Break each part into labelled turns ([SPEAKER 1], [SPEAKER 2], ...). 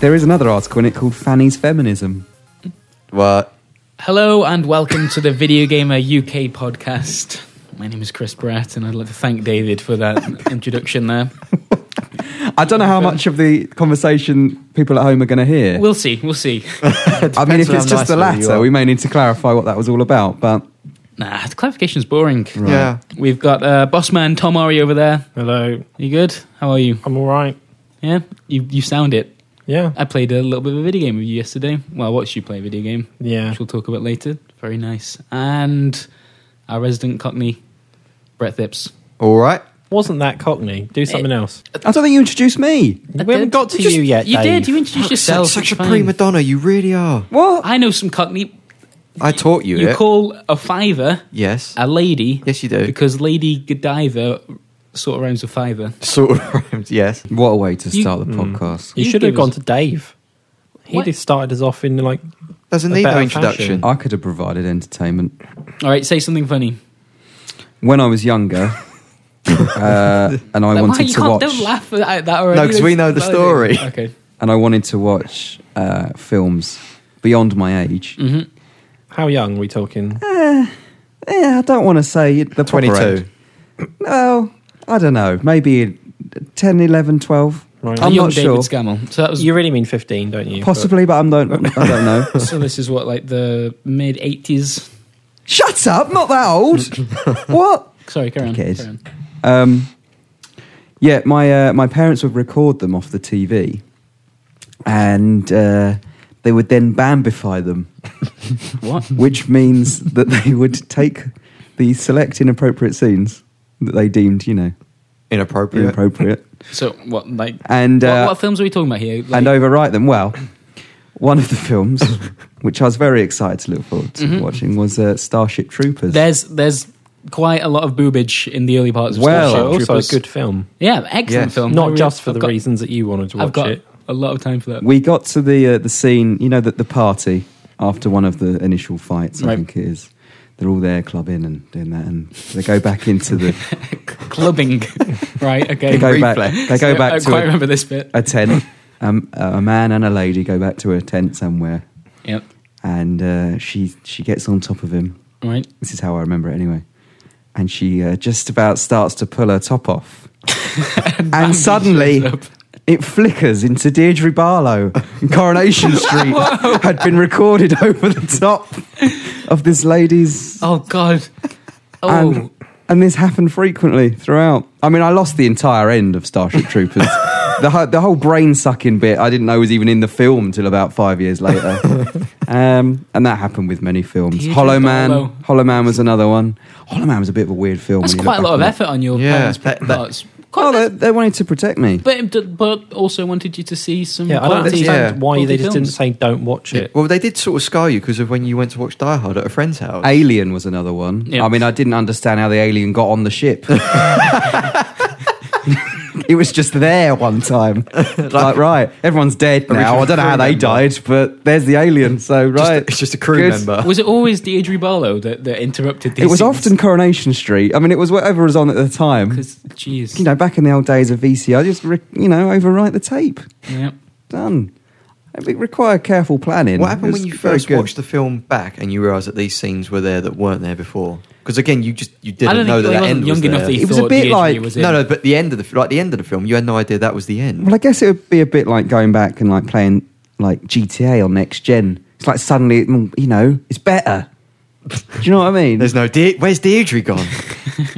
[SPEAKER 1] There is another article in it called Fanny's Feminism.
[SPEAKER 2] What?
[SPEAKER 3] Hello and welcome to the Video Gamer UK podcast. My name is Chris Brett, and I'd like to thank David for that introduction there.
[SPEAKER 1] I don't know how much of the conversation people at home are going to hear.
[SPEAKER 3] We'll see, we'll see.
[SPEAKER 1] I mean, if it's
[SPEAKER 2] Depends how
[SPEAKER 1] just the
[SPEAKER 2] nice you
[SPEAKER 1] latter,
[SPEAKER 2] are.
[SPEAKER 1] we may need to clarify what that was all about. But
[SPEAKER 3] Nah, the clarification's boring.
[SPEAKER 2] Yeah.
[SPEAKER 3] We've got uh, boss man Tom Ari over there.
[SPEAKER 4] Hello,
[SPEAKER 3] You good? How are you?
[SPEAKER 4] I'm all right.
[SPEAKER 3] Yeah, you, you sound it.
[SPEAKER 4] Yeah,
[SPEAKER 3] I played a little bit of a video game with you yesterday. Well, I watched you play a video game,
[SPEAKER 4] yeah.
[SPEAKER 3] which we'll talk about later. Very nice. And our resident Cockney, Brett Thips.
[SPEAKER 2] All right.
[SPEAKER 4] Wasn't that Cockney? Do something else.
[SPEAKER 1] I don't think you introduced me.
[SPEAKER 4] we haven't got to
[SPEAKER 3] Just-
[SPEAKER 4] you yet.
[SPEAKER 3] uh, You
[SPEAKER 4] Dave.
[SPEAKER 3] did. You introduced yourself.
[SPEAKER 2] Such, such a
[SPEAKER 3] It's fine.
[SPEAKER 2] prima donna. You really are.
[SPEAKER 1] What?
[SPEAKER 3] I know some Cockney.
[SPEAKER 2] I taught you,
[SPEAKER 3] You
[SPEAKER 2] it.
[SPEAKER 3] call Uh, a fiver
[SPEAKER 2] yes.
[SPEAKER 3] a lady.
[SPEAKER 2] Yes, you do.
[SPEAKER 3] Because Lady Godiva sort of rhymes with fiver.
[SPEAKER 2] sort of rhymes. Yes.
[SPEAKER 1] What a way to
[SPEAKER 3] You-
[SPEAKER 1] start the podcast.
[SPEAKER 4] You
[SPEAKER 3] You
[SPEAKER 4] should
[SPEAKER 3] give
[SPEAKER 4] have gone
[SPEAKER 3] us-
[SPEAKER 4] to Dave. He
[SPEAKER 3] What?
[SPEAKER 4] just started us off in like
[SPEAKER 2] Doesn't
[SPEAKER 4] A
[SPEAKER 2] need no
[SPEAKER 4] better
[SPEAKER 2] introduction.
[SPEAKER 4] fashion.
[SPEAKER 1] I could have provided entertainment.
[SPEAKER 3] All right, say something funny.
[SPEAKER 1] When I was younger, uh, and I
[SPEAKER 3] Like, why
[SPEAKER 1] wanted to
[SPEAKER 3] you can't,
[SPEAKER 1] watch,
[SPEAKER 3] Don't laugh at that already.
[SPEAKER 2] No, 'cause we know the
[SPEAKER 3] That's-
[SPEAKER 2] story.
[SPEAKER 3] Okay.
[SPEAKER 1] and I wanted to watch uh, films beyond my age.
[SPEAKER 3] hmm
[SPEAKER 4] how young are we talking?
[SPEAKER 1] Eh, Yeah, I don't want to say the proper age.
[SPEAKER 2] Twenty-two.
[SPEAKER 1] No, I don't know. Maybe 10, 11, 12.
[SPEAKER 4] Right.
[SPEAKER 1] I'm
[SPEAKER 3] young
[SPEAKER 1] not
[SPEAKER 3] David
[SPEAKER 1] sure.
[SPEAKER 3] Scammell. So that was
[SPEAKER 4] You really mean 15, don't you?
[SPEAKER 1] Possibly, but I'm don't, I don't know.
[SPEAKER 3] so this is what like the mid eighties.
[SPEAKER 1] Shut up! Not that old. what?
[SPEAKER 3] Sorry, carry on.
[SPEAKER 1] Dickheads.
[SPEAKER 3] carry on.
[SPEAKER 1] Um, yeah, my uh, my parents would record them off the TV, and uh, they would then bambify them,
[SPEAKER 3] What?
[SPEAKER 1] which means that they would take the select inappropriate scenes that they deemed, you know,
[SPEAKER 2] Uh, Inappropriate.
[SPEAKER 1] inappropriate,
[SPEAKER 3] So what? Like
[SPEAKER 1] and
[SPEAKER 3] what,
[SPEAKER 1] uh,
[SPEAKER 3] what films are we talking about here? Like,
[SPEAKER 1] and overwrite them. Well, one of the films. Which I was very excited to look forward to
[SPEAKER 3] Mm-hmm.
[SPEAKER 1] watching was uh, Starship Troopers.
[SPEAKER 3] there's there's quite a lot of boobage in the early parts of
[SPEAKER 1] Well,
[SPEAKER 3] Starship
[SPEAKER 4] Also, also a
[SPEAKER 3] Troopers.
[SPEAKER 4] good film.
[SPEAKER 3] Yeah, excellent
[SPEAKER 2] Yes.
[SPEAKER 3] film. I
[SPEAKER 4] Not
[SPEAKER 3] really-
[SPEAKER 4] just for
[SPEAKER 3] I've
[SPEAKER 4] the
[SPEAKER 3] got-
[SPEAKER 4] reasons that you wanted to watch
[SPEAKER 3] I've got
[SPEAKER 4] it.
[SPEAKER 3] a lot of time for that.
[SPEAKER 1] We got to the uh, the scene, you know, that the party after one of the initial fights. I
[SPEAKER 3] Right.
[SPEAKER 1] think it is. They're all there clubbing and doing that, and they go back into the
[SPEAKER 3] Clubbing, right? Okay.
[SPEAKER 1] they go back
[SPEAKER 2] Reflex.
[SPEAKER 1] they go
[SPEAKER 3] I
[SPEAKER 1] back
[SPEAKER 3] don't quite
[SPEAKER 1] to
[SPEAKER 3] remember this bit.
[SPEAKER 1] a, a tent. Um, a man and a lady go back to a tent somewhere,
[SPEAKER 3] Yep.
[SPEAKER 1] and uh, she she gets on top of him.
[SPEAKER 3] Right.
[SPEAKER 1] This is how I remember it anyway. And she uh, just about starts to pull her top off, and suddenly.
[SPEAKER 3] shows up.
[SPEAKER 1] It flickers into Deirdre Barlow in Coronation Street had been recorded over the top of this lady's.
[SPEAKER 3] Oh God. Oh.
[SPEAKER 1] And, and this happened frequently throughout. I mean, I lost the entire end of Starship Troopers. the, ho- the whole brain sucking bit I didn't know was even in the film till about five years later. um, and that happened with many films.
[SPEAKER 3] Deirdre
[SPEAKER 1] Hollow Man,
[SPEAKER 3] Barlow.
[SPEAKER 1] Hollow Man was another one. Hollow Man was a bit of a weird film.
[SPEAKER 3] That's
[SPEAKER 1] when you
[SPEAKER 3] quite a
[SPEAKER 1] look
[SPEAKER 3] lot of
[SPEAKER 1] back
[SPEAKER 3] effort on your
[SPEAKER 2] Yeah,
[SPEAKER 3] parents'
[SPEAKER 2] that- that-
[SPEAKER 3] parts. Quite
[SPEAKER 1] on it. Oh,
[SPEAKER 3] nice.
[SPEAKER 1] they, they wanted to protect me.
[SPEAKER 3] but but also wanted you to see some.
[SPEAKER 4] Yeah, I don't
[SPEAKER 3] quality-
[SPEAKER 4] understand
[SPEAKER 2] yeah.
[SPEAKER 4] why they
[SPEAKER 3] quality
[SPEAKER 4] just
[SPEAKER 3] films.
[SPEAKER 4] didn't say don't watch it.
[SPEAKER 2] Well, they did sort of scar you because of when you went to watch Die Hard at a friend's house.
[SPEAKER 1] Alien was another one.
[SPEAKER 3] Yeah.
[SPEAKER 1] I mean, I didn't understand how the alien got on the ship. it was just there one time. like, right, everyone's dead now.
[SPEAKER 2] Original
[SPEAKER 1] I don't know how
[SPEAKER 2] crew
[SPEAKER 1] they
[SPEAKER 2] member.
[SPEAKER 1] died, but there's the alien. So
[SPEAKER 2] Just-
[SPEAKER 1] right,
[SPEAKER 2] it's just a crew
[SPEAKER 1] Good.
[SPEAKER 2] member.
[SPEAKER 3] Was it always Deirdre Barlow that, that interrupted these?
[SPEAKER 1] It was
[SPEAKER 3] scenes?
[SPEAKER 1] often Coronation Street. I mean, it was whatever was on at the time.
[SPEAKER 3] 'Cause, jeez.
[SPEAKER 1] You know, back in the old days of VCR, just re- you know, overwrite the tape.
[SPEAKER 3] yeah.
[SPEAKER 1] Done. It required careful planning.
[SPEAKER 2] What happened
[SPEAKER 1] It was
[SPEAKER 2] when you
[SPEAKER 1] very
[SPEAKER 2] first
[SPEAKER 1] good.
[SPEAKER 2] watched the film back and you realised that these scenes were there that weren't there before? Because again, you just you
[SPEAKER 3] I
[SPEAKER 2] didn't
[SPEAKER 3] don't think
[SPEAKER 2] know that
[SPEAKER 3] he
[SPEAKER 2] that
[SPEAKER 3] wasn't
[SPEAKER 2] end
[SPEAKER 3] young
[SPEAKER 2] was
[SPEAKER 3] enough
[SPEAKER 2] there.
[SPEAKER 3] that he
[SPEAKER 1] It was a
[SPEAKER 3] thought
[SPEAKER 1] bit
[SPEAKER 3] Deirdre
[SPEAKER 1] like-
[SPEAKER 3] was in.
[SPEAKER 2] no, no, but the end of the like the end of the film, you had no idea that was the end.
[SPEAKER 1] Well, I guess it would be a bit like going back and like playing like GTA on next gen. It's like suddenly, mm, you know, it's better. Do you know what I mean?
[SPEAKER 2] There's no De- where's Deirdre gone?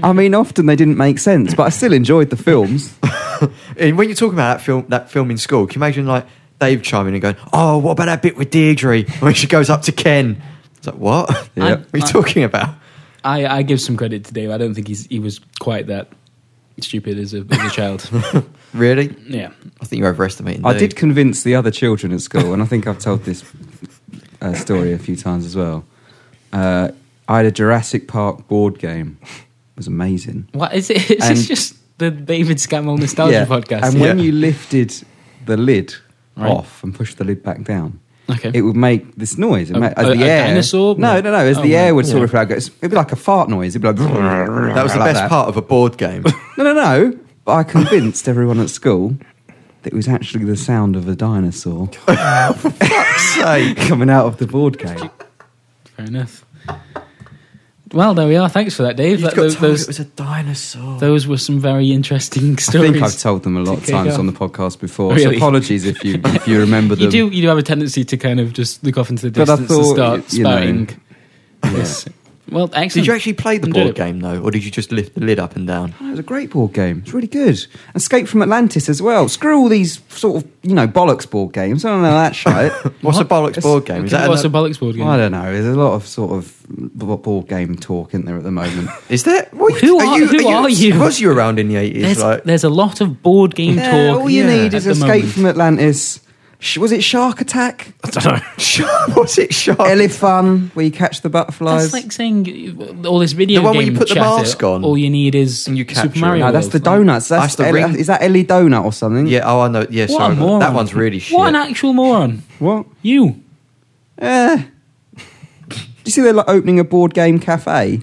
[SPEAKER 1] I mean, often they didn't make sense, but I still enjoyed the films.
[SPEAKER 2] and when you're talking about that film, that film in school, can you imagine like Dave chiming in and going, "Oh, what about that bit with Deirdre when she goes up to Ken?" It's like what?
[SPEAKER 1] Yeah.
[SPEAKER 2] what are you talking about?
[SPEAKER 3] I, I give some credit to Dave. I don't think he's he was quite that stupid as a, as a child.
[SPEAKER 2] Really?
[SPEAKER 3] yeah.
[SPEAKER 2] I think you're overestimating.
[SPEAKER 1] I
[SPEAKER 2] Dave.
[SPEAKER 1] did convince the other children at school, and I think I've told this uh, story a few times as well. Uh, I had a Jurassic Park board game. It was amazing.
[SPEAKER 3] What is it? Is
[SPEAKER 1] And-
[SPEAKER 3] this just the David Scammell nostalgia
[SPEAKER 1] Yeah.
[SPEAKER 3] podcast?
[SPEAKER 1] And
[SPEAKER 3] Yeah.
[SPEAKER 1] when
[SPEAKER 2] Yeah.
[SPEAKER 1] you lifted the lid
[SPEAKER 3] Right.
[SPEAKER 1] off and pushed the lid back down,
[SPEAKER 3] Okay.
[SPEAKER 1] it would make this noise. It
[SPEAKER 3] A-
[SPEAKER 1] ma- as
[SPEAKER 3] a-
[SPEAKER 1] the
[SPEAKER 3] a
[SPEAKER 1] air,
[SPEAKER 3] dinosaur?
[SPEAKER 1] No, no, no. As
[SPEAKER 3] Oh,
[SPEAKER 1] the air
[SPEAKER 3] right.
[SPEAKER 1] would sort
[SPEAKER 3] Yeah.
[SPEAKER 1] of like, it'd be like a fart noise. It'd be like that
[SPEAKER 2] That was the best part of a board game.
[SPEAKER 1] No, no, no. But I convinced everyone at school that it was actually the sound of a dinosaur
[SPEAKER 2] Say,
[SPEAKER 1] coming out of the board game.
[SPEAKER 3] Fair enough. Well, there we are. Things for that, Dave.
[SPEAKER 2] you
[SPEAKER 3] That,
[SPEAKER 2] just got
[SPEAKER 3] those,
[SPEAKER 2] told it
[SPEAKER 3] those,
[SPEAKER 2] was a dinosaur.
[SPEAKER 3] those were some very interesting
[SPEAKER 1] I
[SPEAKER 3] stories.
[SPEAKER 1] think I've told them a lot of
[SPEAKER 3] kick
[SPEAKER 1] times
[SPEAKER 3] off.
[SPEAKER 1] on the podcast before.
[SPEAKER 3] Really?
[SPEAKER 1] So apologies if you if you remember them.
[SPEAKER 3] you do you do have a tendency to kind of just look off into the
[SPEAKER 1] But I
[SPEAKER 3] distance
[SPEAKER 1] thought,
[SPEAKER 3] and start
[SPEAKER 1] you know,
[SPEAKER 3] spouting. this- Well, excellent.
[SPEAKER 2] Did you actually play the
[SPEAKER 3] Did it.
[SPEAKER 2] board game though, or did you just lift the lid up and down?
[SPEAKER 1] Oh, it was a great board game. It's really good. Escape from Atlantis as well. Screw all these sort of you know bollocks board games. I don't know that shit.
[SPEAKER 2] What's a bollocks
[SPEAKER 1] It's-
[SPEAKER 2] board game? Is that
[SPEAKER 3] What's
[SPEAKER 2] another-
[SPEAKER 3] a bollocks board game?
[SPEAKER 1] I don't know. There's a lot of sort of b- board game talk in there at the moment.
[SPEAKER 2] Is that what
[SPEAKER 3] Who are- who are you?
[SPEAKER 2] Was you around in the eighties?
[SPEAKER 3] There's,
[SPEAKER 2] Like
[SPEAKER 3] there's a lot of board game
[SPEAKER 1] Yeah,
[SPEAKER 3] talk.
[SPEAKER 1] all you
[SPEAKER 2] yeah,
[SPEAKER 1] need is
[SPEAKER 3] at the
[SPEAKER 1] Escape
[SPEAKER 3] moment.
[SPEAKER 1] from Atlantis. Sh- was it Shark Attack?
[SPEAKER 4] I don't know.
[SPEAKER 2] Shark- what's it? Shark.
[SPEAKER 1] Elefun, where you catch the butterflies.
[SPEAKER 3] That's like saying uh, all this video
[SPEAKER 2] The one where
[SPEAKER 3] game
[SPEAKER 2] you put the
[SPEAKER 3] chatter,
[SPEAKER 2] mask on.
[SPEAKER 3] All you need is
[SPEAKER 2] And you
[SPEAKER 3] Super
[SPEAKER 2] capture
[SPEAKER 3] Mario.
[SPEAKER 2] it.
[SPEAKER 1] no, that's
[SPEAKER 3] World.
[SPEAKER 1] the donuts. That's,
[SPEAKER 2] That's the
[SPEAKER 1] Ellie-
[SPEAKER 2] ring.
[SPEAKER 1] Is that Ellie Donut or something?
[SPEAKER 2] Yeah. Oh, I know. Yeah.
[SPEAKER 3] What
[SPEAKER 2] sorry.
[SPEAKER 3] a moron.
[SPEAKER 2] That one's really shit.
[SPEAKER 3] What an actual moron.
[SPEAKER 1] What?
[SPEAKER 3] You.
[SPEAKER 1] Eh. Do you see they're like opening a board game cafe?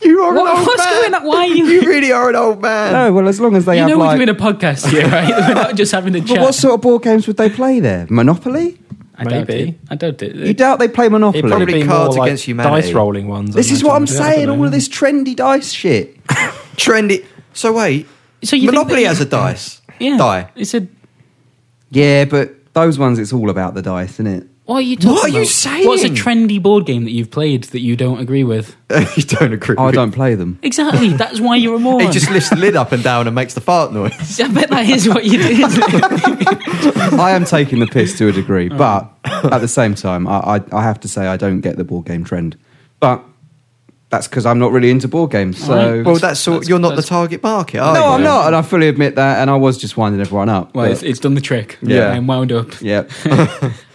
[SPEAKER 2] you are an
[SPEAKER 3] What,
[SPEAKER 2] old
[SPEAKER 3] what's
[SPEAKER 2] man.
[SPEAKER 3] going on? Why are
[SPEAKER 2] You
[SPEAKER 3] you?
[SPEAKER 2] really are an old man.
[SPEAKER 1] Oh well, as long as they
[SPEAKER 3] You
[SPEAKER 1] have
[SPEAKER 3] know we're
[SPEAKER 1] like.
[SPEAKER 3] doing a podcast here, right? we're not just having a
[SPEAKER 1] but
[SPEAKER 3] chat.
[SPEAKER 1] what sort of board games would they play there? Monopoly?
[SPEAKER 3] I doubt
[SPEAKER 4] Maybe.
[SPEAKER 3] it. I doubt it.
[SPEAKER 1] You doubt they play Monopoly?
[SPEAKER 4] It'd
[SPEAKER 2] Probably
[SPEAKER 4] probably be
[SPEAKER 2] Cards
[SPEAKER 4] more like
[SPEAKER 2] Against Humanity.
[SPEAKER 4] dice rolling ones.
[SPEAKER 1] This
[SPEAKER 4] I
[SPEAKER 1] is what I'm
[SPEAKER 4] imagine. Yeah, I
[SPEAKER 1] saying.
[SPEAKER 4] don't
[SPEAKER 1] All
[SPEAKER 4] know.
[SPEAKER 1] of this trendy dice shit.
[SPEAKER 2] Trendy. So wait.
[SPEAKER 3] So you think
[SPEAKER 2] Monopoly
[SPEAKER 3] that-
[SPEAKER 2] has a dice.
[SPEAKER 3] yeah.
[SPEAKER 2] Die.
[SPEAKER 3] It's a.
[SPEAKER 1] Yeah, but those ones, it's all about the dice, isn't it?
[SPEAKER 3] What are you talking
[SPEAKER 2] What are you
[SPEAKER 3] about? What's a
[SPEAKER 2] saying?
[SPEAKER 3] trendy board game that you've played that you don't agree with?
[SPEAKER 2] you don't agree.
[SPEAKER 1] Oh, I
[SPEAKER 2] with-
[SPEAKER 1] don't play them.
[SPEAKER 3] Exactly. That's why you're a moron.
[SPEAKER 2] He just lifts the lid up and down and makes the fart noise.
[SPEAKER 3] I bet that is what you did.
[SPEAKER 1] I am taking the piss to a degree, but at the same time, I, I, I have to say I don't get the board game trend. But that's because I'm not really into board games. So
[SPEAKER 3] Alright.
[SPEAKER 2] Well, that's sort.
[SPEAKER 3] That's-
[SPEAKER 2] You're not the
[SPEAKER 3] that's-
[SPEAKER 2] target market,
[SPEAKER 1] no,
[SPEAKER 2] are you?
[SPEAKER 1] I'm not, and I fully admit that. And I was just winding everyone up.
[SPEAKER 3] Well,
[SPEAKER 1] but-
[SPEAKER 3] it's, it's done the trick.
[SPEAKER 1] Yeah.
[SPEAKER 3] I'm wound up.
[SPEAKER 1] Yep.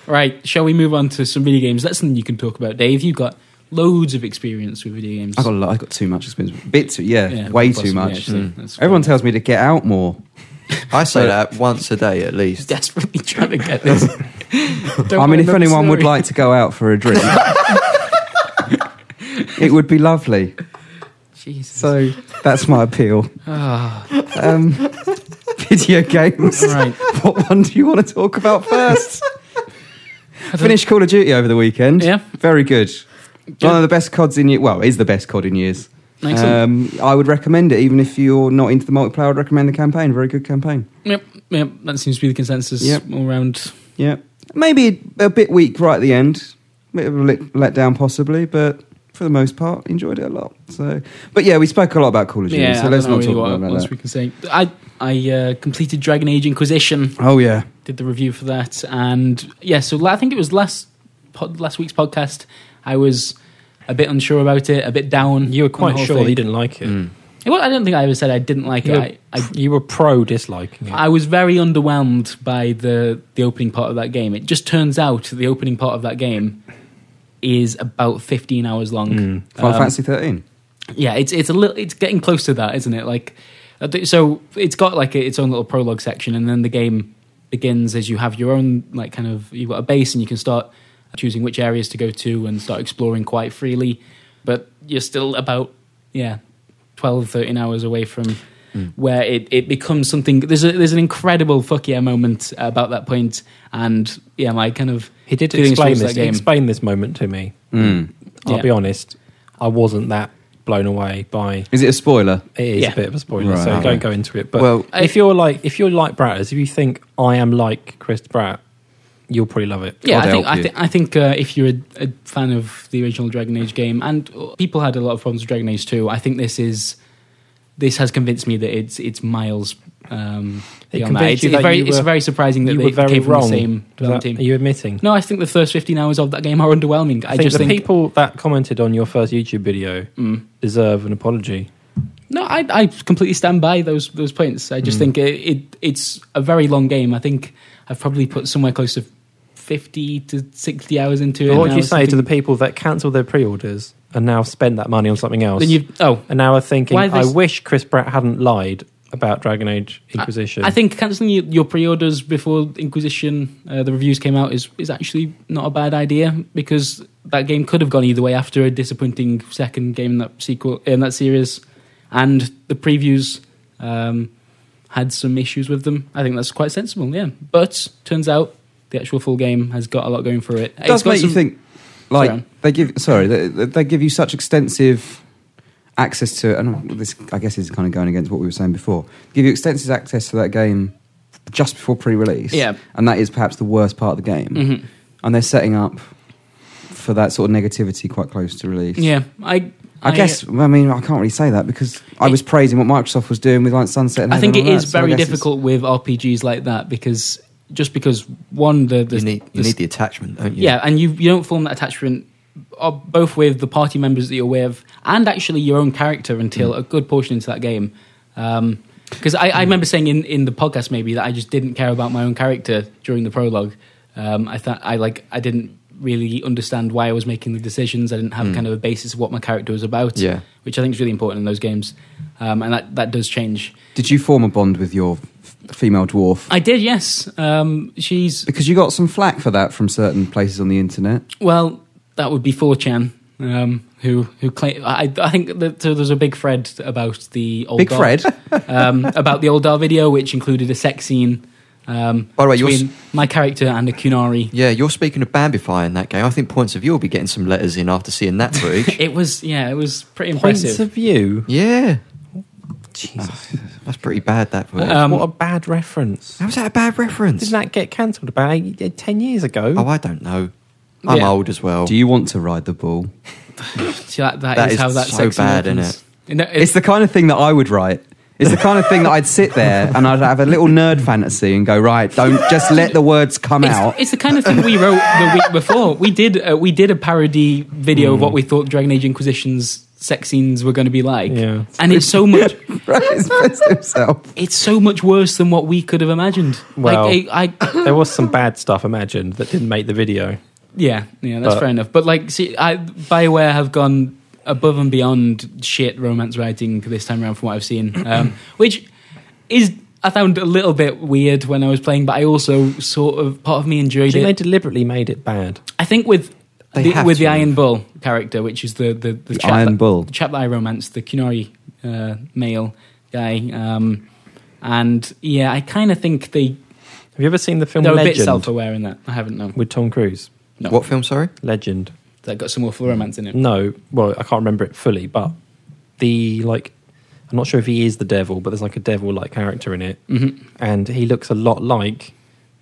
[SPEAKER 3] Right, shall we move on to some video games? That's something you can talk about, Dave. You've got loads of experience with video games.
[SPEAKER 1] I got a lot. I got too much experience. Bit too, yeah,
[SPEAKER 3] Yeah,
[SPEAKER 1] way
[SPEAKER 3] possibly,
[SPEAKER 1] too much.
[SPEAKER 3] actually. Mm. That's
[SPEAKER 1] Everyone tells me to get out more.
[SPEAKER 2] I say that once a day at least.
[SPEAKER 3] desperately trying to get this. Don't
[SPEAKER 1] I mean,
[SPEAKER 3] mind
[SPEAKER 1] if
[SPEAKER 3] another
[SPEAKER 1] anyone would
[SPEAKER 3] story.
[SPEAKER 1] like to go out for a drink, it would be lovely.
[SPEAKER 3] Jesus.
[SPEAKER 1] So that's my appeal.
[SPEAKER 3] Ah,
[SPEAKER 1] Um, video games.
[SPEAKER 3] right.
[SPEAKER 1] What one do you want to talk about first? Finished Call of Duty over the weekend.
[SPEAKER 3] Yeah.
[SPEAKER 1] Very good.
[SPEAKER 3] Yeah.
[SPEAKER 1] One of the best CODs in years. Well, is the best COD in years. Um,
[SPEAKER 3] Excellent.
[SPEAKER 1] I would recommend it, even if you're not into the multiplayer. I'd recommend the campaign. Very good campaign.
[SPEAKER 3] Yep, yep, that seems to be the consensus
[SPEAKER 1] Yep.
[SPEAKER 3] all round.
[SPEAKER 1] Yeah. Maybe a bit weak right at the end. Bit of a let, let down possibly, but for the most part, enjoyed it a lot. So, but yeah, we spoke a lot about Call of Duty,
[SPEAKER 3] Yeah,
[SPEAKER 1] so let's
[SPEAKER 3] I don't
[SPEAKER 1] not
[SPEAKER 3] know
[SPEAKER 1] talk
[SPEAKER 3] really what
[SPEAKER 1] about
[SPEAKER 3] else
[SPEAKER 1] that.
[SPEAKER 3] we can say. I, I uh, completed Dragon Age Inquisition,
[SPEAKER 1] Oh yeah,
[SPEAKER 3] did the review for that, and yeah, so la- I think it was last pod, last week's podcast. I was a bit unsure about it, a bit down.
[SPEAKER 4] You were
[SPEAKER 3] on the
[SPEAKER 4] quite
[SPEAKER 3] whole
[SPEAKER 4] sure
[SPEAKER 3] thing.
[SPEAKER 4] that you didn't like it.
[SPEAKER 3] Well, I don't think I ever said I didn't like
[SPEAKER 4] You,
[SPEAKER 3] it.
[SPEAKER 4] were,
[SPEAKER 3] Mm. I, I,
[SPEAKER 4] you were pro disliking it.
[SPEAKER 3] I was very underwhelmed by the the opening part of that game. It just turns out that the opening part of that game is about 15 hours long.
[SPEAKER 1] Final
[SPEAKER 3] Um,
[SPEAKER 1] Fantasy Thirteen.
[SPEAKER 3] yeah, it's it's a little it's getting close to that, isn't it? Like I think- so it's got like its own little prologue section and then the game begins as you have your own like kind of you've got a base and you can start choosing which areas to go to and start exploring quite freely, but you're still about yeah, 12 13 hours away from where it, it becomes something there's a, there's an incredible fuck yeah moment about that point and yeah, my kind of
[SPEAKER 4] He did
[SPEAKER 3] feelings
[SPEAKER 4] explain
[SPEAKER 3] towards
[SPEAKER 4] this.
[SPEAKER 3] that
[SPEAKER 4] He
[SPEAKER 3] game.
[SPEAKER 4] explained this moment to me. I'll
[SPEAKER 3] Yeah.
[SPEAKER 4] be honest. I wasn't that blown away by.
[SPEAKER 1] Is it a spoiler?
[SPEAKER 4] It is
[SPEAKER 3] Yeah.
[SPEAKER 4] a bit of a spoiler,
[SPEAKER 1] Right,
[SPEAKER 4] so
[SPEAKER 1] okay.
[SPEAKER 4] don't go into it. But
[SPEAKER 2] Well-
[SPEAKER 4] if you're like if you're like Bratters, if you think I am like Chris Bratt, you'll probably love it.
[SPEAKER 3] Yeah,
[SPEAKER 1] God
[SPEAKER 3] I think,
[SPEAKER 1] help
[SPEAKER 3] I,
[SPEAKER 1] you.
[SPEAKER 3] th- I think uh, if you're a, a fan of the original Dragon Age game, and uh, people had a lot of problems with Dragon Age 2, I think this is this has convinced me that it's it's miles um,
[SPEAKER 4] It
[SPEAKER 3] beyond that.
[SPEAKER 4] convinced
[SPEAKER 3] It's,
[SPEAKER 4] you
[SPEAKER 3] it's
[SPEAKER 4] that
[SPEAKER 3] very,
[SPEAKER 4] you
[SPEAKER 3] it's
[SPEAKER 4] were-
[SPEAKER 3] very surprising that
[SPEAKER 4] you
[SPEAKER 3] they
[SPEAKER 4] were very
[SPEAKER 3] came from
[SPEAKER 4] wrong.
[SPEAKER 3] the same
[SPEAKER 4] Is that-
[SPEAKER 3] development team.
[SPEAKER 4] Are you admitting?
[SPEAKER 3] No, I think the first 15 hours of that game are underwhelming. I,
[SPEAKER 4] I think
[SPEAKER 3] just
[SPEAKER 4] the
[SPEAKER 3] think Mm.
[SPEAKER 4] people that commented on your first YouTube video deserve an apology.
[SPEAKER 3] No, I, I completely stand by those those points. I
[SPEAKER 4] Mm.
[SPEAKER 3] just think it, it it's a very long game. I think I've probably put somewhere close to 50 to 60 hours into it.
[SPEAKER 4] But what do
[SPEAKER 3] now
[SPEAKER 4] you
[SPEAKER 3] or
[SPEAKER 4] say to
[SPEAKER 3] something.
[SPEAKER 4] the people that cancelled their pre-orders and now spent that money on something else?
[SPEAKER 3] Then you've oh
[SPEAKER 4] and now are thinking,
[SPEAKER 3] Why this-
[SPEAKER 4] I wish Chris Bratt hadn't lied about Dragon Age Inquisition.
[SPEAKER 3] I, I think cancelling your, your pre-orders before Inquisition, uh, the reviews came out, is is actually not a bad idea because that game could have gone either way after a disappointing second game in that sequel in that series, and the previews um, had some issues with them. I think that's quite sensible, yeah. But turns out the actual full game has got a lot going for it.
[SPEAKER 1] It does
[SPEAKER 3] It's got
[SPEAKER 1] make you
[SPEAKER 3] some-
[SPEAKER 1] think. Like
[SPEAKER 3] Sorry.
[SPEAKER 1] they give sorry they, they they give you such extensive access to and this I guess is kind of going against what we were saying before. Give you extensive access to that game just before pre-release.
[SPEAKER 3] Yeah.
[SPEAKER 1] and that is perhaps the worst part of the game.
[SPEAKER 3] Mhm.
[SPEAKER 1] And they're setting up for that sort of negativity quite close to release.
[SPEAKER 3] Yeah, I. uh,
[SPEAKER 1] I, guess I mean I can't really say that because I was praising what Microsoft was doing with like Sunset. And
[SPEAKER 3] I think
[SPEAKER 1] Heaven
[SPEAKER 3] it
[SPEAKER 1] and all
[SPEAKER 3] is
[SPEAKER 1] that, so I
[SPEAKER 3] very
[SPEAKER 1] guess it's-
[SPEAKER 3] difficult with RPGs like that because just because one the, the
[SPEAKER 2] you need you
[SPEAKER 3] the-
[SPEAKER 2] need the attachment, don't you?
[SPEAKER 3] yeah, and you you don't form that attachment uh, both with the party members that you're with and actually your own character until a good portion into that game. Because I, I remember saying in, in the podcast maybe that I just didn't care about my own character during the prologue. Um, I thought I like I didn't really understand why I was making the decisions. I didn't have kind of a basis of what my character was about,
[SPEAKER 2] Yeah.
[SPEAKER 3] which I think is really important in those games, um, and that, that does change.
[SPEAKER 1] Did you form a bond with your f- female dwarf?
[SPEAKER 3] I did, yes. Um, she's
[SPEAKER 1] because you got some flack for that from certain places on the internet.
[SPEAKER 3] Well, that would be 4chan, um, who who claim. I, I think that so there's a big Fred about the old
[SPEAKER 1] Big
[SPEAKER 3] Dar-
[SPEAKER 1] Fred?
[SPEAKER 3] um, about the old Dar video, which included a sex scene. Um,
[SPEAKER 2] By the way, you're
[SPEAKER 3] between my character and a kunari.
[SPEAKER 2] Yeah, you're speaking of Bambify in that game. I think points of view will be getting some letters in after seeing that footage.
[SPEAKER 3] It was yeah, it was pretty
[SPEAKER 4] Points
[SPEAKER 3] impressive.
[SPEAKER 4] of view.
[SPEAKER 2] yeah,
[SPEAKER 4] Jesus,
[SPEAKER 2] that's pretty bad. That footage.
[SPEAKER 3] Um,
[SPEAKER 4] what a bad reference.
[SPEAKER 2] How was that a bad reference?
[SPEAKER 4] Didn't that get cancelled about eight, eh, ten years ago?
[SPEAKER 2] oh, I don't know. I'm
[SPEAKER 3] Yeah.
[SPEAKER 2] old as well.
[SPEAKER 1] Do you want to ride the ball?
[SPEAKER 3] See, that,
[SPEAKER 2] That
[SPEAKER 3] is,
[SPEAKER 2] is
[SPEAKER 3] how that
[SPEAKER 2] so
[SPEAKER 3] sex scene
[SPEAKER 2] bad, innit?
[SPEAKER 3] happens. You know, it-
[SPEAKER 1] It's the kind of thing that I would write. It's the kind of thing that I'd sit there and I'd have a little nerd fantasy and go, right, don't just let the words come
[SPEAKER 3] it's,
[SPEAKER 1] out.
[SPEAKER 3] it's the kind of thing we wrote the week before. We did uh, we did a parody video of what we thought Dragon Age Inquisition's sex scenes were going to be like,
[SPEAKER 4] Yeah.
[SPEAKER 3] and it's so much
[SPEAKER 1] right, it's pissed himself.
[SPEAKER 3] it's so much worse than what we could have imagined.
[SPEAKER 4] Well-
[SPEAKER 3] like, I, I
[SPEAKER 4] there was some bad stuff imagined that didn't make the video.
[SPEAKER 3] yeah, yeah, that's
[SPEAKER 4] But-
[SPEAKER 3] fair enough. But like, see, I, Bioware have gone above and beyond shit romance writing this time around, from what I've seen, um, which is I found a little bit weird when I was playing, but I also sort of part of me
[SPEAKER 4] I
[SPEAKER 3] enjoyed
[SPEAKER 4] think they
[SPEAKER 3] it.
[SPEAKER 4] deliberately made it bad.
[SPEAKER 3] I think with.
[SPEAKER 2] They
[SPEAKER 3] the,
[SPEAKER 2] have
[SPEAKER 3] with the
[SPEAKER 2] to.
[SPEAKER 3] Iron Bull character, which is the the, the, chap
[SPEAKER 1] Iron
[SPEAKER 3] that-
[SPEAKER 1] Bull.
[SPEAKER 3] the chap that I romanced, the Kunari uh, male guy, um, and yeah, I kind of think they
[SPEAKER 4] Have you ever seen the film
[SPEAKER 3] they're a bit
[SPEAKER 4] Legend
[SPEAKER 3] self-aware in that. I haven't no.
[SPEAKER 4] with Tom Cruise?
[SPEAKER 3] No.
[SPEAKER 2] What film? Sorry.
[SPEAKER 4] Legend.
[SPEAKER 3] that got some awful romance in it.
[SPEAKER 4] No, well, I can't remember it fully, but the like, I'm not sure if he is the devil, but there's like a devil-like character in it,
[SPEAKER 3] Mhm.
[SPEAKER 4] and he looks a lot like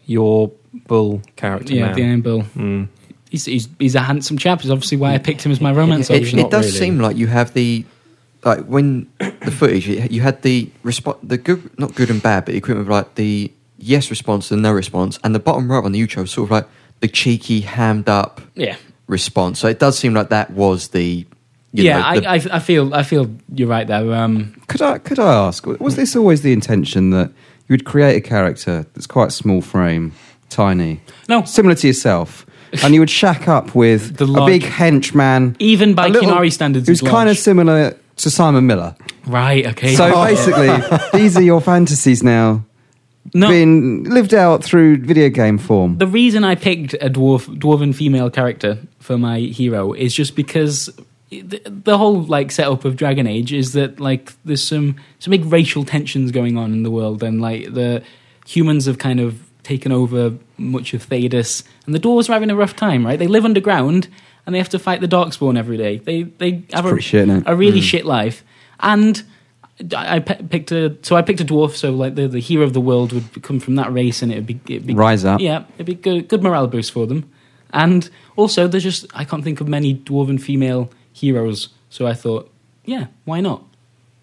[SPEAKER 4] your bull character.
[SPEAKER 3] Yeah,
[SPEAKER 4] man.
[SPEAKER 3] the Iron Bill.
[SPEAKER 4] Mm.
[SPEAKER 3] He's, he's he's a handsome chap. Is obviously why I picked him as my romance
[SPEAKER 4] It-
[SPEAKER 2] It,
[SPEAKER 3] option.
[SPEAKER 2] it
[SPEAKER 4] not
[SPEAKER 2] does
[SPEAKER 4] really.
[SPEAKER 2] seem like you have the like when the footage you- you had the response, the good, not good and bad, but equivalent of like the yes response and no response, and the bottom right on the YouTube sort of like the cheeky, hammed up
[SPEAKER 3] yeah,
[SPEAKER 2] response. So it does seem like that was the you
[SPEAKER 3] yeah.
[SPEAKER 2] know,
[SPEAKER 3] I,
[SPEAKER 2] the-
[SPEAKER 3] I I feel I feel you're right there. Um,
[SPEAKER 1] Could I, could I ask, was this always the intention that you would create a character that's quite small frame, tiny,
[SPEAKER 3] no,
[SPEAKER 1] similar to yourself, and you would shack up with a
[SPEAKER 3] The large-
[SPEAKER 1] big henchman?
[SPEAKER 3] even by
[SPEAKER 1] a little-
[SPEAKER 3] Kinari standards,
[SPEAKER 1] Who's
[SPEAKER 3] he's
[SPEAKER 1] kind of similar to Simon Miller.
[SPEAKER 3] right. Okay,
[SPEAKER 1] So basically, these are your fantasies now.
[SPEAKER 3] no.
[SPEAKER 1] being lived out through video game form.
[SPEAKER 3] the reason I picked a dwarf dwarven female character for my hero is just because the, the whole like setup of Dragon Age is that like there's some some big racial tensions going on in the world and like the humans have kind of taken over much of Thedas and the dwarves are having a rough time, right? They live underground and they have to fight the darkspawn every day. They they have a,
[SPEAKER 1] pretty shit, innit?
[SPEAKER 3] a really shit life and I I pe- picked a so I picked a dwarf so like the, the hero of the world would come from that race and it would be, it'd be
[SPEAKER 1] Rise up.
[SPEAKER 3] yeah, it'd be good, good morale boost for them. And also, there's just I can't think of many dwarven female heroes, so I thought, yeah, why not?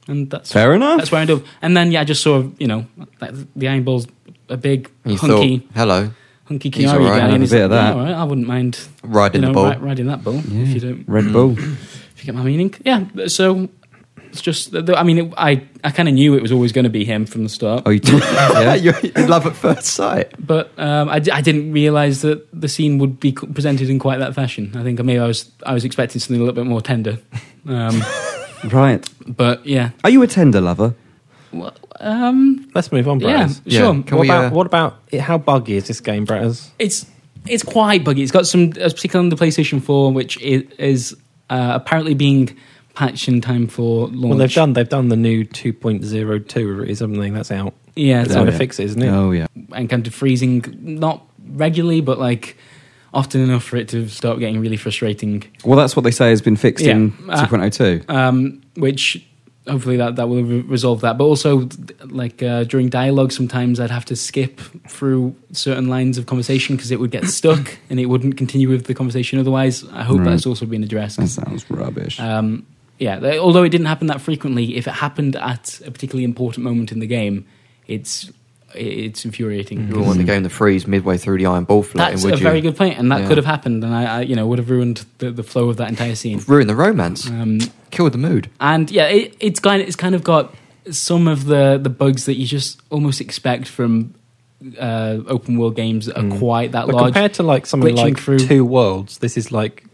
[SPEAKER 3] And that's
[SPEAKER 1] Fair enough.
[SPEAKER 3] That's where I ended up. And then yeah, I just saw you know like, the Iron Bull's a big
[SPEAKER 2] you
[SPEAKER 3] hunky
[SPEAKER 2] thought, hello,
[SPEAKER 3] hunky
[SPEAKER 2] he's
[SPEAKER 3] Kiari
[SPEAKER 2] all right,
[SPEAKER 3] guy,
[SPEAKER 2] I'll
[SPEAKER 3] and
[SPEAKER 1] have a
[SPEAKER 3] he's
[SPEAKER 1] bit of
[SPEAKER 3] like, "Yeah,
[SPEAKER 1] that."
[SPEAKER 3] all right, I wouldn't mind
[SPEAKER 2] riding
[SPEAKER 3] you
[SPEAKER 2] the
[SPEAKER 3] know
[SPEAKER 2] ball.
[SPEAKER 3] ri- riding that bull if you don't
[SPEAKER 1] Red Bull.
[SPEAKER 3] if you get my meaning. Yeah, so. It's just, th- th- I mean, it, I, I kind of knew it was always going to be him from the start.
[SPEAKER 1] Oh, you did? yeah.
[SPEAKER 2] You're in love at first sight.
[SPEAKER 3] but um, I, d- I didn't realize that the scene would be c- presented in quite that fashion. I think maybe I was I was expecting something a little bit more tender, um,
[SPEAKER 1] Right.
[SPEAKER 3] but yeah,
[SPEAKER 1] Are you a tender lover?
[SPEAKER 3] Well, um,
[SPEAKER 4] Let's move on,
[SPEAKER 3] yeah,
[SPEAKER 4] Brad.
[SPEAKER 2] Yeah,
[SPEAKER 3] sure.
[SPEAKER 2] can
[SPEAKER 4] what,
[SPEAKER 2] we,
[SPEAKER 4] about,
[SPEAKER 2] uh,
[SPEAKER 4] what about it, how buggy is this game, Bratters?
[SPEAKER 3] It's it's quite buggy. It's got some, uh, particularly on the PlayStation Four, which is, is uh, apparently being patched in time for launch.
[SPEAKER 4] Well, they've done they've done the new 2.02 or it is something that's out.
[SPEAKER 3] Yeah,
[SPEAKER 4] That's
[SPEAKER 3] so-
[SPEAKER 4] how to
[SPEAKER 1] yeah.
[SPEAKER 4] fix it, isn't it?
[SPEAKER 1] Oh yeah.
[SPEAKER 3] encountered freezing not regularly but like often enough for it to start getting really frustrating
[SPEAKER 1] Well, that's what they say has been fixed
[SPEAKER 3] Yeah.
[SPEAKER 1] in
[SPEAKER 3] Uh,
[SPEAKER 1] 2.02.
[SPEAKER 3] um, which hopefully that, that will re- resolve that but also th- like uh, during dialogue sometimes i'd have to skip through certain lines of conversation because it would get stuck and it wouldn't continue with the conversation otherwise i hope
[SPEAKER 1] Right.
[SPEAKER 3] that's also been addressed
[SPEAKER 1] that sounds rubbish.
[SPEAKER 4] uh,
[SPEAKER 3] um, yeah, th- although it didn't happen that frequently, if it happened at a particularly important moment in the game, it's it's infuriating.
[SPEAKER 2] You wouldn't want the game to freeze midway through the iron ball floating,
[SPEAKER 3] That's
[SPEAKER 2] would
[SPEAKER 3] a
[SPEAKER 2] you?
[SPEAKER 3] very good point, and that
[SPEAKER 2] Yeah.
[SPEAKER 3] could have happened, and I, I you know would have ruined the, the flow of that entire scene.
[SPEAKER 2] Ruin the romance.
[SPEAKER 3] Um,
[SPEAKER 2] Kill the mood.
[SPEAKER 3] and yeah, it, it's kind it's kind of got some of the the bugs that you just almost expect from uh, open world games that are
[SPEAKER 4] Mm.
[SPEAKER 3] quite that
[SPEAKER 4] But
[SPEAKER 3] large.
[SPEAKER 4] compared to like something
[SPEAKER 3] glitching
[SPEAKER 4] like
[SPEAKER 3] through-
[SPEAKER 4] Two Worlds, this is like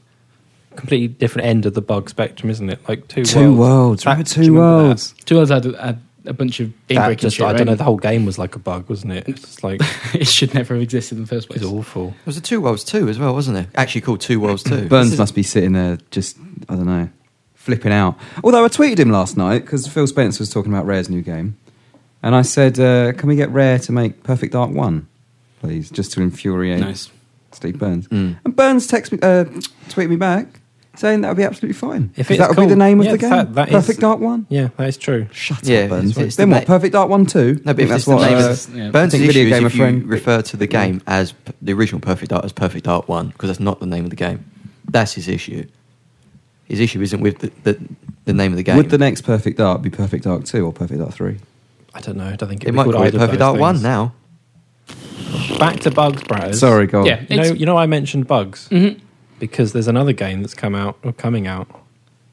[SPEAKER 4] completely different end of the bug spectrum, isn't it? Like Two,
[SPEAKER 1] Two Worlds.
[SPEAKER 4] That-
[SPEAKER 1] Remember
[SPEAKER 4] do
[SPEAKER 1] Two
[SPEAKER 4] you remember that?
[SPEAKER 1] Worlds?
[SPEAKER 3] Two others had a, a bunch of game
[SPEAKER 4] That
[SPEAKER 3] breaking
[SPEAKER 4] just,
[SPEAKER 3] shit.
[SPEAKER 4] I don't know.
[SPEAKER 3] right?
[SPEAKER 4] The whole game was like a bug, wasn't it? It's just like
[SPEAKER 3] it should never have existed in the first place.
[SPEAKER 4] it's awful.
[SPEAKER 2] It was a Two Worlds 2 as well, wasn't it? Actually called Two Worlds 2.
[SPEAKER 1] Burns
[SPEAKER 4] This is-
[SPEAKER 1] must be sitting there just, I don't know, flipping out. Although I tweeted him last night because Phil Spencer was talking about Rare's new game. And I said, uh, can we get Rare to make Perfect Dark 1, please, just to infuriate
[SPEAKER 3] Nice.
[SPEAKER 1] Steve Burns.
[SPEAKER 2] Mm.
[SPEAKER 1] And Burns text me, uh, tweeted me back saying that would be absolutely fine.
[SPEAKER 4] If
[SPEAKER 1] If
[SPEAKER 4] it's
[SPEAKER 1] that would be
[SPEAKER 4] cool.
[SPEAKER 1] the name of
[SPEAKER 4] Yeah,
[SPEAKER 1] the game,
[SPEAKER 4] that- that is-
[SPEAKER 1] Perfect Dark 1.
[SPEAKER 4] Yeah, that is true.
[SPEAKER 1] Shut
[SPEAKER 2] Yeah,
[SPEAKER 1] up, Burns.
[SPEAKER 2] it's- it's
[SPEAKER 1] then
[SPEAKER 2] the
[SPEAKER 1] what,
[SPEAKER 2] na-
[SPEAKER 1] Perfect Dark 1 too?
[SPEAKER 2] No, but if
[SPEAKER 1] that's
[SPEAKER 2] that's the
[SPEAKER 1] what...
[SPEAKER 2] name
[SPEAKER 1] uh,
[SPEAKER 2] is,
[SPEAKER 3] yeah.
[SPEAKER 2] Burns'
[SPEAKER 1] I think
[SPEAKER 2] issue
[SPEAKER 1] Video
[SPEAKER 2] is
[SPEAKER 1] Gamer
[SPEAKER 2] if you
[SPEAKER 1] Friend-
[SPEAKER 2] refer to the game as p- the original Perfect Dark as Perfect Dark One because that's not the name of the game. That's his issue. His issue isn't with the, the, the name of the game.
[SPEAKER 1] Would the next Perfect Dark be Perfect Dark 2 or Perfect Dark 3?
[SPEAKER 4] I don't know. I don't think it'd
[SPEAKER 2] it
[SPEAKER 4] be
[SPEAKER 2] might
[SPEAKER 4] called
[SPEAKER 2] be
[SPEAKER 4] either of
[SPEAKER 2] Perfect
[SPEAKER 4] those
[SPEAKER 2] Dark One
[SPEAKER 4] things.
[SPEAKER 2] now.
[SPEAKER 4] Back to bugs, Bratters.
[SPEAKER 1] Sorry, go on.
[SPEAKER 3] Yeah.
[SPEAKER 4] You know,
[SPEAKER 3] It's-
[SPEAKER 4] you know, I mentioned bugs
[SPEAKER 3] Mhm.
[SPEAKER 4] because there's another game that's come out or coming out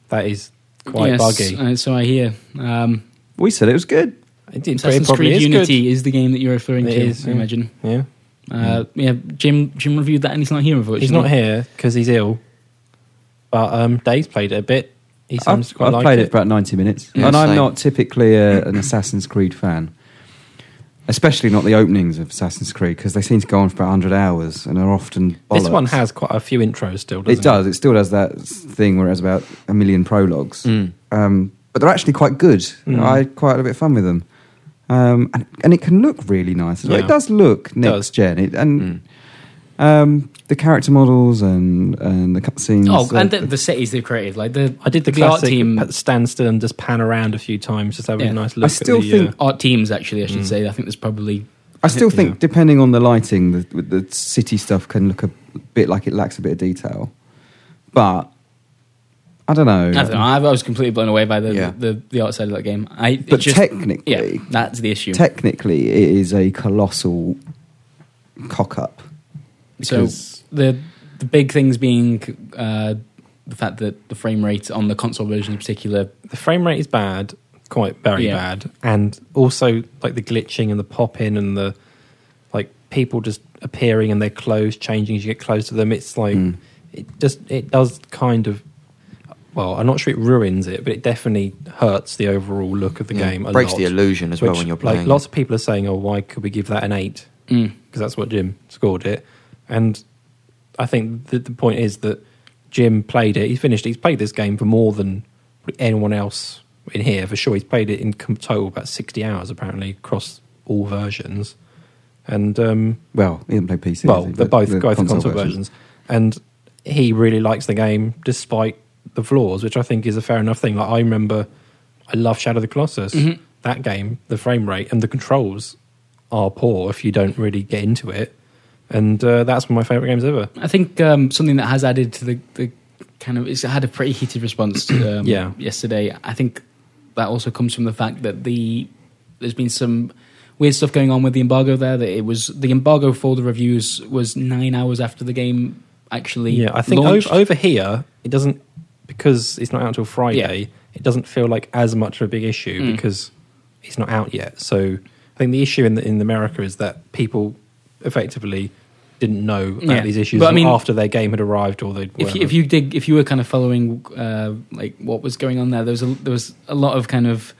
[SPEAKER 4] that is quite
[SPEAKER 3] Yes,
[SPEAKER 4] buggy.
[SPEAKER 3] uh, so I hear. Um,
[SPEAKER 1] We said it was good.
[SPEAKER 4] It did
[SPEAKER 3] Assassin's
[SPEAKER 4] probably
[SPEAKER 3] Creed
[SPEAKER 4] is good.
[SPEAKER 3] Unity is the game that you're referring
[SPEAKER 4] It
[SPEAKER 3] to.
[SPEAKER 4] is,
[SPEAKER 3] I
[SPEAKER 4] yeah.
[SPEAKER 3] imagine.
[SPEAKER 4] Yeah,
[SPEAKER 3] Uh, yeah, Jim. Jim reviewed that, and he's not here. Unfortunately,
[SPEAKER 4] he's not here because he's ill. But um, Dave's played it a bit. He seems
[SPEAKER 1] I've,
[SPEAKER 4] to quite
[SPEAKER 1] I've
[SPEAKER 4] like
[SPEAKER 1] played it.
[SPEAKER 4] it.
[SPEAKER 1] for about 90 minutes.
[SPEAKER 2] Yeah,
[SPEAKER 1] and I'm
[SPEAKER 2] same.
[SPEAKER 1] not typically a, an Assassin's Creed fan, especially not the openings of Assassin's Creed, because they seem to go on for about 100 hours and are often.
[SPEAKER 4] This
[SPEAKER 1] bollocks.
[SPEAKER 4] one has quite a few intros still, doesn't
[SPEAKER 1] It
[SPEAKER 4] it?
[SPEAKER 1] does. It still does that thing where it has about a million prologues.
[SPEAKER 2] Mm.
[SPEAKER 1] Um, but they're actually quite good.
[SPEAKER 4] Mm.
[SPEAKER 1] I had quite a bit of fun with them. Um, and, and it can look really nice. as well.
[SPEAKER 4] Yeah.
[SPEAKER 1] It does look next
[SPEAKER 4] does.
[SPEAKER 1] gen. It,
[SPEAKER 2] Mm.
[SPEAKER 1] and um, the character models and, and the cutscenes.
[SPEAKER 3] Oh,
[SPEAKER 1] uh,
[SPEAKER 3] and the, the cities they've created, like the
[SPEAKER 4] I did the,
[SPEAKER 3] art
[SPEAKER 4] classic
[SPEAKER 3] team.
[SPEAKER 4] pa- stand still and just pan around a few times, just having
[SPEAKER 3] Yeah.
[SPEAKER 4] a nice
[SPEAKER 1] I
[SPEAKER 4] look.
[SPEAKER 1] still
[SPEAKER 4] at the, uh,
[SPEAKER 1] think-
[SPEAKER 3] Art teams, actually, I should
[SPEAKER 4] Mm.
[SPEAKER 3] say. I think there's probably
[SPEAKER 1] I still think,
[SPEAKER 4] Yeah.
[SPEAKER 1] depending on the lighting, the, with the city stuff can look a bit like it lacks a bit of detail. But I don't know.
[SPEAKER 3] I don't know. I was completely blown away by the
[SPEAKER 2] Yeah.
[SPEAKER 3] the, the, art side of that game. I it
[SPEAKER 1] But
[SPEAKER 3] just, yeah,
[SPEAKER 1] technically,
[SPEAKER 3] that's the issue.
[SPEAKER 1] technically, it is a colossal cock up.
[SPEAKER 3] so
[SPEAKER 1] because-
[SPEAKER 3] the the big things being uh, the fact that the frame rate on the console version in particular,
[SPEAKER 4] the frame rate is bad, quite very
[SPEAKER 3] Yeah.
[SPEAKER 4] bad, and also like the glitching and the popping and the like people just appearing and their clothes changing as you get close to them. It's like
[SPEAKER 1] Mm.
[SPEAKER 4] it just it does kind of. Well, I'm not sure it ruins it, but it definitely hurts the overall look of the
[SPEAKER 2] Yeah.
[SPEAKER 4] game. A
[SPEAKER 2] Mm. breaks
[SPEAKER 4] lot,
[SPEAKER 2] the illusion as well
[SPEAKER 4] which,
[SPEAKER 2] when you're
[SPEAKER 4] like,
[SPEAKER 2] playing.
[SPEAKER 4] lots of people are saying, "Oh, why could we give that an eight?
[SPEAKER 3] mm,
[SPEAKER 4] because that's what Jim scored it. And I think the, the point is that Jim played it. He's finished. it. He's played this game for more than anyone else in here for sure. He's played it in com- total about sixty hours apparently across all versions. And um,
[SPEAKER 1] Well, he didn't play PC.
[SPEAKER 4] well,
[SPEAKER 1] did he?
[SPEAKER 4] they're
[SPEAKER 1] But
[SPEAKER 4] both both console, versions. and he really likes the game despite the flaws, which I think is a fair enough thing. Like I remember, I love Shadow of the Colossus. That game, the frame rate and the controls are poor if you don't really get into it, and uh, that's one of my favorite games ever.
[SPEAKER 3] I think um, something that has added to the, the kind of it's had a pretty heated response um,
[SPEAKER 4] Yeah.
[SPEAKER 3] yesterday. I think that also comes from the fact that the there's been some weird stuff going on with the embargo there. That it was the embargo for the reviews was nine hours after the game actually.
[SPEAKER 4] Yeah, I think
[SPEAKER 3] launched.
[SPEAKER 4] over, over here it doesn't because it's not out until Friday.
[SPEAKER 3] Yeah.
[SPEAKER 4] It doesn't feel like as much of a big issue
[SPEAKER 3] Mm.
[SPEAKER 4] because it's not out yet. So I think the issue in the, in America is that people effectively didn't know about
[SPEAKER 3] Yeah.
[SPEAKER 4] these issues
[SPEAKER 3] But I mean-
[SPEAKER 4] after their game had arrived or they
[SPEAKER 3] if you, if you dig if you were kind of following uh, like what was going on there there was a, there was a lot of kind of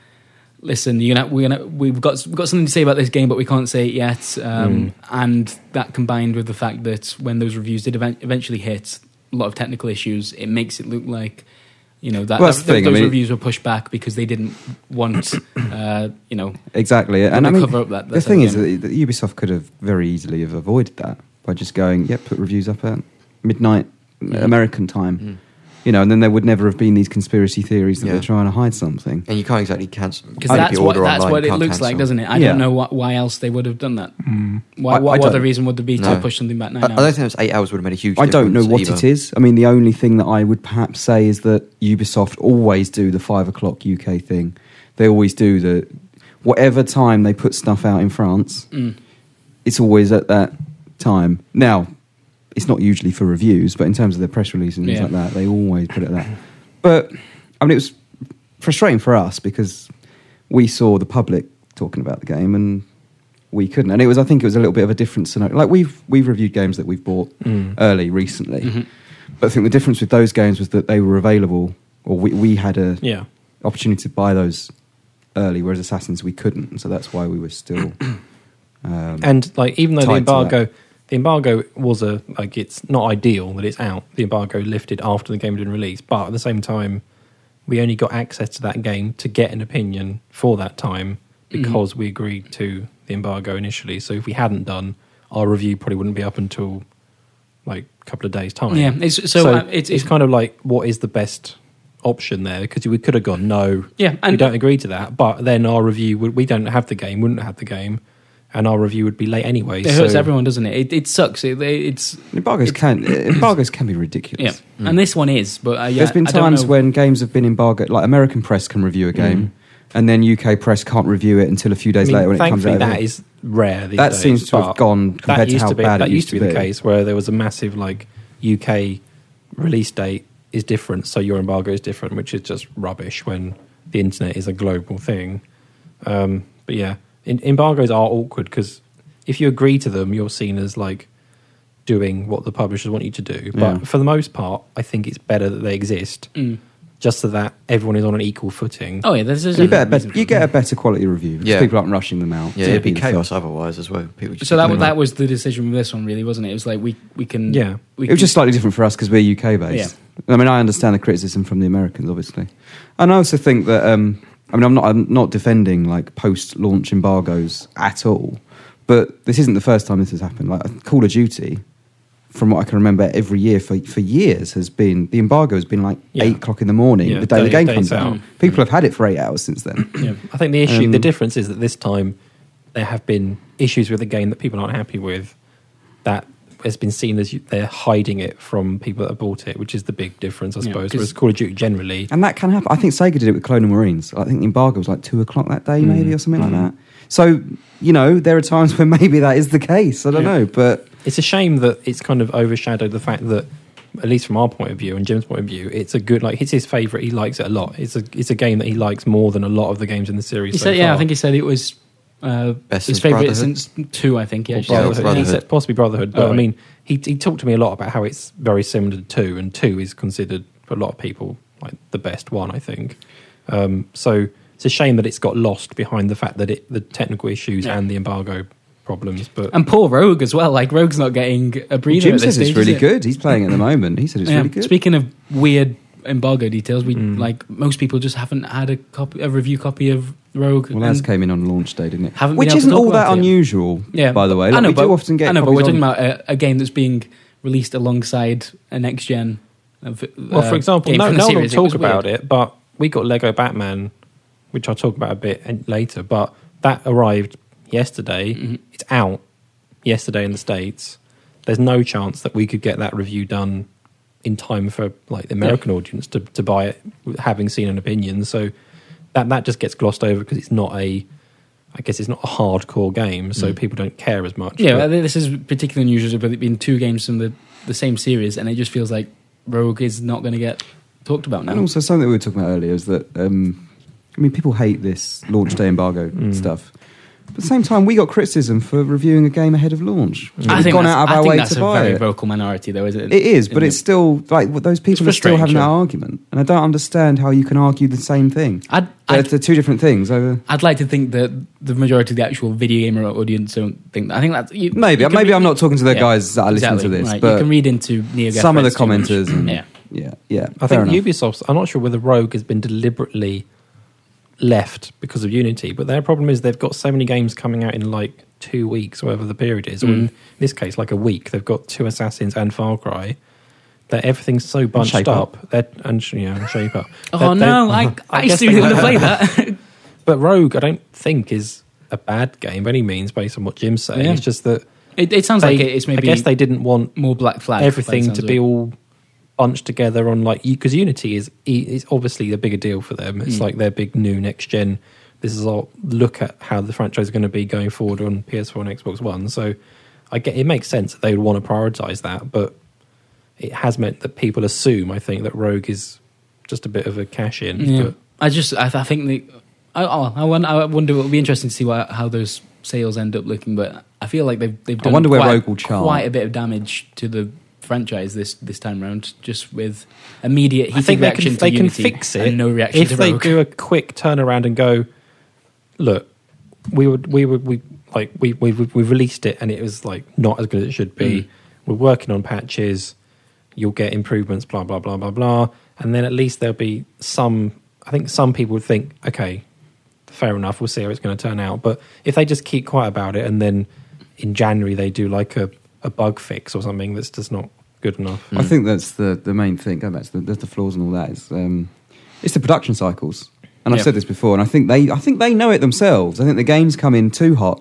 [SPEAKER 3] listen you're gonna we're gonna we've got we've got something to say about this game but we can't say it yet
[SPEAKER 1] Hmm.
[SPEAKER 3] um, and that combined with the fact that when those reviews did event- eventually hit a lot of technical issues it makes it look like you know that
[SPEAKER 1] Well, that's the
[SPEAKER 3] those,
[SPEAKER 1] thing, I mean-
[SPEAKER 3] reviews were pushed back because they didn't want uh, you know
[SPEAKER 1] Exactly, and
[SPEAKER 3] Gonna
[SPEAKER 1] I mean,
[SPEAKER 3] cover up that-
[SPEAKER 1] the
[SPEAKER 3] that
[SPEAKER 1] thing
[SPEAKER 3] side
[SPEAKER 1] is,
[SPEAKER 3] of
[SPEAKER 1] that that Ubisoft could have very easily have avoided that by just going, "Yep, put reviews up at midnight
[SPEAKER 3] Yeah.
[SPEAKER 1] American time,"
[SPEAKER 2] Mm.
[SPEAKER 1] you know, and then there would never have been these conspiracy theories that
[SPEAKER 2] Yeah.
[SPEAKER 1] they're trying to hide something.
[SPEAKER 2] And you can't exactly cancel.
[SPEAKER 3] because that's what that's what it looks like, doesn't it? I
[SPEAKER 1] Yeah. Hmm.
[SPEAKER 3] don't know what, why else they would have done that.
[SPEAKER 1] I-
[SPEAKER 3] Why,
[SPEAKER 1] I
[SPEAKER 3] what, what
[SPEAKER 1] don't-
[SPEAKER 3] other reason would there be
[SPEAKER 2] No.
[SPEAKER 3] to push something back
[SPEAKER 2] I,
[SPEAKER 3] nine
[SPEAKER 2] I
[SPEAKER 3] hours?
[SPEAKER 2] don't think it was eight hours would have made a huge.
[SPEAKER 1] I don't know
[SPEAKER 2] difference
[SPEAKER 1] what
[SPEAKER 2] either.
[SPEAKER 1] it is. I mean, the only thing that I would perhaps say is that Ubisoft always do the five o'clock UK thing. They always do the whatever time they put stuff out in France.
[SPEAKER 3] Mm.
[SPEAKER 1] it's always at that time. Now, it's not usually for reviews, but in terms of their press release and things
[SPEAKER 3] Yeah.
[SPEAKER 1] like that, they always put it at that. But I mean, it was frustrating for us because we saw the public talking about the game and we couldn't. And it was, I think, it was a little bit of a different scenario. Like we've we've reviewed games that we've bought
[SPEAKER 4] Mm.
[SPEAKER 1] early recently,
[SPEAKER 3] Mhm.
[SPEAKER 1] but I think the difference with those games was that they were available, or we we had a
[SPEAKER 4] Yeah.
[SPEAKER 1] opportunity to buy those early, whereas Assassins we couldn't. And so that's why we were still. Um,
[SPEAKER 4] and like even though the
[SPEAKER 1] tied to that.
[SPEAKER 4] embargo the embargo was a like it's not ideal that it's out the embargo lifted after the game had been released but at the same time we only got access to that game to get an opinion for that time
[SPEAKER 3] Mm-hmm.
[SPEAKER 4] because we agreed to the embargo initially so if we hadn't done our review probably wouldn't be up until like a couple of days time
[SPEAKER 3] Yeah, it's, so, uh,
[SPEAKER 4] it's,
[SPEAKER 3] it's,
[SPEAKER 4] it's
[SPEAKER 3] it's
[SPEAKER 4] kind of like what is the best option there because we could have gone no
[SPEAKER 3] yeah,
[SPEAKER 4] we
[SPEAKER 3] and
[SPEAKER 4] don't agree to that, but then our review would we don't have the game, wouldn't have the game, and our review would be late anyway.
[SPEAKER 3] it hurts everyone, doesn't it? It, it sucks. It, it's
[SPEAKER 1] Embargoes can embargoes can be
[SPEAKER 3] yeah,
[SPEAKER 1] ridiculous.
[SPEAKER 3] and this one is, but uh, yeah,
[SPEAKER 1] There's been
[SPEAKER 3] I don't
[SPEAKER 1] times
[SPEAKER 3] know.
[SPEAKER 1] when games have been embargoed, like American press can review a game, and then UK press can't review it until a few
[SPEAKER 4] Mm. I
[SPEAKER 1] days
[SPEAKER 4] mean,
[SPEAKER 1] later when it comes
[SPEAKER 4] thankfully,
[SPEAKER 1] out.
[SPEAKER 4] that is rare. These
[SPEAKER 1] That
[SPEAKER 4] days,
[SPEAKER 1] seems to have
[SPEAKER 4] but
[SPEAKER 1] gone compared
[SPEAKER 4] that
[SPEAKER 1] to
[SPEAKER 4] used
[SPEAKER 1] how
[SPEAKER 4] be,
[SPEAKER 1] bad
[SPEAKER 4] that
[SPEAKER 1] it
[SPEAKER 4] used to be, the case, where there was a massive like UK release date is different, so your embargo is different, which is just rubbish when the internet is a global thing. Um, but yeah, in, embargoes are awkward because if you agree to them, you're seen as like doing what the publishers want you to do. But
[SPEAKER 1] Yeah.
[SPEAKER 4] for the most part, I think it's better that they exist, just so that everyone is on an equal footing.
[SPEAKER 3] Oh yeah, there's, there's
[SPEAKER 1] You,
[SPEAKER 3] a-
[SPEAKER 1] better, bet- you get a better quality review because
[SPEAKER 2] Yeah.
[SPEAKER 1] people aren't rushing them out.
[SPEAKER 2] Yeah, it'd be
[SPEAKER 1] That'd the
[SPEAKER 2] chaos
[SPEAKER 1] thing.
[SPEAKER 2] otherwise as well. People just
[SPEAKER 3] So that
[SPEAKER 2] complain
[SPEAKER 3] was,
[SPEAKER 2] about
[SPEAKER 3] that was the decision with this one, really, wasn't it? It was like we we can
[SPEAKER 4] Yeah.
[SPEAKER 3] we
[SPEAKER 1] It was
[SPEAKER 3] can-
[SPEAKER 1] just slightly different for us because we're UK based. I mean, I understand the criticism from the Americans, obviously, and I also think that. Um, I mean, I'm not I'm not defending like post launch embargoes at all, but this isn't the first time this has happened. Like Call of Duty, from what I can remember, every year for for years has been the embargo has been like
[SPEAKER 4] Yeah.
[SPEAKER 1] eight o'clock in the morning,
[SPEAKER 4] Yeah,
[SPEAKER 1] the day the
[SPEAKER 4] day-
[SPEAKER 1] game
[SPEAKER 4] days
[SPEAKER 1] comes out.
[SPEAKER 4] out.
[SPEAKER 1] People have had it for eight hours since then.
[SPEAKER 3] yeah.
[SPEAKER 4] I think the issue,
[SPEAKER 1] Um,
[SPEAKER 4] the difference is that this time there have been issues with the game that people aren't happy with. That has been seen as you, they're hiding it from people that have bought it, which is the big difference, I
[SPEAKER 3] Yeah,
[SPEAKER 4] suppose.
[SPEAKER 3] 'cause-
[SPEAKER 4] Whereas Call of Duty generally,
[SPEAKER 1] And that can happen. I think Sega did it with Clone and Marines. I think the embargo was like two o'clock that day,
[SPEAKER 3] Hmm.
[SPEAKER 1] maybe, or something like that. So, you know, there are times when maybe that is the case. I don't know. But
[SPEAKER 4] it's a shame that it's kind of overshadowed the fact that, at least from our point of view and Jim's point of view, it's a good like it's his favorite. He likes it a lot. It's a it's a game that he likes more than a lot of the games in the series.
[SPEAKER 3] He
[SPEAKER 4] so
[SPEAKER 3] said, yeah,
[SPEAKER 4] far.
[SPEAKER 3] I think he said it was uh,
[SPEAKER 2] Best since
[SPEAKER 3] his favorite
[SPEAKER 2] Brotherhood?
[SPEAKER 3] since two, I think. Yeah,
[SPEAKER 4] Or
[SPEAKER 3] she said.
[SPEAKER 2] Brotherhood.
[SPEAKER 4] Brotherhood. He said possibly Brotherhood, but
[SPEAKER 3] Oh, right.
[SPEAKER 4] I mean, he he talked to me a lot about how it's very similar to two, and two is considered for a lot of people like the best one, I think. Um, so it's a shame that it's got lost behind the fact that it the technical issues
[SPEAKER 3] Yeah.
[SPEAKER 4] and the embargo problems. But
[SPEAKER 3] and poor Rogue as well. Like Rogue's not getting a breather.
[SPEAKER 1] Jim
[SPEAKER 3] at this
[SPEAKER 1] says
[SPEAKER 3] stage,
[SPEAKER 1] it's really
[SPEAKER 3] is it?
[SPEAKER 1] good. He's playing at the moment. He said it's
[SPEAKER 3] Yeah.
[SPEAKER 1] really good. Mm.
[SPEAKER 3] Speaking of weird embargo details, we like most people just haven't had a copy, a review copy of Rogue.
[SPEAKER 1] well, ours
[SPEAKER 3] and
[SPEAKER 1] came in on launch day, didn't it?
[SPEAKER 3] Haven't been
[SPEAKER 1] Which
[SPEAKER 3] able to
[SPEAKER 1] isn't
[SPEAKER 3] talk
[SPEAKER 1] all
[SPEAKER 3] about
[SPEAKER 1] that
[SPEAKER 3] it.
[SPEAKER 1] unusual,
[SPEAKER 3] yeah,
[SPEAKER 1] by the way.
[SPEAKER 3] I
[SPEAKER 1] Like,
[SPEAKER 3] know,
[SPEAKER 1] we
[SPEAKER 3] but
[SPEAKER 1] do often get
[SPEAKER 3] I know, but
[SPEAKER 1] copies
[SPEAKER 3] we're talking
[SPEAKER 1] on-
[SPEAKER 3] about a, a game that's being released alongside a next gen. uh,
[SPEAKER 4] well,
[SPEAKER 3] um,
[SPEAKER 4] for example, no, no one will talk about it, but we got Lego Batman, which I'll talk about a bit and- later. But that arrived yesterday. It's out yesterday in the states. There's no chance that we could get that review done in time for like the American audience to, to buy it, having seen an opinion. So that that just gets glossed over because it's not a, I guess it's not a hardcore game, so people don't care as much.
[SPEAKER 3] Yeah,
[SPEAKER 4] But-
[SPEAKER 3] I think this is particularly unusual, but it being two games from the, the same series, and it just feels like Rogue is not going to get talked about now.
[SPEAKER 1] And also something we were talking about earlier is that um, I mean people hate this launch day embargo
[SPEAKER 3] Hmm.
[SPEAKER 1] stuff. But at the same time, we got criticism for reviewing a game ahead of launch.
[SPEAKER 3] I
[SPEAKER 1] We've
[SPEAKER 3] think
[SPEAKER 1] gone
[SPEAKER 3] that's-
[SPEAKER 1] out of
[SPEAKER 3] I
[SPEAKER 1] our
[SPEAKER 3] think
[SPEAKER 1] way
[SPEAKER 3] that's
[SPEAKER 1] to
[SPEAKER 3] a
[SPEAKER 1] buy
[SPEAKER 3] very
[SPEAKER 1] it.
[SPEAKER 3] vocal minority, though, is it?
[SPEAKER 1] It is, but
[SPEAKER 3] In
[SPEAKER 1] it's
[SPEAKER 3] the-
[SPEAKER 1] still like what those people are still
[SPEAKER 3] frustrating,
[SPEAKER 1] having that
[SPEAKER 3] sure.
[SPEAKER 1] argument, and I don't understand how you can argue the same thing.
[SPEAKER 3] I'd,
[SPEAKER 1] They're,
[SPEAKER 3] I'd,
[SPEAKER 1] they're two different things. Over
[SPEAKER 3] I'd like to think that the majority of the actual video gamer audience don't think that. I think that's you,
[SPEAKER 1] maybe,
[SPEAKER 3] you can
[SPEAKER 1] maybe
[SPEAKER 3] read-
[SPEAKER 1] I'm not talking to the
[SPEAKER 3] Yeah,
[SPEAKER 1] guys that are listening
[SPEAKER 3] exactly,
[SPEAKER 1] to this,
[SPEAKER 3] right. you
[SPEAKER 1] but
[SPEAKER 3] can read into Neo
[SPEAKER 1] some of the commenters and
[SPEAKER 3] yeah,
[SPEAKER 1] Yeah, yeah.
[SPEAKER 4] I
[SPEAKER 1] fair
[SPEAKER 4] think
[SPEAKER 1] enough.
[SPEAKER 4] Ubisoft. I'm not sure whether Rogue has been deliberately left because of Unity, but their problem is they've got so many games coming out in like two weeks, whatever the period is, or in this case, like a week. They've got two Assassins and Far Cry. That everything's so bunched
[SPEAKER 2] Shape
[SPEAKER 4] up. They're, and sh- yeah, and shape up.
[SPEAKER 3] Oh
[SPEAKER 4] They- they-
[SPEAKER 3] no, I, I used
[SPEAKER 4] guess
[SPEAKER 3] to be
[SPEAKER 4] they-
[SPEAKER 3] able to play that.
[SPEAKER 4] But Rogue, I don't think is a bad game by any means, based on what Jim's saying.
[SPEAKER 3] Yeah.
[SPEAKER 4] It's just that
[SPEAKER 3] it, it sounds
[SPEAKER 4] they,
[SPEAKER 3] like it- it's maybe
[SPEAKER 4] I guess they didn't want
[SPEAKER 3] more black flag. by
[SPEAKER 4] everything
[SPEAKER 3] the
[SPEAKER 4] to
[SPEAKER 3] sounds
[SPEAKER 4] be
[SPEAKER 3] of it.
[SPEAKER 4] all bunched together on like because Unity is is obviously the bigger deal for them.
[SPEAKER 3] Hmm.
[SPEAKER 4] It's like their big new next gen. This is our look at how the franchise is going to be going forward on PS4 and Xbox One. So I get it makes sense that they would want to prioritize that, but it has meant that people assume I think that Rogue is just a bit of a cash in.
[SPEAKER 3] Yeah.
[SPEAKER 4] But
[SPEAKER 3] I just I, I think the I, oh, I, wonder, I wonder it'll be interesting to see what, how those sales end up looking. But I feel like they've they've
[SPEAKER 1] I
[SPEAKER 3] done
[SPEAKER 1] wonder where
[SPEAKER 3] quite,
[SPEAKER 1] Rogue will chart.
[SPEAKER 3] quite a bit of damage to the franchise this this time round, just with immediate heated
[SPEAKER 4] I think they
[SPEAKER 3] reaction
[SPEAKER 4] can,
[SPEAKER 3] to
[SPEAKER 4] they can
[SPEAKER 3] Unity
[SPEAKER 4] fix it
[SPEAKER 3] and no reaction
[SPEAKER 4] if
[SPEAKER 3] to
[SPEAKER 4] they
[SPEAKER 3] Rogue.
[SPEAKER 4] do a quick turnaround and go, look, we would we would we like we we we we released it and it was like not as good as it should be.
[SPEAKER 3] Mm.
[SPEAKER 4] We're working on patches. You'll get improvements. Blah blah blah blah blah. And then at least there'll be some. I think some people would think, okay, fair enough. We'll see how it's going to turn out. But if they just keep quiet about it and then in January they do like a a bug fix or something that's just not good enough.
[SPEAKER 3] Mm. Hmm.
[SPEAKER 1] I think that's the, the main thing. Going back to the, the, the flaws and all that is um, it's the production cycles. And I've
[SPEAKER 4] Yeah.
[SPEAKER 1] said this before, and I think they I think they know it themselves. I think the games come in too hot.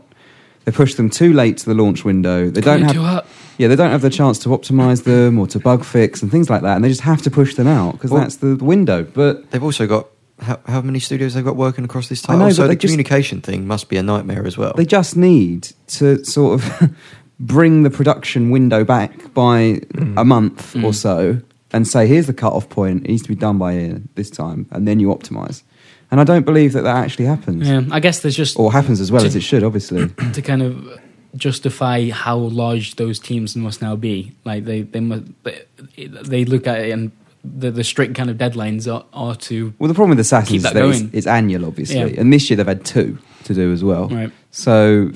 [SPEAKER 1] They push them too late to the launch window. They
[SPEAKER 3] Come
[SPEAKER 1] don't
[SPEAKER 3] into
[SPEAKER 1] have
[SPEAKER 3] it.
[SPEAKER 1] yeah they don't have the chance to optimize them or to bug fix and things like that. And they just have to push them out because
[SPEAKER 2] Well-
[SPEAKER 1] that's the window. But
[SPEAKER 2] They've also got how, how many studios they've got working across this
[SPEAKER 1] I know,
[SPEAKER 2] title. so
[SPEAKER 1] but they
[SPEAKER 2] the
[SPEAKER 1] just-
[SPEAKER 2] communication thing must be a nightmare as well.
[SPEAKER 1] They just need to sort of bring the production window back by a month or so and say, here's the cut-off point. It needs to be done by here this time, and then you optimize. And I don't believe that that actually happens,
[SPEAKER 3] yeah, I guess there's just
[SPEAKER 1] or happens as well
[SPEAKER 3] To-
[SPEAKER 1] as it should, obviously.
[SPEAKER 3] to kind of justify how large those teams must now be. Like they they must, they look at it and the, the strict kind of deadlines are, are to
[SPEAKER 1] well, the problem with Assassins is
[SPEAKER 3] that
[SPEAKER 1] that it's,
[SPEAKER 3] going.
[SPEAKER 1] it's annual, obviously,
[SPEAKER 3] Yeah.
[SPEAKER 1] and this year they've had two to do as well.
[SPEAKER 3] Right.
[SPEAKER 1] So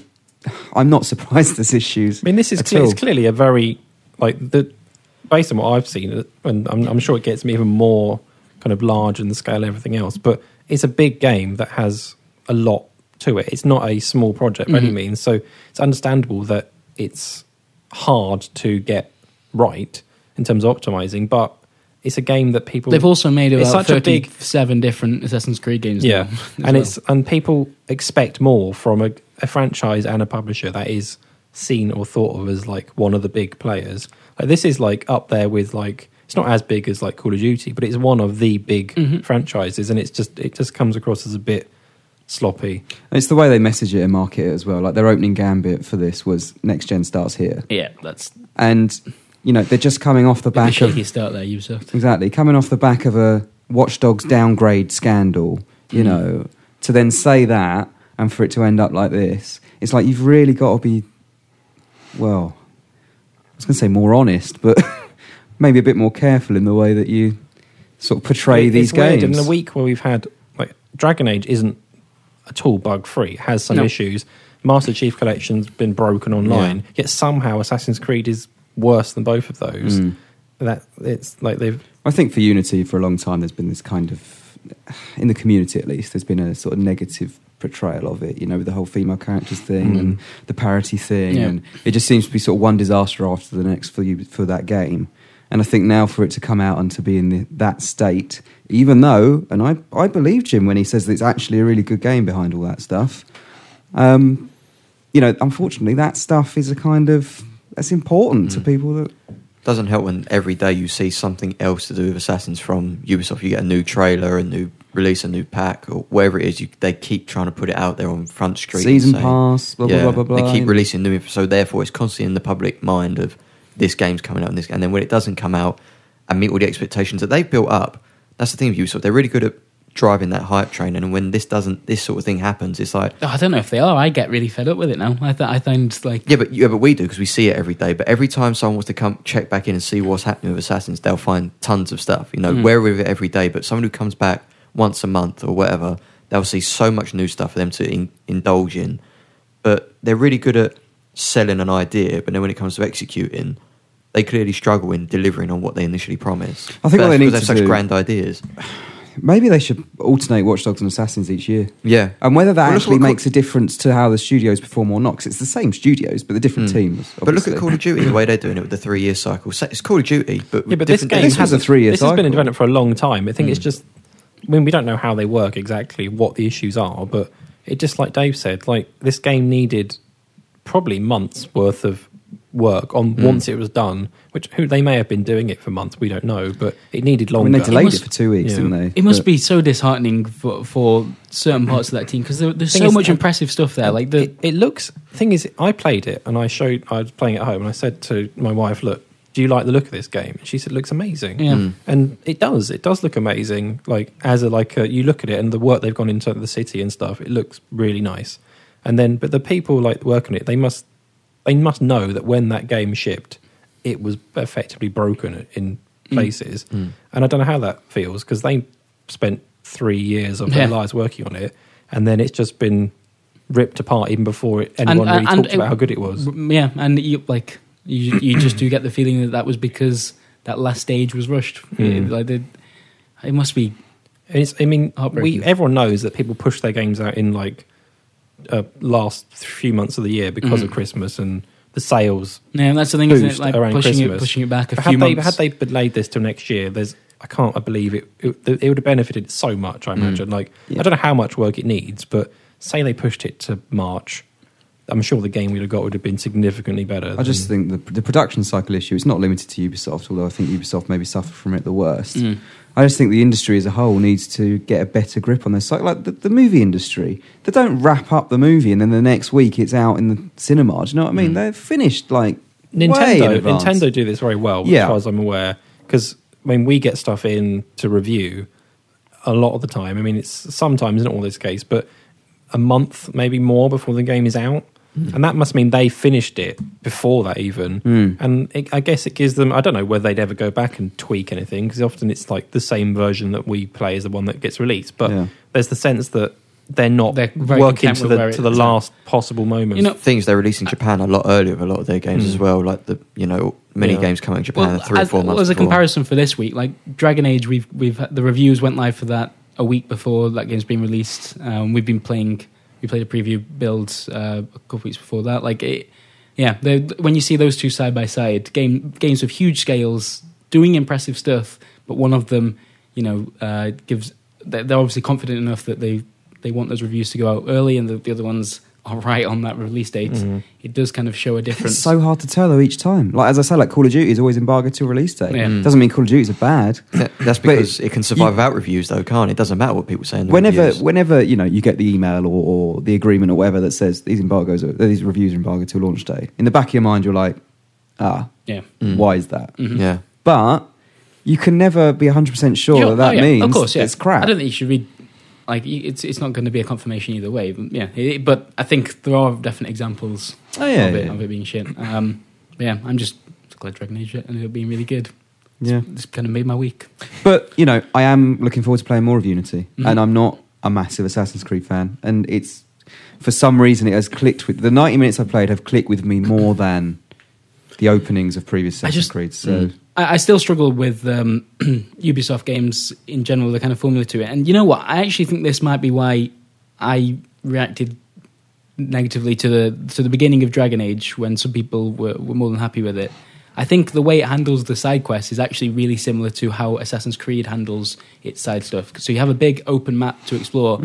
[SPEAKER 1] I'm not surprised there's issues.
[SPEAKER 4] I mean, this is
[SPEAKER 1] at
[SPEAKER 4] cle- it's
[SPEAKER 1] all.
[SPEAKER 4] clearly a very like the based on what I've seen, uh, and I'm, I'm sure it gets me even more kind of large in the scale of everything else. But it's a big game that has a lot to it. It's not a small project by any
[SPEAKER 3] Mm-hmm.
[SPEAKER 4] means, so it's understandable that it's hard to get right in terms of optimizing. But it's a game that people
[SPEAKER 3] They've also made
[SPEAKER 4] It's
[SPEAKER 3] about
[SPEAKER 4] such a big-
[SPEAKER 3] thirty-seven different Assassin's Creed games. now
[SPEAKER 4] yeah,
[SPEAKER 3] as
[SPEAKER 4] and
[SPEAKER 3] well.
[SPEAKER 4] it's and people expect more from a, a franchise and a publisher that is seen or thought of as like one of the big players. Like this is like up there with like it's not as big as like Call of Duty, but it's one of the big
[SPEAKER 3] Mm-hmm.
[SPEAKER 4] franchises, and it's just it just comes across as a bit sloppy.
[SPEAKER 1] And it's the way they message it and market it as well. Like their opening gambit for this was next gen starts here.
[SPEAKER 3] yeah, that's
[SPEAKER 1] and you know they're just coming off the
[SPEAKER 3] a
[SPEAKER 1] back
[SPEAKER 3] shaky
[SPEAKER 1] of
[SPEAKER 3] start there, Ubisoft.
[SPEAKER 1] exactly coming off the back of a watchdogs downgrade scandal you
[SPEAKER 4] Hmm.
[SPEAKER 1] know to then say that and for it to end up like this it's like you've really got to be well i was going to say more honest but maybe a bit more careful in the way that you sort of portray
[SPEAKER 4] It's
[SPEAKER 1] these
[SPEAKER 4] weird,
[SPEAKER 1] games
[SPEAKER 4] in a week where we've had like Dragon Age isn't at all bug free, it has some
[SPEAKER 3] No.
[SPEAKER 4] issues. Master Chief Collection's been broken online, yet somehow Assassin's Creed is worse than both of those.
[SPEAKER 1] Mm.
[SPEAKER 4] That it's like they've
[SPEAKER 1] I think for Unity, for a long time, there's been this kind of, in the community at least, there's been a sort of negative portrayal of it, you know, with the whole female characters thing and the parity thing.
[SPEAKER 3] Yeah.
[SPEAKER 1] And it just seems to be sort of one disaster after the next for, you, for that game. And I think now for it to come out and to be in the, that state, even though, and I, I believe Jim when he says that it's actually a really good game behind all that stuff, um, you know, unfortunately, that stuff is a kind of, that's important to people that
[SPEAKER 2] Doesn't help when every day you see something else to do with Assassins from Ubisoft. You get a new trailer, a new release, a new pack, or whatever it is. You, they keep trying to put it out there on front street. and
[SPEAKER 1] season
[SPEAKER 2] saying-
[SPEAKER 1] pass, blah, blah,
[SPEAKER 2] Yeah,
[SPEAKER 1] blah, blah, blah.
[SPEAKER 2] They keep
[SPEAKER 1] you know.
[SPEAKER 2] releasing new info, so therefore it's constantly in the public mind of this game's coming out, and this, and then when it doesn't come out and meet all the expectations that they've built up, that's the thing with Ubisoft. They're really good at driving that hype train, and when this doesn't, this sort of thing happens, it's like
[SPEAKER 3] Oh, I don't know if they are. I get really fed up with it now. I th- I find like
[SPEAKER 2] yeah, but yeah, but we do because we see it every day. But every time someone wants to come check back in and see what's happening with Assassins, they'll find tons of stuff. You know,
[SPEAKER 1] Mm.
[SPEAKER 2] we're with it every day. But someone who comes back once a month or whatever, they'll see so much new stuff for them to in, indulge in. But they're really good at selling an idea, but then when it comes to executing, they clearly struggle in delivering on what they initially promised.
[SPEAKER 1] I think what they
[SPEAKER 2] But that's
[SPEAKER 1] need
[SPEAKER 2] because
[SPEAKER 1] to
[SPEAKER 2] have
[SPEAKER 1] do-
[SPEAKER 2] such grand ideas.
[SPEAKER 1] Maybe they should alternate Watch Dogs and Assassins each year.
[SPEAKER 2] Yeah,
[SPEAKER 1] And whether that
[SPEAKER 2] Mm. Well, look
[SPEAKER 1] actually
[SPEAKER 2] what-
[SPEAKER 1] makes a difference to how the studios perform or not, 'cause it's the same studios but the different
[SPEAKER 2] Mm.
[SPEAKER 1] teams.
[SPEAKER 2] but look
[SPEAKER 1] obviously.
[SPEAKER 2] at Call of Duty the way they're doing it with the three year cycle. So It's Call of Duty, but with
[SPEAKER 4] Yeah, but this
[SPEAKER 2] different
[SPEAKER 4] game
[SPEAKER 1] This
[SPEAKER 2] things.
[SPEAKER 1] has a
[SPEAKER 4] hasn't-
[SPEAKER 1] three-year
[SPEAKER 4] This has been
[SPEAKER 1] cycle. Hmm.
[SPEAKER 4] in development for a long time. I think it's
[SPEAKER 2] Mm.
[SPEAKER 4] just. I mean, we don't know how they work exactly, what the issues are, but it just like Dave said, like this game needed probably months worth of work on
[SPEAKER 1] Hmm.
[SPEAKER 4] once it was done. Which who they may have been doing it for months, we don't know, but it needed
[SPEAKER 1] I
[SPEAKER 4] longer.
[SPEAKER 1] mean, they delayed
[SPEAKER 3] must-
[SPEAKER 1] it for two weeks,
[SPEAKER 4] yeah.
[SPEAKER 1] didn't they?
[SPEAKER 3] It must
[SPEAKER 1] But-
[SPEAKER 3] be so disheartening for, for certain parts of that team because there, there's
[SPEAKER 4] Thing
[SPEAKER 3] so
[SPEAKER 4] is,
[SPEAKER 3] much
[SPEAKER 4] uh,
[SPEAKER 3] impressive stuff there. Like the
[SPEAKER 4] it, it looks. Thing is, I played it and I showed. I was playing it at home and I said to my wife, "Look, do you like the look of this game?" And she said, "Looks amazing."
[SPEAKER 3] yeah.
[SPEAKER 4] and it does it does look amazing like as a like a, you look at it and the work they've gone into the city and stuff it looks really nice and then but the people like working it they must they must know that when that game shipped it was effectively broken in places
[SPEAKER 2] Mm.
[SPEAKER 4] and i don't know how that feels because they spent three years of their
[SPEAKER 3] Yeah.
[SPEAKER 4] lives working on it and then it's just been ripped apart even before it, anyone really talked about how good it was
[SPEAKER 3] uh, r- Yeah, and you like you, you just do get the feeling that that was because that last stage was rushed.
[SPEAKER 4] Mm.
[SPEAKER 3] It, like they, it must be
[SPEAKER 4] And It's, I mean, we
[SPEAKER 3] Heartbreaking.
[SPEAKER 4] everyone knows that people push their games out in like uh, last few months of the year because
[SPEAKER 3] Mm.
[SPEAKER 4] of Christmas and the sales.
[SPEAKER 3] yeah. and That's the thing, isn't it?
[SPEAKER 4] Boost
[SPEAKER 3] Like
[SPEAKER 4] around
[SPEAKER 3] pushing
[SPEAKER 4] Christmas.
[SPEAKER 3] it, pushing it back a
[SPEAKER 4] But
[SPEAKER 3] few
[SPEAKER 4] had they
[SPEAKER 3] months.
[SPEAKER 4] had they delayed this till next year, there's I can't believe it. It, it would have benefited so much. I
[SPEAKER 3] Mm.
[SPEAKER 4] imagine. Like I don't know how much work it needs, but say they pushed it to March, I'm sure the game we'd have got would have been significantly better.
[SPEAKER 1] I just
[SPEAKER 4] than-
[SPEAKER 1] think the, the production cycle issue is not limited to Ubisoft, although I think Ubisoft maybe suffer from it the worst.
[SPEAKER 3] Mm.
[SPEAKER 1] I just think the industry as a whole needs to get a better grip on their cycle. Like the, the movie industry, they don't wrap up the movie and then the next week it's out in the cinema. Do you know what I
[SPEAKER 2] Mm.
[SPEAKER 1] mean? They're finished like way in
[SPEAKER 4] Nintendo
[SPEAKER 1] advance.
[SPEAKER 4] Nintendo do this very well,
[SPEAKER 1] Yeah.
[SPEAKER 4] as far as I'm aware. Because when we get stuff in to review, a lot of the time, I mean, it's sometimes not all this case, but a month maybe more before the game is out,
[SPEAKER 1] Hmm.
[SPEAKER 4] and that must mean they finished it before that even. And it, I guess it gives them. I don't know whether they'd ever go back and tweak anything because often it's like the same version that we play is the one that gets released, but
[SPEAKER 1] Yeah.
[SPEAKER 4] there's the sense that. They're not
[SPEAKER 3] They're very
[SPEAKER 4] working
[SPEAKER 3] content
[SPEAKER 4] to
[SPEAKER 3] with where
[SPEAKER 4] the,
[SPEAKER 3] it
[SPEAKER 4] to the
[SPEAKER 3] is.
[SPEAKER 4] last possible moment.
[SPEAKER 3] You know,
[SPEAKER 2] things they release
[SPEAKER 3] Uh,
[SPEAKER 2] in Japan a lot earlier with a lot of their games as well. Like the you know many
[SPEAKER 4] Yeah.
[SPEAKER 2] games coming in Japan
[SPEAKER 3] Hmm. Well,
[SPEAKER 2] three or
[SPEAKER 3] as,
[SPEAKER 2] four
[SPEAKER 3] well,
[SPEAKER 2] months.
[SPEAKER 3] as a
[SPEAKER 2] before.
[SPEAKER 3] comparison for this week, like Dragon Age, we've we've the reviews went live for that a week before that game's been released. Um, we've been playing, we played a preview build uh, a couple weeks before that. Like it, yeah. they- When you see those two side by side, game games of huge scales doing impressive stuff, but one of them, you know, uh, gives they're they're obviously confident enough that they they want those reviews to go out early, and the, the other ones are right on that release date.
[SPEAKER 2] Mm-hmm.
[SPEAKER 3] It does kind of show a
[SPEAKER 1] It's
[SPEAKER 3] difference.
[SPEAKER 1] so hard to tell though each time. Like as I say, like Call of Duty is always embargoed till release day.
[SPEAKER 3] Yeah. Mm.
[SPEAKER 1] Doesn't mean Call of Duties are bad.
[SPEAKER 2] That- that's
[SPEAKER 1] But
[SPEAKER 2] because it can survive without reviews, though, can't it? It doesn't matter what people say. In the
[SPEAKER 1] whenever
[SPEAKER 2] reviews.
[SPEAKER 1] whenever you know you get the email or, or the agreement or whatever that says these embargoes are, these reviews are embargoed till launch day in the back of your mind you're like ah
[SPEAKER 3] yeah.
[SPEAKER 1] why is that
[SPEAKER 3] Mm. Mm-hmm.
[SPEAKER 2] yeah,
[SPEAKER 1] but you can never be 100% sure
[SPEAKER 3] Sure,
[SPEAKER 1] that that
[SPEAKER 3] oh, yeah,
[SPEAKER 1] means
[SPEAKER 3] of course, yeah.
[SPEAKER 1] it's crap
[SPEAKER 3] I don't think you should read like y- it's it's not going to be a confirmation either way. But yeah, it, but I think there are definite examples
[SPEAKER 1] oh yeah,
[SPEAKER 3] of, it,
[SPEAKER 1] yeah.
[SPEAKER 3] of it being shit. Um, yeah, I'm just glad Dragon Age ended up being really good.
[SPEAKER 1] yeah
[SPEAKER 3] It's kind of made my week.
[SPEAKER 1] but you know I am looking forward to playing more of Unity
[SPEAKER 3] Mhm.
[SPEAKER 1] and I'm not a massive Assassin's Creed fan and it's for some reason it has clicked with the 90 minutes I played have clicked with me more than the openings of previous
[SPEAKER 3] I
[SPEAKER 1] Assassin's
[SPEAKER 3] just- Mm.
[SPEAKER 1] Creed so
[SPEAKER 3] I, I still struggle with um, Ubisoft games in general, the kind of formula to it. And you know what? I actually think this might be why I reacted negatively to the to the beginning of Dragon Age when some people were, were more than happy with it. I think the way it handles the side quests is actually really similar to how Assassin's Creed handles its side stuff. So you have a big open map to explore,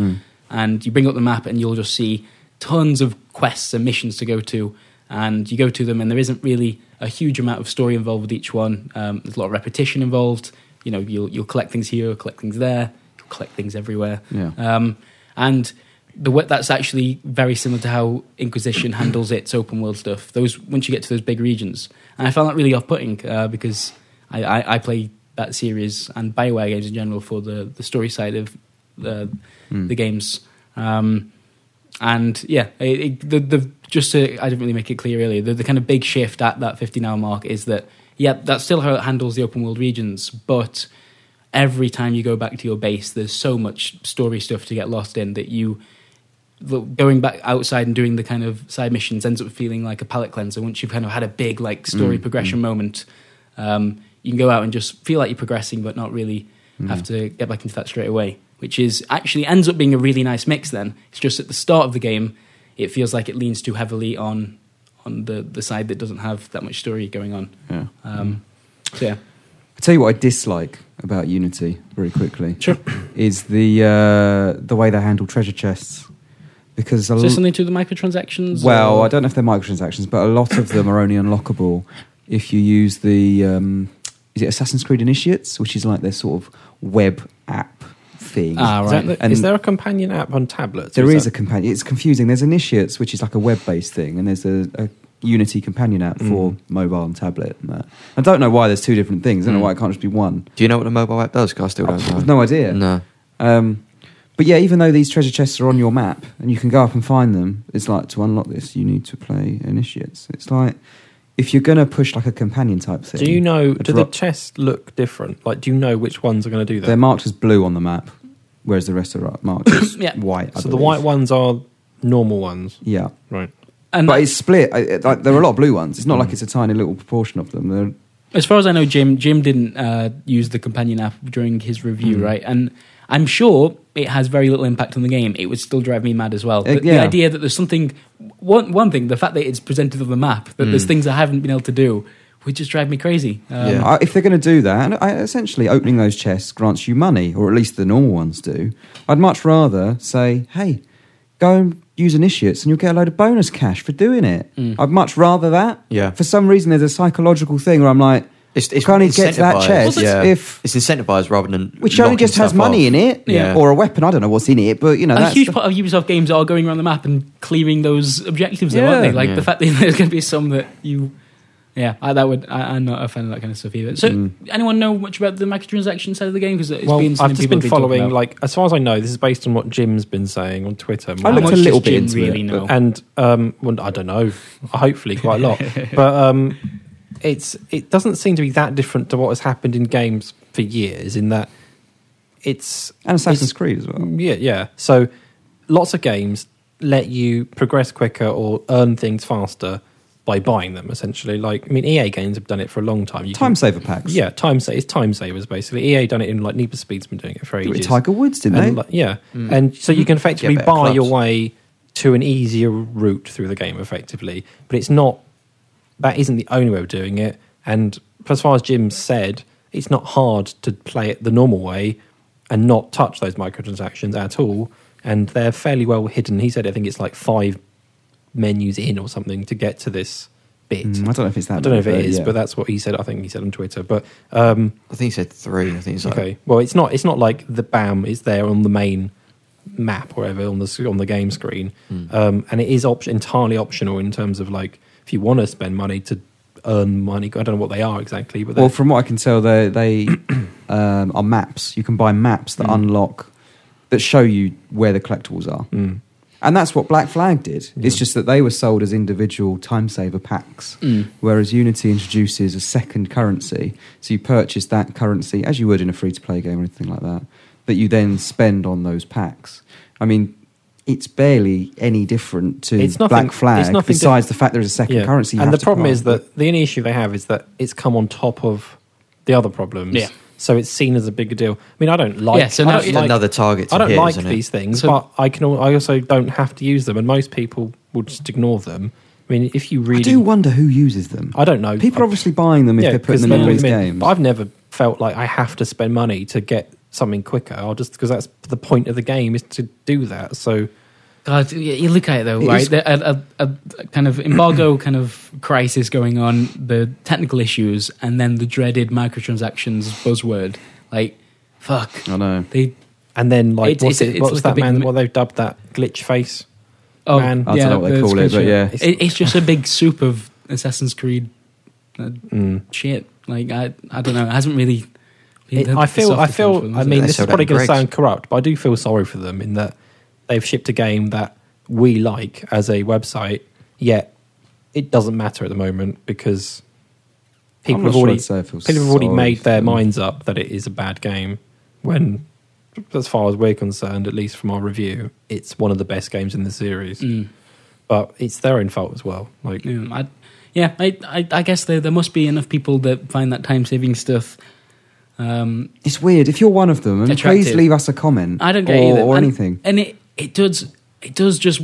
[SPEAKER 3] and you bring up the map, and you'll just see tons of quests and missions to go to. And you go to them, and there isn't really a huge amount of story involved with each one. Um, there's a lot of repetition involved. You know, you'll you'll collect things here, collect things there, you'll collect things everywhere.
[SPEAKER 1] Yeah.
[SPEAKER 3] Um, and the way, that's actually very similar to how Inquisition handles its open world stuff. Those once you get to those big regions, and I found that really off putting uh, because I, I, I play that series and Bioware games in general for the the story side of uh, the
[SPEAKER 1] Mm.
[SPEAKER 3] the games. Um, and yeah, it, it, the the just to, I didn't really make it clear earlier. The, the kind of big shift at that 15 hour mark is that yeah, that's still how it handles the open world regions, but every time you go back to your base, there's so much story stuff to get lost in that you the- going back outside and doing the kind of side missions ends up feeling like a palate cleanser once you've kind of had a big like story progression moment um, you can go out and just feel like you're progressing but not really
[SPEAKER 1] Hmm.
[SPEAKER 3] have to get back into that straight away which is actually ends up being a really nice mix then it's just at the start of the game it feels like it leans too heavily on on the, the side that doesn't have that much story going on
[SPEAKER 1] Yeah.
[SPEAKER 3] um,
[SPEAKER 1] Hmm.
[SPEAKER 3] so yeah
[SPEAKER 1] I tell you what I dislike about Unity very quickly. Is the uh, the way they handle treasure chests because a
[SPEAKER 3] is
[SPEAKER 1] l-
[SPEAKER 3] there something to the microtransactions
[SPEAKER 1] well,
[SPEAKER 3] or-
[SPEAKER 1] I don't know if they're microtransactions, but a lot of them are only unlockable if you use the um, is it Assassin's Creed Initiates, which is like their sort of web app thing.
[SPEAKER 3] Ah,
[SPEAKER 4] Is,
[SPEAKER 3] right.
[SPEAKER 4] that the-
[SPEAKER 1] And-
[SPEAKER 4] is there a companion app on tablets?
[SPEAKER 1] There is a
[SPEAKER 4] that-
[SPEAKER 1] companion. It's confusing. There's Initiates, which is like a web-based thing, and there's a, a Unity companion app for
[SPEAKER 4] Mm.
[SPEAKER 1] mobile and tablet. And that. I don't know why there's two different things. I don't know
[SPEAKER 2] Mm.
[SPEAKER 1] why it can't just be one.
[SPEAKER 2] Do you know what the mobile app does? 'Cause I still
[SPEAKER 1] I've
[SPEAKER 2] don't know.
[SPEAKER 1] no idea.
[SPEAKER 2] No.
[SPEAKER 1] Um, but yeah, even though these treasure chests are on your map and you can go up and find them, it's like to unlock this, you need to play Initiates. It's like if you're gonna push like a companion type thing.
[SPEAKER 4] Do you know?
[SPEAKER 1] a
[SPEAKER 4] Do the
[SPEAKER 1] drop-
[SPEAKER 4] chests look different? Like, do you know which ones are going to do
[SPEAKER 1] they're
[SPEAKER 4] that?
[SPEAKER 1] marked as blue on the map, whereas the rest are uh, marked as
[SPEAKER 3] Yeah.
[SPEAKER 1] white? I
[SPEAKER 4] so the
[SPEAKER 1] believe.
[SPEAKER 4] white ones are normal ones,
[SPEAKER 1] Yeah.
[SPEAKER 4] right?
[SPEAKER 3] and
[SPEAKER 1] but
[SPEAKER 3] that-
[SPEAKER 1] it's split. I- I- Like, there are a lot of blue ones. It's
[SPEAKER 4] Mm.
[SPEAKER 1] not like it's a tiny little proportion of them. They're,
[SPEAKER 3] As far as I know, Jim Jim didn't uh, use the companion app during his review,
[SPEAKER 1] Hmm.
[SPEAKER 3] right? And I'm sure it has very little impact on the game. It would still drive me mad as well.
[SPEAKER 1] Uh,
[SPEAKER 3] The- The
[SPEAKER 1] yeah.
[SPEAKER 3] idea that there's something one one thing, the fact that it's presented on the map, that
[SPEAKER 1] Hmm.
[SPEAKER 3] there's things I haven't been able to do, would just drive me crazy. Um,
[SPEAKER 2] Yeah.
[SPEAKER 1] I, if they're going to do that, and I, essentially opening those chests grants you money, or at least the normal ones do. I'd much rather say, hey, go and use initiates, and you'll get a load of bonus cash for doing it. I'd much rather that.
[SPEAKER 2] Mm. Yeah.
[SPEAKER 1] For some reason, there's a psychological thing where I'm like,
[SPEAKER 2] It's,
[SPEAKER 1] I can't even get to that
[SPEAKER 2] incentivized,
[SPEAKER 1] chest
[SPEAKER 2] yeah.
[SPEAKER 1] if.
[SPEAKER 2] it's incentivized rather than
[SPEAKER 1] Which only just has money in it,
[SPEAKER 2] Yeah.
[SPEAKER 1] or a weapon. I don't know what's in it, but you know,
[SPEAKER 3] a
[SPEAKER 1] that's
[SPEAKER 3] huge
[SPEAKER 1] the-
[SPEAKER 3] part of Ubisoft games are going around the map and clearing those objectives, though,
[SPEAKER 1] Yeah.
[SPEAKER 3] aren't they? Like
[SPEAKER 2] Yeah.
[SPEAKER 3] the fact that there's going to be some that you, yeah, I, that would I, I'm not a fan of that kind of stuff either. So,
[SPEAKER 1] Hmm.
[SPEAKER 3] anyone know much about the microtransaction side of the game? Because it's
[SPEAKER 4] well,
[SPEAKER 3] been something
[SPEAKER 4] I've just
[SPEAKER 3] people
[SPEAKER 4] been
[SPEAKER 3] have talking
[SPEAKER 4] following,
[SPEAKER 3] about.
[SPEAKER 4] like, as far as I know, this is based on what Jim's been saying on Twitter.
[SPEAKER 1] I
[SPEAKER 3] How
[SPEAKER 1] looked
[SPEAKER 3] much
[SPEAKER 1] a
[SPEAKER 3] does
[SPEAKER 1] little bit
[SPEAKER 3] Jim
[SPEAKER 1] into
[SPEAKER 3] really
[SPEAKER 1] it,
[SPEAKER 3] know?
[SPEAKER 4] and um, well, I don't know. Hopefully, quite a lot. but um, it's it doesn't seem to be that different to what has happened in games for years. In that, it's
[SPEAKER 1] and Assassin's
[SPEAKER 4] it's-
[SPEAKER 1] Creed as well.
[SPEAKER 4] Mm, Yeah, yeah. So, lots of games let you progress quicker or earn things faster by buying them. Essentially, like I mean, EA games have done it for a long time. You
[SPEAKER 1] Time
[SPEAKER 4] can-
[SPEAKER 1] saver packs.
[SPEAKER 4] yeah, time sa- it's time savers basically. EA done it in like Need for Speed's been doing it for
[SPEAKER 1] Did it with
[SPEAKER 4] ages.
[SPEAKER 1] Tiger Woods, didn't they? Hmm.
[SPEAKER 4] And, like, yeah, and so you can effectively
[SPEAKER 2] better
[SPEAKER 4] buy
[SPEAKER 2] clubs.
[SPEAKER 4] your way to an easier route through the game, effectively. But it's not that isn't the only way of doing it. And as far as Jim said, it's not hard to play it the normal way and not touch those microtransactions at all. And they're fairly well hidden. He said, I think it's like five menus in or something to get to this bit.
[SPEAKER 1] Mm, I don't know if it's that.
[SPEAKER 4] I don't know if it
[SPEAKER 1] many,
[SPEAKER 4] is,
[SPEAKER 1] yeah.
[SPEAKER 4] but that's what he said. I think he said on Twitter. But um,
[SPEAKER 2] I think he said three. I think it's like,
[SPEAKER 4] okay, well, it's not. It's not like the bam is there on the main map or whatever on the sc- on the game screen, um, and it is opt- entirely optional in terms of like if you want to spend money to earn money. I don't know what they are exactly, but
[SPEAKER 1] Well,
[SPEAKER 4] they're-
[SPEAKER 1] from what I can tell, they they um, are maps. You can buy maps
[SPEAKER 4] Mm.
[SPEAKER 1] that unlock that show you where the collectibles are,
[SPEAKER 4] Mm.
[SPEAKER 1] and that's what Black Flag did. It's just that they were sold as individual time saver packs,
[SPEAKER 4] Mm.
[SPEAKER 1] whereas Unity introduces a second currency. So you purchase that currency as you would in a free to play game or anything like that, that you then spend on those packs. I mean. It's barely any different to
[SPEAKER 4] It's nothing-
[SPEAKER 1] Black
[SPEAKER 4] it's
[SPEAKER 1] Flag,
[SPEAKER 4] nothing diff-
[SPEAKER 1] besides the fact there is a second
[SPEAKER 4] Yeah.
[SPEAKER 1] currency. you
[SPEAKER 4] And
[SPEAKER 1] have
[SPEAKER 4] the
[SPEAKER 1] to
[SPEAKER 4] problem
[SPEAKER 1] buy.
[SPEAKER 4] is that the only issue they have is that it's come on top of the other problems.
[SPEAKER 3] Yeah.
[SPEAKER 4] So it's seen as a bigger deal. I mean, I don't like.
[SPEAKER 3] Yeah, so
[SPEAKER 4] I
[SPEAKER 3] now
[SPEAKER 4] don't
[SPEAKER 2] It's
[SPEAKER 3] it-
[SPEAKER 4] like-
[SPEAKER 2] another target. To
[SPEAKER 4] I don't
[SPEAKER 2] hit,
[SPEAKER 4] like
[SPEAKER 2] isn't it?
[SPEAKER 4] these things,
[SPEAKER 3] So-
[SPEAKER 4] but I can. al- I also don't have to use them, and most people will just ignore them. I mean, if you really,
[SPEAKER 1] I do wonder who uses them.
[SPEAKER 4] I don't know.
[SPEAKER 1] People
[SPEAKER 4] I-
[SPEAKER 1] are obviously buying them if they're
[SPEAKER 4] 'cause
[SPEAKER 1] putting them
[SPEAKER 4] they're
[SPEAKER 1] in all
[SPEAKER 4] putting
[SPEAKER 1] these
[SPEAKER 4] them in.
[SPEAKER 1] games.
[SPEAKER 4] But I've never felt like I have to spend money to get something quicker. I'll just because that's the point of the game is to do that. So
[SPEAKER 3] God, you you look at it though,
[SPEAKER 1] It
[SPEAKER 3] right?
[SPEAKER 1] is-
[SPEAKER 3] There- A, a, a kind of embargo, kind of crisis going on, the technical issues, and then the dreaded microtransactions buzzword. Like, fuck.
[SPEAKER 1] I know.
[SPEAKER 3] They,
[SPEAKER 4] and then like
[SPEAKER 3] It's-
[SPEAKER 4] what's
[SPEAKER 3] it's-
[SPEAKER 4] it?
[SPEAKER 3] it's
[SPEAKER 4] what's
[SPEAKER 3] like a
[SPEAKER 4] that
[SPEAKER 3] big
[SPEAKER 4] man?
[SPEAKER 3] mi-
[SPEAKER 4] What they've dubbed that glitch face?
[SPEAKER 3] oh,
[SPEAKER 4] Man.
[SPEAKER 1] I don't know what they
[SPEAKER 3] the
[SPEAKER 1] call it, but
[SPEAKER 3] screenshot.
[SPEAKER 1] yeah.
[SPEAKER 3] It, it's just a big soup of Assassin's Creed uh,
[SPEAKER 4] Mm.
[SPEAKER 3] shit. Like, I, I don't know. It hasn't really.
[SPEAKER 4] It- I feel. I feel. I mean,
[SPEAKER 2] They
[SPEAKER 4] this is
[SPEAKER 2] sold out
[SPEAKER 4] probably
[SPEAKER 2] in
[SPEAKER 4] going
[SPEAKER 2] Greg's.
[SPEAKER 4] to sound corrupt, but I do feel sorry for them in that they've shipped a game that we like as a website, yet it doesn't matter at the moment because people
[SPEAKER 1] not
[SPEAKER 4] have
[SPEAKER 1] sure
[SPEAKER 4] already
[SPEAKER 1] I'd say I feel
[SPEAKER 4] people have already
[SPEAKER 1] sorry
[SPEAKER 4] made
[SPEAKER 1] for
[SPEAKER 4] their
[SPEAKER 1] them.
[SPEAKER 4] minds up that it is a bad game when as far as we're concerned, at least from our review, it's one of the best games in the series.
[SPEAKER 3] Mm.
[SPEAKER 4] But it's their own fault as well. Like,
[SPEAKER 3] Yeah, I, yeah, I, I, I guess there, there must be enough people that find that time saving stuff. Um,
[SPEAKER 1] It's weird. If you're one of them, and
[SPEAKER 3] Attractive.
[SPEAKER 1] please leave us a comment.
[SPEAKER 3] I don't get
[SPEAKER 1] or,
[SPEAKER 3] it either.
[SPEAKER 1] or
[SPEAKER 3] And-
[SPEAKER 1] anything.
[SPEAKER 3] And it, it does it does just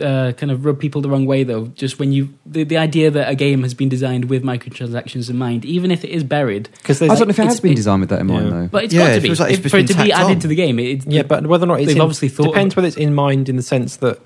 [SPEAKER 3] uh, kind of rub people the wrong way though. Just when you the, the idea that a game has been designed with microtransactions in mind, even if it is buried,
[SPEAKER 4] because
[SPEAKER 1] I
[SPEAKER 4] there's
[SPEAKER 1] don't know if it
[SPEAKER 3] it's-
[SPEAKER 1] has been
[SPEAKER 3] it-
[SPEAKER 1] designed with that in mind
[SPEAKER 4] Yeah.
[SPEAKER 1] though.
[SPEAKER 3] but it's
[SPEAKER 2] Yeah,
[SPEAKER 3] got to
[SPEAKER 2] it
[SPEAKER 3] be
[SPEAKER 2] feels like it's
[SPEAKER 3] It-
[SPEAKER 2] just
[SPEAKER 3] for it
[SPEAKER 2] been
[SPEAKER 3] to be
[SPEAKER 2] tacked
[SPEAKER 3] added
[SPEAKER 2] on.
[SPEAKER 3] to the game. It,
[SPEAKER 4] yeah, but whether or not it's
[SPEAKER 3] They've
[SPEAKER 4] in-
[SPEAKER 3] obviously thought of
[SPEAKER 4] depends
[SPEAKER 3] it.
[SPEAKER 4] whether it's in mind in the sense that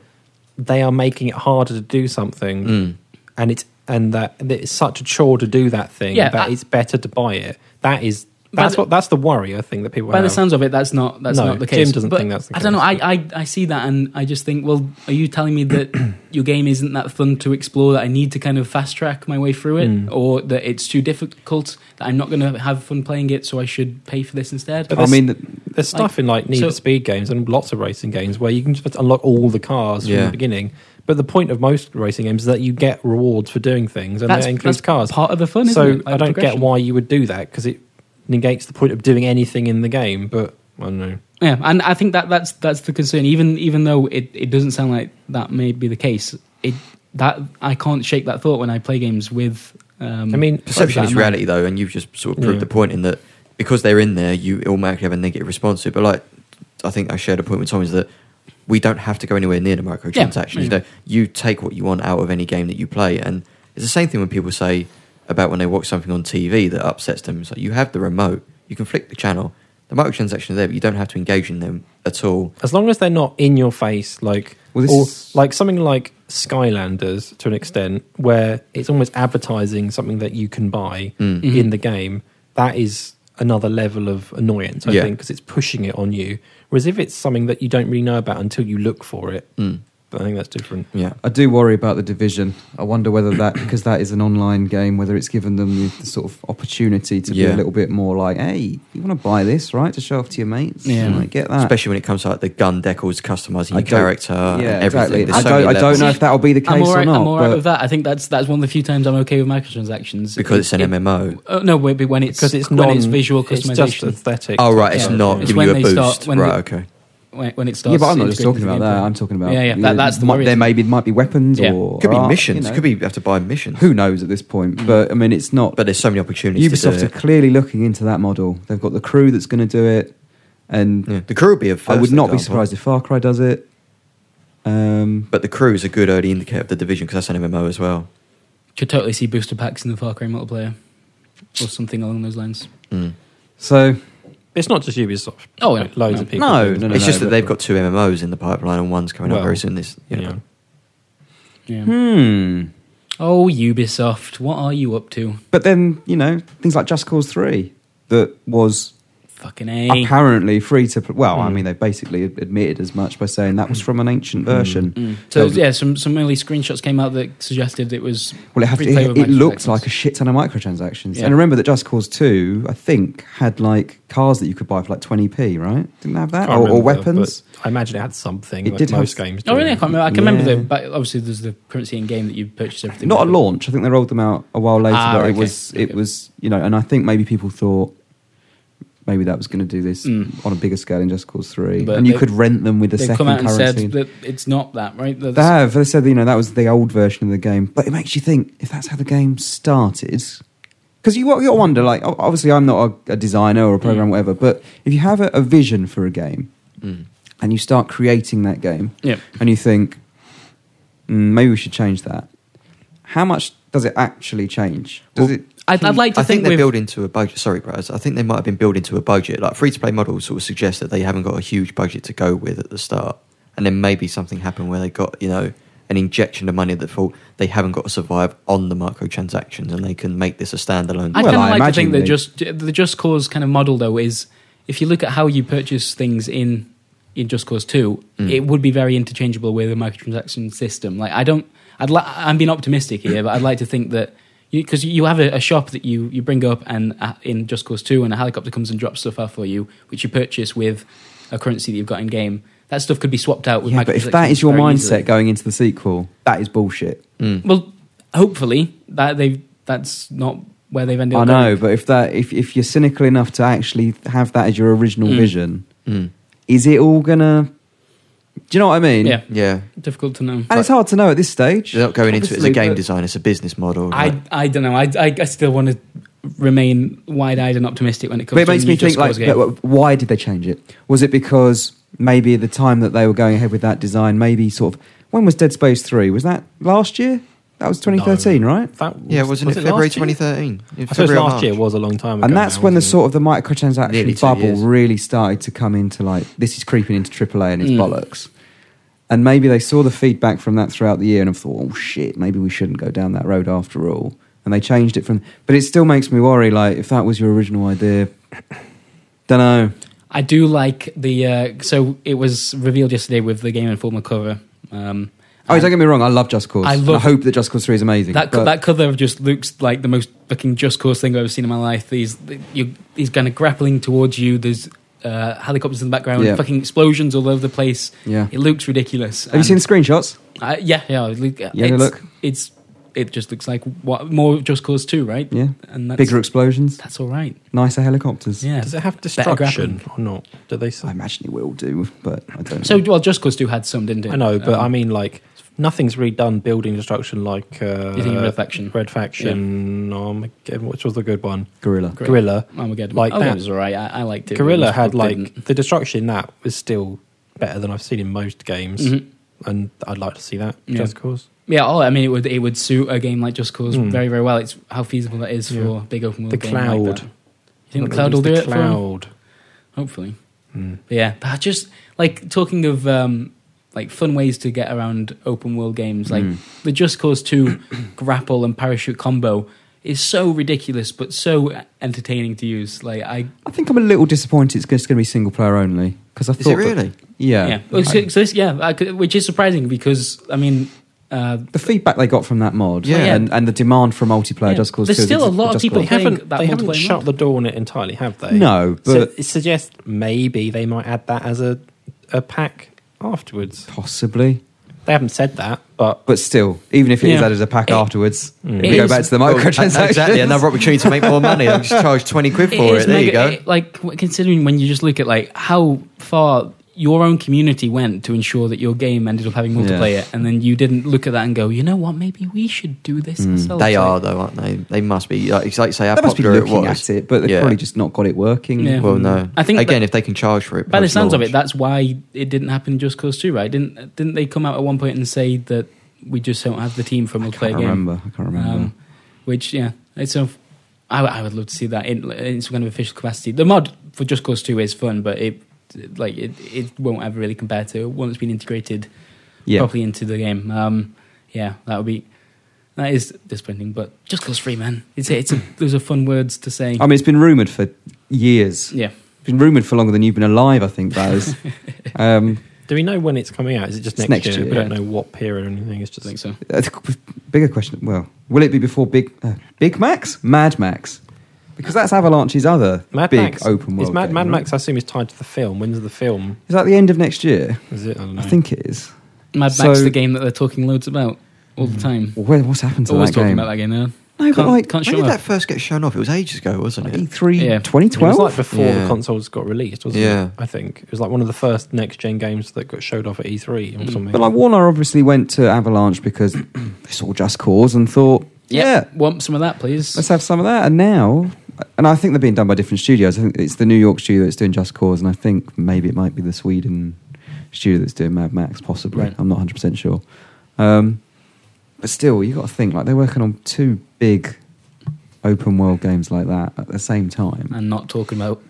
[SPEAKER 4] they are making it harder to do something,
[SPEAKER 2] Mm.
[SPEAKER 4] and it's and that, that it's such a chore to do that thing
[SPEAKER 3] Yeah,
[SPEAKER 4] that
[SPEAKER 3] I-
[SPEAKER 4] it's better to buy it. That is
[SPEAKER 3] By
[SPEAKER 4] that's
[SPEAKER 3] the-
[SPEAKER 4] what that's the worry I think that people
[SPEAKER 3] By
[SPEAKER 4] have.
[SPEAKER 3] the sounds of it, that's not that's
[SPEAKER 4] No,
[SPEAKER 3] not the
[SPEAKER 4] Jim
[SPEAKER 3] case.
[SPEAKER 4] doesn't
[SPEAKER 3] But
[SPEAKER 4] think that's the
[SPEAKER 3] I don't know.
[SPEAKER 4] case.
[SPEAKER 3] I, I I see that, and I just think, well, are you telling me that your game isn't that fun to explore? That I need to kind of fast track my way through it,
[SPEAKER 4] Mm.
[SPEAKER 3] or that it's too difficult? That I'm not going to have fun playing it, so I should pay for this instead.
[SPEAKER 4] But
[SPEAKER 1] I
[SPEAKER 4] this-
[SPEAKER 1] mean,
[SPEAKER 4] There's stuff in like Need
[SPEAKER 3] so-
[SPEAKER 4] for Speed games and lots of racing games where you can just unlock all the cars from
[SPEAKER 2] Yeah.
[SPEAKER 4] the beginning. But the point of most racing games is that you get rewards for doing things, and
[SPEAKER 3] that's,
[SPEAKER 4] that includes
[SPEAKER 3] that's
[SPEAKER 4] cars.
[SPEAKER 3] part of the fun.
[SPEAKER 4] so
[SPEAKER 3] isn't it? Like
[SPEAKER 4] I don't get
[SPEAKER 3] progression.
[SPEAKER 4] why you would do that because it negates the point of doing anything in the game. But I don't know.
[SPEAKER 3] Yeah, and I think that that's that's the concern. Even even though it, it doesn't sound like that may be the case, it that I can't shake that thought when I play games with. Um,
[SPEAKER 4] I mean,
[SPEAKER 2] Mm. Perception
[SPEAKER 3] Like
[SPEAKER 2] is
[SPEAKER 3] Batman.
[SPEAKER 2] reality, though, and you've just sort of proved
[SPEAKER 4] Yeah.
[SPEAKER 2] the point in that because they're in there, you automatically have a negative response to it. But like, I think I shared a point with Tom is that we don't have to go anywhere near the microtransactions.
[SPEAKER 3] Yeah,
[SPEAKER 2] You,
[SPEAKER 3] yeah.
[SPEAKER 2] know, you take what you want out of any game that you play, and it's the same thing when people say about when they watch something on TV that upsets them. It's like you have the remote, you can flick the channel. The microtransactions are there, but you don't have to engage in them at all.
[SPEAKER 4] as long as they're not in your face, like
[SPEAKER 1] Well, this
[SPEAKER 4] or
[SPEAKER 1] is-
[SPEAKER 4] like something like Skylanders to an extent, where it's almost advertising something that you can buy
[SPEAKER 2] Mm.
[SPEAKER 3] Mhm.
[SPEAKER 4] in the game. That is another level of annoyance, I
[SPEAKER 2] Yeah.
[SPEAKER 4] think, because it's pushing it on you. Whereas if it's something that you don't really know about until you look for it,
[SPEAKER 1] Hmm.
[SPEAKER 2] Mm.
[SPEAKER 4] I think that's different.
[SPEAKER 2] Yeah.
[SPEAKER 1] I do worry about the division. I wonder whether that because that is an online game, whether it's given them the, the sort of opportunity to be
[SPEAKER 2] Yeah.
[SPEAKER 1] a little bit more like, hey, you want to buy this, right? To show off to your mates,
[SPEAKER 3] Yeah.
[SPEAKER 1] Like, get that.
[SPEAKER 2] Especially when it comes to like the gun decals, customizing your
[SPEAKER 1] Uh, I don't-
[SPEAKER 2] character, and
[SPEAKER 1] yeah,
[SPEAKER 2] everything.
[SPEAKER 1] exactly.
[SPEAKER 2] There's
[SPEAKER 1] I
[SPEAKER 2] so
[SPEAKER 1] don't,
[SPEAKER 2] many
[SPEAKER 1] I don't
[SPEAKER 2] levels.
[SPEAKER 1] know if that'll be the case
[SPEAKER 3] I'm all
[SPEAKER 1] or
[SPEAKER 3] right,
[SPEAKER 1] not.
[SPEAKER 3] I'm all right
[SPEAKER 1] but-
[SPEAKER 3] with that. I think that's that's one of the few times I'm okay with microtransactions
[SPEAKER 2] because it's an
[SPEAKER 3] It-
[SPEAKER 2] MMO.
[SPEAKER 3] Oh, no, wait, but when it's
[SPEAKER 4] Because it's
[SPEAKER 3] when
[SPEAKER 4] non
[SPEAKER 3] it's visual
[SPEAKER 4] It's just
[SPEAKER 3] customization.
[SPEAKER 4] aesthetic.
[SPEAKER 2] Oh right, it's
[SPEAKER 3] Yeah.
[SPEAKER 2] not
[SPEAKER 3] It's
[SPEAKER 2] giving
[SPEAKER 3] when
[SPEAKER 2] you a
[SPEAKER 3] they
[SPEAKER 2] boost.
[SPEAKER 3] start- when
[SPEAKER 2] right,
[SPEAKER 3] the-
[SPEAKER 2] okay.
[SPEAKER 3] when, when it starts,
[SPEAKER 1] Yeah, but I'm not
[SPEAKER 3] it's
[SPEAKER 1] just
[SPEAKER 3] good
[SPEAKER 1] talking
[SPEAKER 3] for the
[SPEAKER 1] about that.
[SPEAKER 3] gameplay.
[SPEAKER 1] I'm talking about
[SPEAKER 3] yeah, yeah. That, that's the
[SPEAKER 1] might-
[SPEAKER 3] worry.
[SPEAKER 1] There
[SPEAKER 3] isn't it?
[SPEAKER 1] maybe might be weapons
[SPEAKER 3] Yeah.
[SPEAKER 1] or
[SPEAKER 2] Could be
[SPEAKER 1] art,
[SPEAKER 2] missions.
[SPEAKER 1] you know.
[SPEAKER 2] Could be you have to buy missions.
[SPEAKER 1] Who knows at this point? But I mean, it's not.
[SPEAKER 2] But there's so many opportunities.
[SPEAKER 1] Ubisoft
[SPEAKER 2] to
[SPEAKER 1] are
[SPEAKER 2] do it.
[SPEAKER 1] clearly looking into that model. They've got the crew that's going to do it, and
[SPEAKER 2] Yeah. The crew would be a first.
[SPEAKER 1] I would not be
[SPEAKER 2] example.
[SPEAKER 1] surprised if Far Cry does it. Um,
[SPEAKER 2] But the crew is a good early indicator of the division because that's an MMO as well.
[SPEAKER 3] Could totally see booster packs in the Far Cry multiplayer or something along those lines.
[SPEAKER 2] Mm.
[SPEAKER 1] so
[SPEAKER 4] It's not just Ubisoft.
[SPEAKER 3] Oh, yeah.
[SPEAKER 4] Like, loads
[SPEAKER 3] No.
[SPEAKER 4] of people.
[SPEAKER 1] No,
[SPEAKER 4] do.
[SPEAKER 1] no, no,
[SPEAKER 2] it's just
[SPEAKER 1] but-
[SPEAKER 2] that they've got two MMOs in the pipeline and one's coming
[SPEAKER 4] Well,
[SPEAKER 2] up very soon. This, you
[SPEAKER 4] You
[SPEAKER 2] know.
[SPEAKER 4] know.
[SPEAKER 3] Yeah.
[SPEAKER 1] hmm.
[SPEAKER 3] Oh, Ubisoft, what are you up to?
[SPEAKER 1] But then you know things like Just Cause Three that was
[SPEAKER 3] Fucking a.
[SPEAKER 1] apparently free to. Pl- well, I
[SPEAKER 4] Mm.
[SPEAKER 1] mean they basically ad- admitted as much by saying that was from an ancient version.
[SPEAKER 3] Mm. So
[SPEAKER 1] Those-
[SPEAKER 3] yeah, some some early screenshots came out that suggested it was
[SPEAKER 1] Well, it, have to,
[SPEAKER 3] free play
[SPEAKER 1] it,
[SPEAKER 3] with
[SPEAKER 1] it looked
[SPEAKER 3] microtransactions.
[SPEAKER 1] like a shit ton of microtransactions.
[SPEAKER 3] Yeah.
[SPEAKER 1] And remember that Just Cause 2, I think, had like cars that you could buy for like 20p, right? Didn't it have that?
[SPEAKER 4] Can't
[SPEAKER 1] Or, or
[SPEAKER 4] remember,
[SPEAKER 1] weapons?
[SPEAKER 4] but I imagine it had something.
[SPEAKER 1] It
[SPEAKER 4] like
[SPEAKER 1] did have-
[SPEAKER 4] most games.
[SPEAKER 3] Oh
[SPEAKER 4] do.
[SPEAKER 3] really? I can't remember. I can
[SPEAKER 1] Yeah.
[SPEAKER 3] remember the but obviously there's the currency in game that you purchase everything.
[SPEAKER 1] Not at
[SPEAKER 3] with.
[SPEAKER 1] launch. I think they rolled them out a while later,
[SPEAKER 3] Ah,
[SPEAKER 1] but it
[SPEAKER 3] okay.
[SPEAKER 1] was, it
[SPEAKER 3] Okay.
[SPEAKER 1] was, you know, and I think maybe people thought maybe that was going to do this
[SPEAKER 3] Mm.
[SPEAKER 1] on a bigger scale in Just Cause 3.
[SPEAKER 3] But
[SPEAKER 1] and you
[SPEAKER 3] they-
[SPEAKER 1] could rent them with a
[SPEAKER 3] They've
[SPEAKER 1] second
[SPEAKER 3] come out and said
[SPEAKER 1] currency.
[SPEAKER 3] that it's not that, right? That
[SPEAKER 1] They have. They said, you know, that was the old version of the game. But it makes you think if that's how the game started. Because you, you wonder, like, o- obviously, I'm not a, a designer or a programmer,
[SPEAKER 3] Mm.
[SPEAKER 1] whatever, but if you have a, a vision for a game
[SPEAKER 2] Mm.
[SPEAKER 1] and you start creating that game
[SPEAKER 3] Yeah.
[SPEAKER 1] and you think, mm, maybe we should change that, how much does it actually change? Does
[SPEAKER 2] Well,
[SPEAKER 1] it.
[SPEAKER 3] I'd, I'd like to
[SPEAKER 2] I think,
[SPEAKER 3] with-
[SPEAKER 2] they're built into a budget. Sorry, Braz. I think they might have been built into a budget. Like free to play models sort of suggest that they haven't got a huge budget to go with at the start, and then maybe something happened where they got you know an injection of money that thought they haven't got to survive on the microtransactions, and they can make this a standalone.
[SPEAKER 3] I
[SPEAKER 1] Well,
[SPEAKER 3] kind
[SPEAKER 1] I
[SPEAKER 3] of like to
[SPEAKER 1] imagine
[SPEAKER 3] think that
[SPEAKER 1] they-
[SPEAKER 3] just the Just Cause kind of model though is if you look at how you purchase things in in Just Cause Two,
[SPEAKER 2] Mm.
[SPEAKER 3] it would be very interchangeable with a microtransaction system. Like I don't, I'd li- I'm being optimistic here, but I'd like to think that because you, have a, a shop that you you bring up and uh, in Just Cause Two, and a helicopter comes and drops stuff off for you, which you purchase with a currency that you've got in game. That stuff could be swapped out with.
[SPEAKER 1] Yeah, but if that is your
[SPEAKER 3] microtransactions very
[SPEAKER 1] mindset
[SPEAKER 3] easily.
[SPEAKER 1] going into the sequel, that is bullshit.
[SPEAKER 2] Mm.
[SPEAKER 3] well, hopefully that they that's not where they've ended.
[SPEAKER 1] I
[SPEAKER 3] up
[SPEAKER 1] know,
[SPEAKER 3] going.
[SPEAKER 1] but if that if, if you're cynical enough to actually have that as your original
[SPEAKER 3] Mm.
[SPEAKER 1] vision,
[SPEAKER 2] Mm.
[SPEAKER 1] is it all gonna? Do you know what I mean?
[SPEAKER 3] Yeah,
[SPEAKER 2] Yeah.
[SPEAKER 3] difficult to know.
[SPEAKER 1] And it's hard to know at this stage.
[SPEAKER 2] They're not going into it as a
[SPEAKER 1] obviously,
[SPEAKER 2] game
[SPEAKER 1] but-
[SPEAKER 2] design, it's a business model.
[SPEAKER 3] I, I don't know. I, I, I still want to remain wide eyed and optimistic when it comes
[SPEAKER 1] But it
[SPEAKER 3] to
[SPEAKER 1] makes
[SPEAKER 3] a
[SPEAKER 1] me
[SPEAKER 3] new Just
[SPEAKER 1] think, like,
[SPEAKER 3] Cause game.
[SPEAKER 1] look, why did they change it? Was it because maybe at the time that they were going ahead with that design, maybe sort of when was Dead Space three? Was that last year? That was 2013, right?
[SPEAKER 4] That
[SPEAKER 2] yeah, wasn't
[SPEAKER 4] was
[SPEAKER 2] it February
[SPEAKER 4] last year?
[SPEAKER 2] 2013? In
[SPEAKER 4] I suppose
[SPEAKER 2] February or
[SPEAKER 4] last year
[SPEAKER 2] March.
[SPEAKER 4] was a long time ago.
[SPEAKER 1] And that's
[SPEAKER 4] now,
[SPEAKER 1] when the
[SPEAKER 4] wasn't it?
[SPEAKER 1] sort of the
[SPEAKER 2] Nearly
[SPEAKER 1] microtransaction
[SPEAKER 2] two
[SPEAKER 1] bubble
[SPEAKER 2] years.
[SPEAKER 1] really started to come into like this is creeping into AAA and it's
[SPEAKER 3] Mm.
[SPEAKER 1] bollocks. And maybe they saw the feedback from that throughout the year and have thought, oh shit, maybe we shouldn't go down that road after all. And they changed it from. But it still makes me worry. Like if that was your original idea, don't know.
[SPEAKER 3] I do like the. Uh, so it was revealed yesterday with the Game Informer cover. Um,
[SPEAKER 1] Oh, don't get me wrong. I love Just Cause.
[SPEAKER 3] I
[SPEAKER 1] I,
[SPEAKER 3] love-
[SPEAKER 1] I hope that Just Cause Three is amazing.
[SPEAKER 3] That co-
[SPEAKER 1] but-
[SPEAKER 3] that cover just looks like the most fucking just cause thing I've ever seen in my life. These you he's kind of grappling towards you. There's uh, helicopters in the background,
[SPEAKER 1] Yeah.
[SPEAKER 3] fucking explosions all over the place.
[SPEAKER 1] yeah.
[SPEAKER 3] It looks ridiculous.
[SPEAKER 1] Have you seen the screenshots?
[SPEAKER 3] I, yeah, yeah. it look-
[SPEAKER 1] Yeah, they
[SPEAKER 3] it's-
[SPEAKER 1] look.
[SPEAKER 3] It's it just looks like what more Just Cause two, right?
[SPEAKER 1] Yeah.
[SPEAKER 3] And that's,
[SPEAKER 1] Bigger explosions,
[SPEAKER 3] That's all right.
[SPEAKER 1] nicer helicopters.
[SPEAKER 3] Yeah.
[SPEAKER 4] Does it have
[SPEAKER 3] Better grappling.
[SPEAKER 4] destruction or not? Do they say?
[SPEAKER 1] I imagine it will do, but I don't.
[SPEAKER 3] So
[SPEAKER 1] know.
[SPEAKER 3] well, Just Cause two had some, didn't it?
[SPEAKER 4] I know, but
[SPEAKER 3] Um,
[SPEAKER 4] I mean, like nothing's really done building destruction like uh,
[SPEAKER 3] You think of Red Faction?
[SPEAKER 4] Red Faction, Armageddon, which was the good one,
[SPEAKER 1] gorilla.
[SPEAKER 3] Great.
[SPEAKER 4] Gorilla.
[SPEAKER 3] Armageddon.
[SPEAKER 4] like
[SPEAKER 3] oh, that
[SPEAKER 4] that.
[SPEAKER 3] was all right. I, I liked it.
[SPEAKER 4] Gorilla
[SPEAKER 3] It
[SPEAKER 4] had
[SPEAKER 3] was-
[SPEAKER 4] like
[SPEAKER 3] didn't.
[SPEAKER 4] the destruction in that was still better than I've seen in most games,
[SPEAKER 3] Mhm.
[SPEAKER 4] and I'd like to see that.
[SPEAKER 3] Yeah.
[SPEAKER 4] Just cause.
[SPEAKER 3] Yeah, oh, I mean, it would it would suit a game like Just Cause
[SPEAKER 4] Hmm.
[SPEAKER 3] very very well. It's how feasible that is for
[SPEAKER 4] Yeah.
[SPEAKER 3] a big open world.
[SPEAKER 4] The
[SPEAKER 3] game like
[SPEAKER 4] cloud.
[SPEAKER 3] that. you think the cloud will do
[SPEAKER 4] the
[SPEAKER 3] it? For him?
[SPEAKER 4] Cloud.
[SPEAKER 3] Hopefully,
[SPEAKER 4] Mm.
[SPEAKER 3] but yeah. But I just like talking of um, like fun ways to get around open world games, like
[SPEAKER 4] Hmm.
[SPEAKER 1] Mm.
[SPEAKER 3] the Just Cause Two grapple and parachute combo is so ridiculous, but so entertaining to use. Like I,
[SPEAKER 1] I think I'm a little disappointed it's just going to be single player only because I
[SPEAKER 2] Is
[SPEAKER 1] thought
[SPEAKER 2] it
[SPEAKER 1] that-
[SPEAKER 2] really?
[SPEAKER 1] yeah,
[SPEAKER 3] yeah, Well, so, so this, yeah, I could, which is surprising because I mean. Uh,
[SPEAKER 1] the feedback they got from that mod
[SPEAKER 2] Yeah.
[SPEAKER 1] and, and the demand from multiplayer
[SPEAKER 3] Yeah.
[SPEAKER 1] Just Cause
[SPEAKER 3] There's
[SPEAKER 1] 2,
[SPEAKER 3] still a lot of
[SPEAKER 1] Just
[SPEAKER 3] people
[SPEAKER 4] They
[SPEAKER 1] Cause-
[SPEAKER 3] playing
[SPEAKER 4] haven't.
[SPEAKER 3] that
[SPEAKER 4] They haven't
[SPEAKER 3] multiplayer
[SPEAKER 4] shut
[SPEAKER 3] mode.
[SPEAKER 4] the door on it entirely, have they?
[SPEAKER 1] No,
[SPEAKER 4] So
[SPEAKER 1] but
[SPEAKER 4] it suggests maybe they might add that as a a pack afterwards.
[SPEAKER 1] possibly.
[SPEAKER 4] They haven't said that, but
[SPEAKER 1] But still, even if it is
[SPEAKER 3] Yeah.
[SPEAKER 1] added as a pack
[SPEAKER 3] It-
[SPEAKER 1] afterwards,
[SPEAKER 4] Mm.
[SPEAKER 1] we
[SPEAKER 3] it
[SPEAKER 1] go
[SPEAKER 3] is-
[SPEAKER 1] back to the
[SPEAKER 2] Oh,
[SPEAKER 1] microtransactions.
[SPEAKER 2] Exactly, another opportunity to make more money. I'll just charge 20 quid
[SPEAKER 3] It
[SPEAKER 2] for it.
[SPEAKER 3] is
[SPEAKER 2] There you
[SPEAKER 3] mega-
[SPEAKER 2] go.
[SPEAKER 3] it- like w- considering when you just look at like how far your own community went to ensure that your game ended up having
[SPEAKER 1] Yeah.
[SPEAKER 3] multiplayer, and then you didn't look at that and go, you know what, maybe we should do this ourselves.
[SPEAKER 2] Mm. They
[SPEAKER 3] Like,
[SPEAKER 2] are though, aren't they? They must be. Like, it's like you say, how
[SPEAKER 1] They must be
[SPEAKER 2] popular it
[SPEAKER 1] looking
[SPEAKER 2] was.
[SPEAKER 1] at it, but they've
[SPEAKER 2] Yeah.
[SPEAKER 1] probably just not got it working.
[SPEAKER 3] Yeah.
[SPEAKER 2] Well, no.
[SPEAKER 3] I think
[SPEAKER 2] again,
[SPEAKER 3] that-
[SPEAKER 2] if they can charge for it,
[SPEAKER 3] By the
[SPEAKER 2] post
[SPEAKER 3] sounds of
[SPEAKER 2] launch.
[SPEAKER 3] it, that's why it didn't happen in Just Cause Two, right? Didn't didn't they come out at one point and say that we just don't have the team for a
[SPEAKER 1] I
[SPEAKER 3] multiplayer
[SPEAKER 1] can't
[SPEAKER 3] game?
[SPEAKER 1] remember. I can't remember.
[SPEAKER 3] Um, which yeah, it's a. I, I would love to see that in, in some kind of official capacity. The mod for Just Cause Two is fun, but it like it, it won't ever really compare to one that's been integrated
[SPEAKER 1] yeah,
[SPEAKER 4] oh,
[SPEAKER 3] properly into the game. Um, yeah, that would be that is disappointing, but Just Cause Three, man, it's it's a, those are fun words to say.
[SPEAKER 1] I mean, it's been rumored for years.
[SPEAKER 3] yeah,
[SPEAKER 1] It's been rumored for longer than you've been alive. I think that is. um,
[SPEAKER 4] Do we know when it's coming out? Is it just
[SPEAKER 1] It's
[SPEAKER 4] next,
[SPEAKER 1] next
[SPEAKER 4] year?
[SPEAKER 1] year,
[SPEAKER 4] We don't
[SPEAKER 1] yeah.
[SPEAKER 4] know what period or anything. It's
[SPEAKER 3] I
[SPEAKER 4] just
[SPEAKER 3] think so.
[SPEAKER 1] I think- bigger question. Well, will it be before Big uh, Big Max, Mad Max? Because that's Avalanche's other
[SPEAKER 4] Mad
[SPEAKER 1] big
[SPEAKER 4] Max.
[SPEAKER 1] open world.
[SPEAKER 4] Is Mad,
[SPEAKER 1] game,
[SPEAKER 4] Mad
[SPEAKER 1] right?
[SPEAKER 4] Max? I assume is tied to the film. When's the film?
[SPEAKER 1] Is that the end of next year?
[SPEAKER 4] Is it? I don't know.
[SPEAKER 1] I think it is.
[SPEAKER 3] Mad Max,
[SPEAKER 1] So-
[SPEAKER 3] the game that they're talking loads about all the time.
[SPEAKER 1] Well, where- what's happened to
[SPEAKER 3] Always
[SPEAKER 1] that
[SPEAKER 3] talking
[SPEAKER 1] game?
[SPEAKER 3] about that game. Yeah.
[SPEAKER 1] No, but
[SPEAKER 3] Can't-
[SPEAKER 1] like E
[SPEAKER 3] can't
[SPEAKER 2] When
[SPEAKER 3] show
[SPEAKER 2] did
[SPEAKER 3] up.
[SPEAKER 2] that first get shown off? It was ages ago, wasn't
[SPEAKER 1] like
[SPEAKER 2] it?
[SPEAKER 1] E3
[SPEAKER 3] Yeah.
[SPEAKER 4] It was
[SPEAKER 1] 2012.
[SPEAKER 4] like before
[SPEAKER 2] Yeah.
[SPEAKER 4] the consoles got released, wasn't
[SPEAKER 2] Yeah.
[SPEAKER 4] it? I think it was like one of the first next gen games that got showed off at E3 or
[SPEAKER 3] Mm.
[SPEAKER 4] something.
[SPEAKER 1] but like Warner obviously went to Avalanche because it's all Just Cause and thought, yeah,
[SPEAKER 3] want some of that, please.
[SPEAKER 1] Let's have some of that. And now, and I think they're being done by different studios. I think it's the New York studio that's doing Just Cause, and I think maybe it might be the Sweden studio that's doing Mad Max, possibly.
[SPEAKER 4] Right.
[SPEAKER 1] I'm not 100% sure. Um, but still, you got to think, like, they're working on two big open world games like that at the same time.
[SPEAKER 3] and not talking about.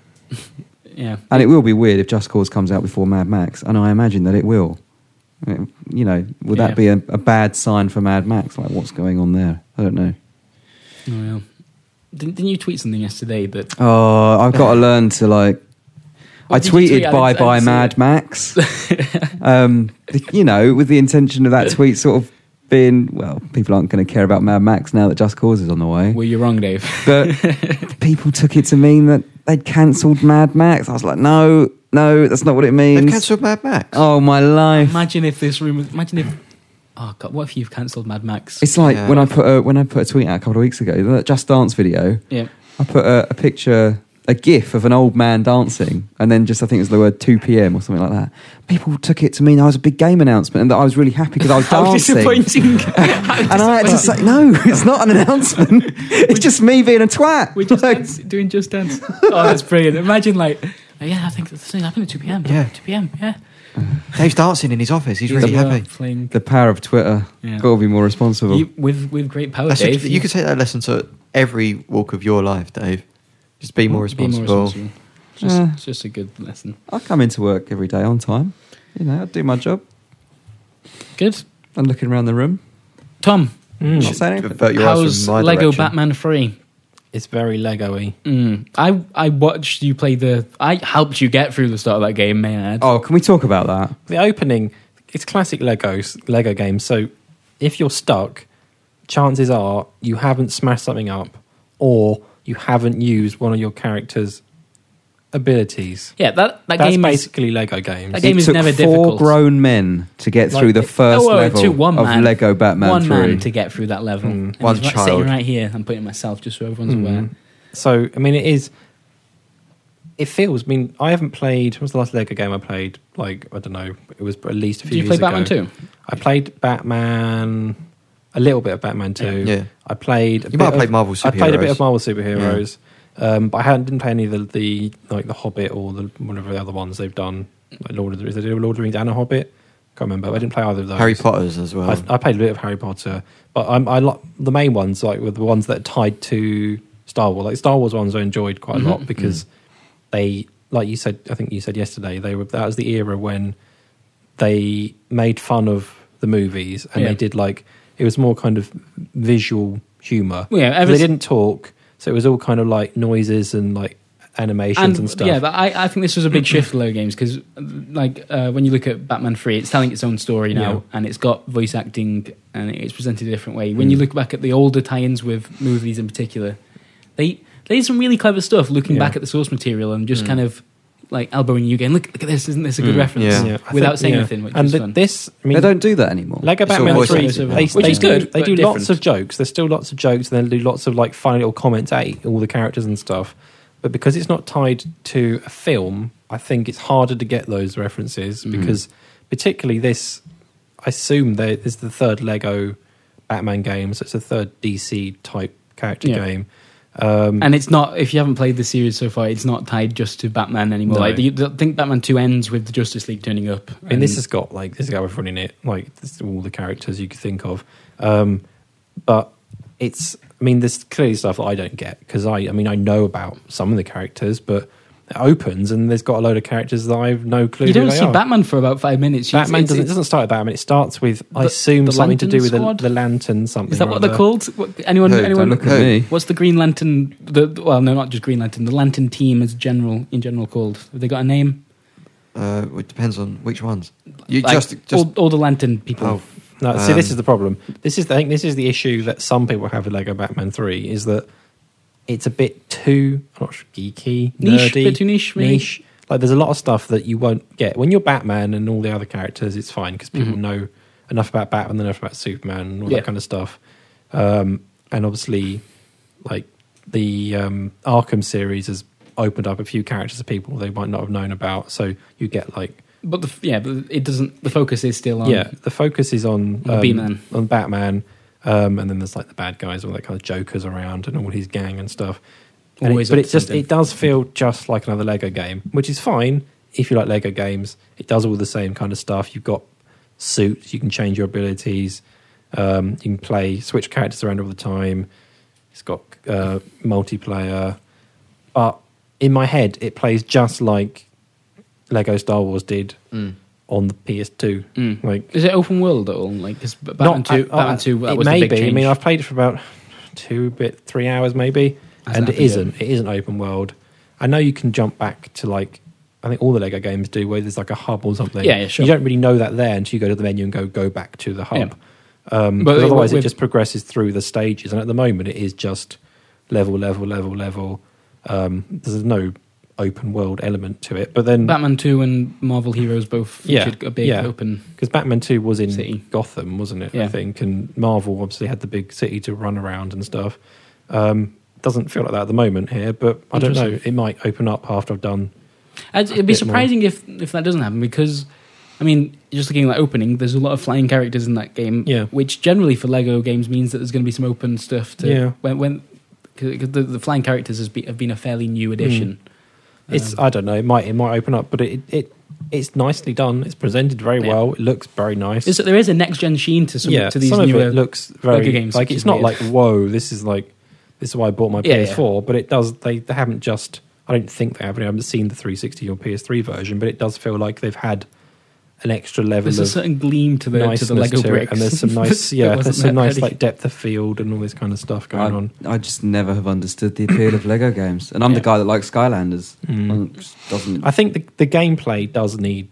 [SPEAKER 3] yeah,
[SPEAKER 1] And it will be weird if Just Cause comes out before Mad Max, and I imagine that it will. Uh, You know, would
[SPEAKER 3] Yeah.
[SPEAKER 1] that be a, a bad sign for Mad Max? Like, what's going on there? I don't know.
[SPEAKER 3] oh, well. Didn't, didn't you tweet something yesterday that?
[SPEAKER 1] Oh, I've got to learn to like.
[SPEAKER 3] What
[SPEAKER 1] I
[SPEAKER 3] did you tweet?
[SPEAKER 1] tweeted
[SPEAKER 3] I
[SPEAKER 1] bye
[SPEAKER 3] didn't- I
[SPEAKER 1] bye
[SPEAKER 3] didn't see
[SPEAKER 1] Mad
[SPEAKER 3] it.
[SPEAKER 1] Max, um, the- you know, with the intention of that tweet sort of being well, people aren't going to care about Mad Max now that Just Cause is on the way.
[SPEAKER 3] Were you wrong, Dave?
[SPEAKER 1] But people took it to mean that they'd cancelled Mad Max. I was like, no, no, that's not what it
[SPEAKER 2] They've
[SPEAKER 1] means.
[SPEAKER 2] cancelled Mad Max.
[SPEAKER 1] oh my life!
[SPEAKER 3] Imagine if this room. Imagine if. Oh God! What if you've cancelled Mad Max?
[SPEAKER 1] it's like
[SPEAKER 2] Yeah.
[SPEAKER 1] when I put a, when I put a tweet out a couple of weeks ago, that Just Dance video.
[SPEAKER 3] yeah.
[SPEAKER 1] I put a, a picture a gif of an old man dancing, and then just I think it was the word two p.m. or something like that. People took it to mean I was a big game announcement and that I was really happy because I was
[SPEAKER 3] How
[SPEAKER 1] dancing.
[SPEAKER 3] disappointing. How
[SPEAKER 1] And I had to say,
[SPEAKER 3] disappointing.
[SPEAKER 1] no, it's not an announcement. It's just me being a twat.
[SPEAKER 3] We're just
[SPEAKER 1] Like,
[SPEAKER 3] dance, doing just dance. Oh, that's brilliant. Imagine like, oh, yeah, I think this thing happened at 2 p.m.
[SPEAKER 2] Yeah.
[SPEAKER 3] 2 p.m. Yeah.
[SPEAKER 2] Dave's dancing in his office. He's really
[SPEAKER 3] Yeah,
[SPEAKER 2] happy.
[SPEAKER 3] Playing.
[SPEAKER 1] the power of Twitter.
[SPEAKER 3] Yeah.
[SPEAKER 1] Got to be more responsible.
[SPEAKER 3] You, with, with great power,
[SPEAKER 2] That's
[SPEAKER 3] Oh, Dave.
[SPEAKER 2] a, you could take that lesson to every walk of your life, Dave. Just be more
[SPEAKER 3] be more
[SPEAKER 2] responsible.
[SPEAKER 3] responsible. Just,
[SPEAKER 1] Yeah.
[SPEAKER 3] it's just a good lesson.
[SPEAKER 1] I come into work every day on time. You know, I do my job.
[SPEAKER 3] Good.
[SPEAKER 1] I'm looking around the room.
[SPEAKER 3] Tom,
[SPEAKER 4] Mm.
[SPEAKER 1] Not saying anything.
[SPEAKER 2] Avert your eyes from
[SPEAKER 3] how's
[SPEAKER 2] my
[SPEAKER 3] Lego
[SPEAKER 2] direction.
[SPEAKER 3] Batman 3?
[SPEAKER 4] It's very Lego-y.
[SPEAKER 3] Mm. I, I watched you play the. I helped you get through the start of that game, may I add.
[SPEAKER 1] Oh, can we talk about that?
[SPEAKER 4] The opening, it's classic Legos Lego games. So if you're stuck, chances are you haven't smashed something up, or you haven't used one of your characters' abilities.
[SPEAKER 3] Yeah, that, that
[SPEAKER 4] That's
[SPEAKER 3] game is.
[SPEAKER 4] basically Lego games.
[SPEAKER 3] That game
[SPEAKER 1] it
[SPEAKER 3] is
[SPEAKER 1] took
[SPEAKER 3] never
[SPEAKER 1] four
[SPEAKER 3] difficult.
[SPEAKER 1] grown men to get
[SPEAKER 4] Like,
[SPEAKER 1] through the
[SPEAKER 4] it-
[SPEAKER 1] first
[SPEAKER 3] oh, oh,
[SPEAKER 1] level
[SPEAKER 3] to one
[SPEAKER 1] of
[SPEAKER 3] man.
[SPEAKER 1] Lego Batman Mm.
[SPEAKER 3] one
[SPEAKER 1] 3.
[SPEAKER 3] man to get through that level. And
[SPEAKER 2] One
[SPEAKER 3] he's right-
[SPEAKER 2] child.
[SPEAKER 3] Sitting right here, I'm putting myself just so
[SPEAKER 1] Mm.
[SPEAKER 3] everyone's aware.
[SPEAKER 4] Hmm. So I mean, it is. It feels. I mean, I haven't played. What was the last Lego game I played? Like I don't know. It was at least a
[SPEAKER 3] Did
[SPEAKER 4] few.
[SPEAKER 3] you play
[SPEAKER 4] years ago.
[SPEAKER 3] Batman 2?
[SPEAKER 4] I played Batman, a little bit of Batman Two.
[SPEAKER 2] Yeah.
[SPEAKER 4] I played. A
[SPEAKER 2] You
[SPEAKER 4] bit
[SPEAKER 2] might have
[SPEAKER 4] of-
[SPEAKER 2] played Marvel
[SPEAKER 4] I played a bit
[SPEAKER 2] Superheroes.
[SPEAKER 4] of Marvel superheroes, um, but I hadn't, didn't play any of the, the like the Hobbit or the whatever the other ones they've done. Like Lord of the, is there Lord of the Rings and a Hobbit? Can't remember. I didn't play either of those.
[SPEAKER 2] Harry Potter's as well.
[SPEAKER 4] I, I played a bit of Harry Potter, but I'm, I lo- the main ones like were the ones that are tied to Star Wars. Like Star Wars ones, I enjoyed quite a
[SPEAKER 3] Mm-hmm,
[SPEAKER 4] lot because they, like you said, I think you said yesterday, they were that was the era when they made fun of the movies and
[SPEAKER 3] Yeah.
[SPEAKER 4] they did like it was more kind of visual humor.
[SPEAKER 3] Well, yeah, ever
[SPEAKER 4] they
[SPEAKER 3] s-
[SPEAKER 4] didn't talk, so it was all kind of like noises and like animations and, stuff.
[SPEAKER 3] Yeah, but I, I think this was a big shift for Lego games because, like, uh, when you look at Batman 3, it's telling its own story now
[SPEAKER 4] Yeah.
[SPEAKER 3] and it's got voice acting and it's presented a different way.
[SPEAKER 4] Mm.
[SPEAKER 3] When you look back at the older tie ins with movies in particular, they, they did some really clever stuff looking
[SPEAKER 4] Yeah. Mm.
[SPEAKER 3] back at the source material and just kind of like elbowing you again. Look, look at this, isn't this a good
[SPEAKER 2] Mm,
[SPEAKER 3] reference?
[SPEAKER 2] yeah.
[SPEAKER 4] I
[SPEAKER 3] Without
[SPEAKER 4] think-
[SPEAKER 3] saying
[SPEAKER 4] yeah.
[SPEAKER 3] anything, which
[SPEAKER 4] and
[SPEAKER 3] is
[SPEAKER 4] th-
[SPEAKER 3] fun.
[SPEAKER 4] this, I mean,
[SPEAKER 1] They don't do that anymore.
[SPEAKER 4] Lego
[SPEAKER 2] It's all
[SPEAKER 4] Batman
[SPEAKER 2] voice
[SPEAKER 4] Three,
[SPEAKER 2] acting.
[SPEAKER 4] they,
[SPEAKER 3] Which
[SPEAKER 4] they
[SPEAKER 3] is
[SPEAKER 4] do-
[SPEAKER 3] good,
[SPEAKER 4] They
[SPEAKER 3] but
[SPEAKER 4] do
[SPEAKER 3] different.
[SPEAKER 4] lots of jokes. There's still lots of jokes, and they do lots of like funny little comments at all the characters and stuff. But because it's not tied to a film, I think it's harder to get those
[SPEAKER 2] Mm.
[SPEAKER 4] references because, particularly this, I assume there is the third Lego Batman game, so it's a third DC type character
[SPEAKER 3] Yeah.
[SPEAKER 4] game. Um,
[SPEAKER 3] and it's not, if you haven't played the series so far, it's not tied just to Batman anymore.
[SPEAKER 4] No.
[SPEAKER 3] Like, the, the, I think Batman 2 ends with the Justice League turning up.
[SPEAKER 4] I mean, this has got like this has got everyone in it, like this, all the characters you could think of. Um, but it's, I mean, there's clearly stuff that I don't get because I, I mean, I know about some of the characters, but it opens and there's got a load of characters that I've no clue.
[SPEAKER 3] You
[SPEAKER 4] who
[SPEAKER 3] don't
[SPEAKER 4] they
[SPEAKER 3] see
[SPEAKER 4] are.
[SPEAKER 3] Batman for about five minutes. You-
[SPEAKER 4] Batman
[SPEAKER 3] it's-
[SPEAKER 4] doesn't, it
[SPEAKER 3] it's-
[SPEAKER 4] doesn't start with Batman. It starts with, I
[SPEAKER 3] The-
[SPEAKER 4] assume,
[SPEAKER 3] the
[SPEAKER 4] something to
[SPEAKER 3] Lantern
[SPEAKER 4] do with
[SPEAKER 3] Squad?
[SPEAKER 4] the, the lantern. Something.
[SPEAKER 3] Is that
[SPEAKER 4] or
[SPEAKER 3] what they're
[SPEAKER 4] other.
[SPEAKER 3] called? What, anyone?
[SPEAKER 2] Who?
[SPEAKER 3] anyone?
[SPEAKER 2] Don't
[SPEAKER 1] look at
[SPEAKER 2] Who?
[SPEAKER 1] me.
[SPEAKER 3] What's the Green Lantern? The well, no, not just Green Lantern. The Lantern team is general in general called. Have they got a name?
[SPEAKER 2] Uh, it depends on which ones. You
[SPEAKER 3] Like,
[SPEAKER 2] just, just
[SPEAKER 3] all, all the Lantern people.
[SPEAKER 2] oh,
[SPEAKER 4] No, see, this
[SPEAKER 2] Um,
[SPEAKER 4] is the problem. This is, I think, this is the issue that some people have with Lego Batman Three is that it's a bit too I'm not sure, geeky,
[SPEAKER 3] Niche,
[SPEAKER 4] nerdy,
[SPEAKER 3] bit too niche, maybe?
[SPEAKER 4] niche. Like, there's a lot of stuff that you won't get when you're Batman and all the other characters. It's fine because people know enough about Batman, they know enough about Superman, and all
[SPEAKER 3] Mm-hmm. Yeah.
[SPEAKER 4] that kind of stuff. Um, and obviously, like the um, Arkham series has opened up a few characters of people they might not have known about. So you get like
[SPEAKER 3] But the, yeah, but it doesn't. The focus is still on.
[SPEAKER 4] yeah, the focus is on um,
[SPEAKER 3] the B-Man.
[SPEAKER 4] on Batman, um, and then there's like the bad guys, all that kind of Joker's around, and all his gang and stuff. And it-
[SPEAKER 3] Always up
[SPEAKER 4] but it
[SPEAKER 3] to
[SPEAKER 4] just
[SPEAKER 3] something.
[SPEAKER 4] it does feel just like another Lego game, which is fine if you like Lego games. It does all the same kind of stuff. You've got suits, you can change your abilities, um, you can play switch characters around all the time. It's got uh, multiplayer, but in my head, it plays just like Lego Star Wars did on the PS2.
[SPEAKER 3] Mm.
[SPEAKER 4] Like
[SPEAKER 3] Is it open world at all? Like, because Batman
[SPEAKER 4] I-
[SPEAKER 3] two, Batman
[SPEAKER 4] I-
[SPEAKER 3] two, that
[SPEAKER 4] it
[SPEAKER 3] was the
[SPEAKER 4] may
[SPEAKER 3] big
[SPEAKER 4] be.
[SPEAKER 3] change.
[SPEAKER 4] I mean, I've played it for about two bit three hours maybe,
[SPEAKER 3] Hasn't
[SPEAKER 4] and it
[SPEAKER 3] happened yet.
[SPEAKER 4] isn't. It isn't open world. I know you can jump back to like I think all the Lego games do, where there's like a hub or something.
[SPEAKER 3] Yeah, yeah, sure.
[SPEAKER 4] You don't really know that there until you go to the menu and go go back to the hub. Um,
[SPEAKER 3] But
[SPEAKER 4] but
[SPEAKER 3] it-
[SPEAKER 4] otherwise, it
[SPEAKER 3] with-
[SPEAKER 4] just progresses through the stages, and at the moment, it is just level, level, level, level. Um, there's no open world element to it. But then
[SPEAKER 3] Batman two and Marvel Heroes both
[SPEAKER 4] Yeah,
[SPEAKER 3] featured a big
[SPEAKER 4] yeah.
[SPEAKER 3] open.
[SPEAKER 4] because Batman Two was in
[SPEAKER 3] City.
[SPEAKER 4] Gotham, wasn't it? I
[SPEAKER 3] Yeah.
[SPEAKER 4] think, and Marvel obviously had the big city to run around and stuff. Um, Doesn't feel like that at the moment here, but I don't know. It might open up after I've done.
[SPEAKER 3] I'd, it'd be
[SPEAKER 4] bit more.
[SPEAKER 3] surprising if if that doesn't happen because, I mean, just looking at that opening, there's a lot of flying characters in that game.
[SPEAKER 4] Yeah.
[SPEAKER 3] Which generally for Lego games means that there's going to be some open stuff to
[SPEAKER 4] Yeah.
[SPEAKER 3] when when because the, the flying characters has be, have been a fairly new addition.
[SPEAKER 4] Hmm.
[SPEAKER 3] Um,
[SPEAKER 4] It's I don't know. It might it might open up, but it it it's nicely done. It's presented very
[SPEAKER 3] Yeah.
[SPEAKER 4] well. It looks very nice.
[SPEAKER 3] Is that there is a next gen sheen to some
[SPEAKER 4] yeah,
[SPEAKER 3] to these
[SPEAKER 4] some
[SPEAKER 3] newer
[SPEAKER 4] of it looks
[SPEAKER 3] Lego
[SPEAKER 4] very
[SPEAKER 3] games,
[SPEAKER 4] like
[SPEAKER 3] which
[SPEAKER 4] it's
[SPEAKER 3] is
[SPEAKER 4] not
[SPEAKER 3] weird.
[SPEAKER 4] like whoa, this is like this is why I bought my
[SPEAKER 3] Yeah,
[SPEAKER 4] PS4, but it does they, they haven't just I don't think they have. I haven't seen the 360 or PS3 version, but it does feel like they've had an extra level
[SPEAKER 3] There's a
[SPEAKER 4] of
[SPEAKER 3] certain gleam to the to
[SPEAKER 4] niceness
[SPEAKER 3] the Lego
[SPEAKER 4] to it,
[SPEAKER 3] bricks,
[SPEAKER 4] and there's some nice
[SPEAKER 3] that
[SPEAKER 4] yeah,
[SPEAKER 3] wasn't
[SPEAKER 4] there's some
[SPEAKER 3] there
[SPEAKER 4] nice
[SPEAKER 3] already.
[SPEAKER 4] like depth of field and all this kind of stuff going
[SPEAKER 1] I,
[SPEAKER 4] on.
[SPEAKER 1] I just never have understood the appeal of Lego games, and I'm
[SPEAKER 3] Yeah.
[SPEAKER 1] the guy that likes Skylanders.
[SPEAKER 4] Mm.
[SPEAKER 1] Um, just doesn't
[SPEAKER 4] I think the, the gameplay does need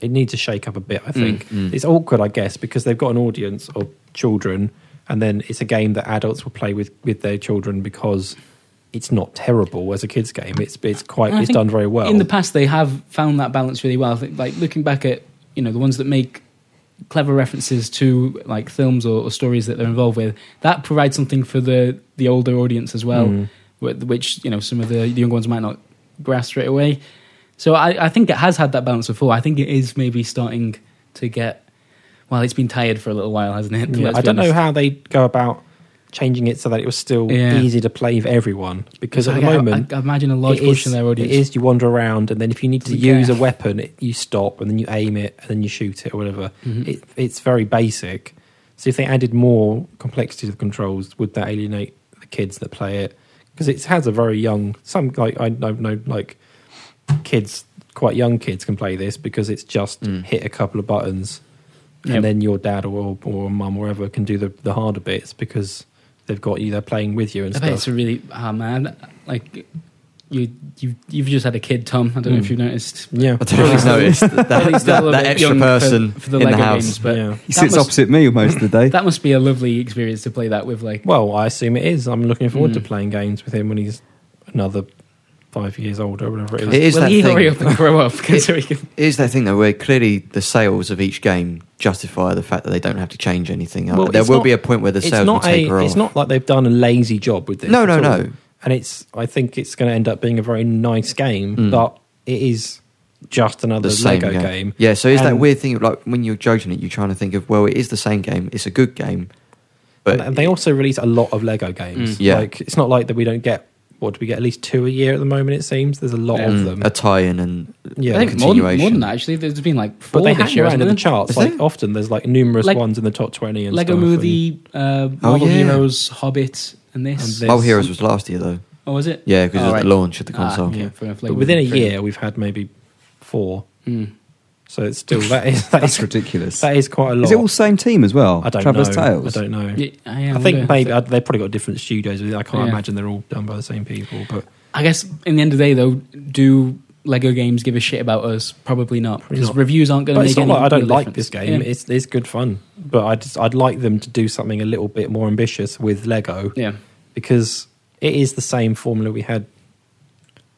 [SPEAKER 4] it needs to shake up a bit.
[SPEAKER 3] Mm,
[SPEAKER 4] I think it's awkward, I guess, because they've got an audience of children, and then it's a game that adults will play with with their children because it's not terrible as a kids' game. It's it's quite
[SPEAKER 3] And I
[SPEAKER 4] it's
[SPEAKER 3] think
[SPEAKER 4] done very well.
[SPEAKER 3] In the past, they have found that balance really well. I think, like looking back at you know the ones that make clever references to like films or, or stories that they're involved with, that provides something for the the older audience as well,
[SPEAKER 4] Mm.
[SPEAKER 3] wh- which you know some of the, the younger ones might not grasp straight away. So I, I think it has had that balance before. I think it is maybe starting to get. Well, it's been tired for a little while, hasn't it?
[SPEAKER 4] Yeah,
[SPEAKER 3] Let's
[SPEAKER 4] I
[SPEAKER 3] be
[SPEAKER 4] don't know
[SPEAKER 3] honest.
[SPEAKER 4] how they go about changing it so that it was still
[SPEAKER 3] Yeah.
[SPEAKER 4] easy to play for everyone because at
[SPEAKER 3] I-
[SPEAKER 4] the moment
[SPEAKER 3] I, I imagine a large
[SPEAKER 4] it
[SPEAKER 3] portion of
[SPEAKER 4] is-
[SPEAKER 3] their audience
[SPEAKER 4] It is you wander around, and then if you need to
[SPEAKER 3] Doesn't care.
[SPEAKER 4] use a weapon, it, you stop and then you aim it and then you shoot it or whatever.
[SPEAKER 3] Mm-hmm.
[SPEAKER 4] It, it's very basic. So if they added more complexity to the controls, would that alienate the kids that play it? Because it has a very young. Some like I don't know like kids, quite young kids can play this because it's just hit a couple of buttons,
[SPEAKER 3] Mm. Yep.
[SPEAKER 4] and then your dad or or mum or whatever can do the the harder bits because they've got you. They're playing with you and
[SPEAKER 3] I bet
[SPEAKER 4] stuff.
[SPEAKER 3] it's a really ah man, like you you you've just had a kid, Tom. I don't know if
[SPEAKER 4] Mm.
[SPEAKER 3] you've noticed.
[SPEAKER 4] yeah.
[SPEAKER 2] I totally noticed that,
[SPEAKER 3] At
[SPEAKER 2] that,
[SPEAKER 3] least they're a
[SPEAKER 2] that,
[SPEAKER 3] little bit
[SPEAKER 2] extra
[SPEAKER 3] young for-
[SPEAKER 2] person
[SPEAKER 3] for the
[SPEAKER 2] in the
[SPEAKER 3] Lego
[SPEAKER 2] house.
[SPEAKER 3] games, but
[SPEAKER 4] Yeah.
[SPEAKER 1] he
[SPEAKER 3] that
[SPEAKER 1] sits
[SPEAKER 3] must-
[SPEAKER 1] opposite me most of the day.
[SPEAKER 3] That must be a lovely experience to play that with. Like,
[SPEAKER 4] Well, I assume it is. I'm looking forward to
[SPEAKER 3] Mm.
[SPEAKER 4] playing games with him when he's another five years older, or whatever it is.
[SPEAKER 2] It is
[SPEAKER 3] will
[SPEAKER 2] that
[SPEAKER 3] he
[SPEAKER 2] thing.
[SPEAKER 3] hurry up and grow up? 'Cause we can-
[SPEAKER 2] It is that thing though, where clearly the sales of each game justify the fact that they don't have to change anything.
[SPEAKER 4] Well,
[SPEAKER 2] there
[SPEAKER 4] it's
[SPEAKER 2] will
[SPEAKER 4] not-
[SPEAKER 2] be a point where the
[SPEAKER 4] It's
[SPEAKER 2] sales will
[SPEAKER 4] not a.
[SPEAKER 2] taper
[SPEAKER 4] It's
[SPEAKER 2] off.
[SPEAKER 4] not like they've done a lazy job with this.
[SPEAKER 2] No,
[SPEAKER 4] at
[SPEAKER 2] no,
[SPEAKER 4] all.
[SPEAKER 2] no.
[SPEAKER 4] And it's. I think it's going to end up being a very nice game,
[SPEAKER 2] Mm.
[SPEAKER 4] but it is just another
[SPEAKER 2] the same
[SPEAKER 4] Lego game.
[SPEAKER 2] game. Yeah, so it's that
[SPEAKER 4] And-
[SPEAKER 2] weird thing like when you're judging it, you're trying to think of well, it is the same game. It's a good game, but
[SPEAKER 4] and they also release a lot of Lego
[SPEAKER 2] Mm.
[SPEAKER 4] games.
[SPEAKER 2] Yeah.
[SPEAKER 4] Like it's not like that. We don't get. What do we get? At least two a year at the moment. It seems there's a lot
[SPEAKER 2] mm,
[SPEAKER 4] of them.
[SPEAKER 2] a tie-in and
[SPEAKER 4] Yeah.
[SPEAKER 3] I
[SPEAKER 4] the
[SPEAKER 3] think more than, more
[SPEAKER 2] continuation.
[SPEAKER 3] than that, actually. There's been like four
[SPEAKER 4] but they
[SPEAKER 3] this
[SPEAKER 4] hang
[SPEAKER 3] year.
[SPEAKER 4] around in
[SPEAKER 3] hasn't
[SPEAKER 4] the
[SPEAKER 3] there?
[SPEAKER 4] charts.
[SPEAKER 2] Is
[SPEAKER 4] Like
[SPEAKER 2] there?
[SPEAKER 4] often, there's like numerous
[SPEAKER 3] Like-
[SPEAKER 4] ones in the top twenty and
[SPEAKER 3] Lego
[SPEAKER 4] stuff, and-
[SPEAKER 3] Movie, uh,
[SPEAKER 2] Oh,
[SPEAKER 3] Marvel
[SPEAKER 2] yeah.
[SPEAKER 3] Heroes, Hobbit, and this.
[SPEAKER 4] And
[SPEAKER 2] Oh,
[SPEAKER 4] this.
[SPEAKER 2] Heroes was last year though.
[SPEAKER 3] oh, was it?
[SPEAKER 2] Yeah, because
[SPEAKER 3] Oh,
[SPEAKER 2] of
[SPEAKER 3] right.
[SPEAKER 2] the launch of the
[SPEAKER 3] Ah,
[SPEAKER 2] console.
[SPEAKER 3] okay, fair enough.
[SPEAKER 4] But
[SPEAKER 3] Lego
[SPEAKER 4] within a
[SPEAKER 3] Movie, fair
[SPEAKER 4] year, we've had maybe four.
[SPEAKER 3] enough. Mm.
[SPEAKER 4] So it's still that is that
[SPEAKER 1] That's
[SPEAKER 4] is,
[SPEAKER 1] ridiculous.
[SPEAKER 4] that is quite a lot.
[SPEAKER 1] Is it all same team as well?
[SPEAKER 4] I don't
[SPEAKER 1] Traveller's
[SPEAKER 4] know.
[SPEAKER 1] Tales.
[SPEAKER 4] I don't know.
[SPEAKER 3] Yeah, yeah,
[SPEAKER 4] I think
[SPEAKER 3] wonder.
[SPEAKER 4] maybe I, they've probably got different studios. I can't
[SPEAKER 3] Yeah.
[SPEAKER 4] imagine they're all done by the same people. But
[SPEAKER 3] I guess in the end of the day, though, do Lego games give a shit about us? Probably not,
[SPEAKER 4] Probably
[SPEAKER 3] because
[SPEAKER 4] not.
[SPEAKER 3] reviews aren't going to
[SPEAKER 4] but
[SPEAKER 3] make
[SPEAKER 4] it's not
[SPEAKER 3] any.
[SPEAKER 4] like I don't
[SPEAKER 3] real
[SPEAKER 4] like
[SPEAKER 3] difference.
[SPEAKER 4] this game.
[SPEAKER 3] Yeah.
[SPEAKER 4] It's it's good fun. But I just I'd like them to do something a little bit more ambitious with Lego
[SPEAKER 3] yeah,
[SPEAKER 4] because it is the same formula we had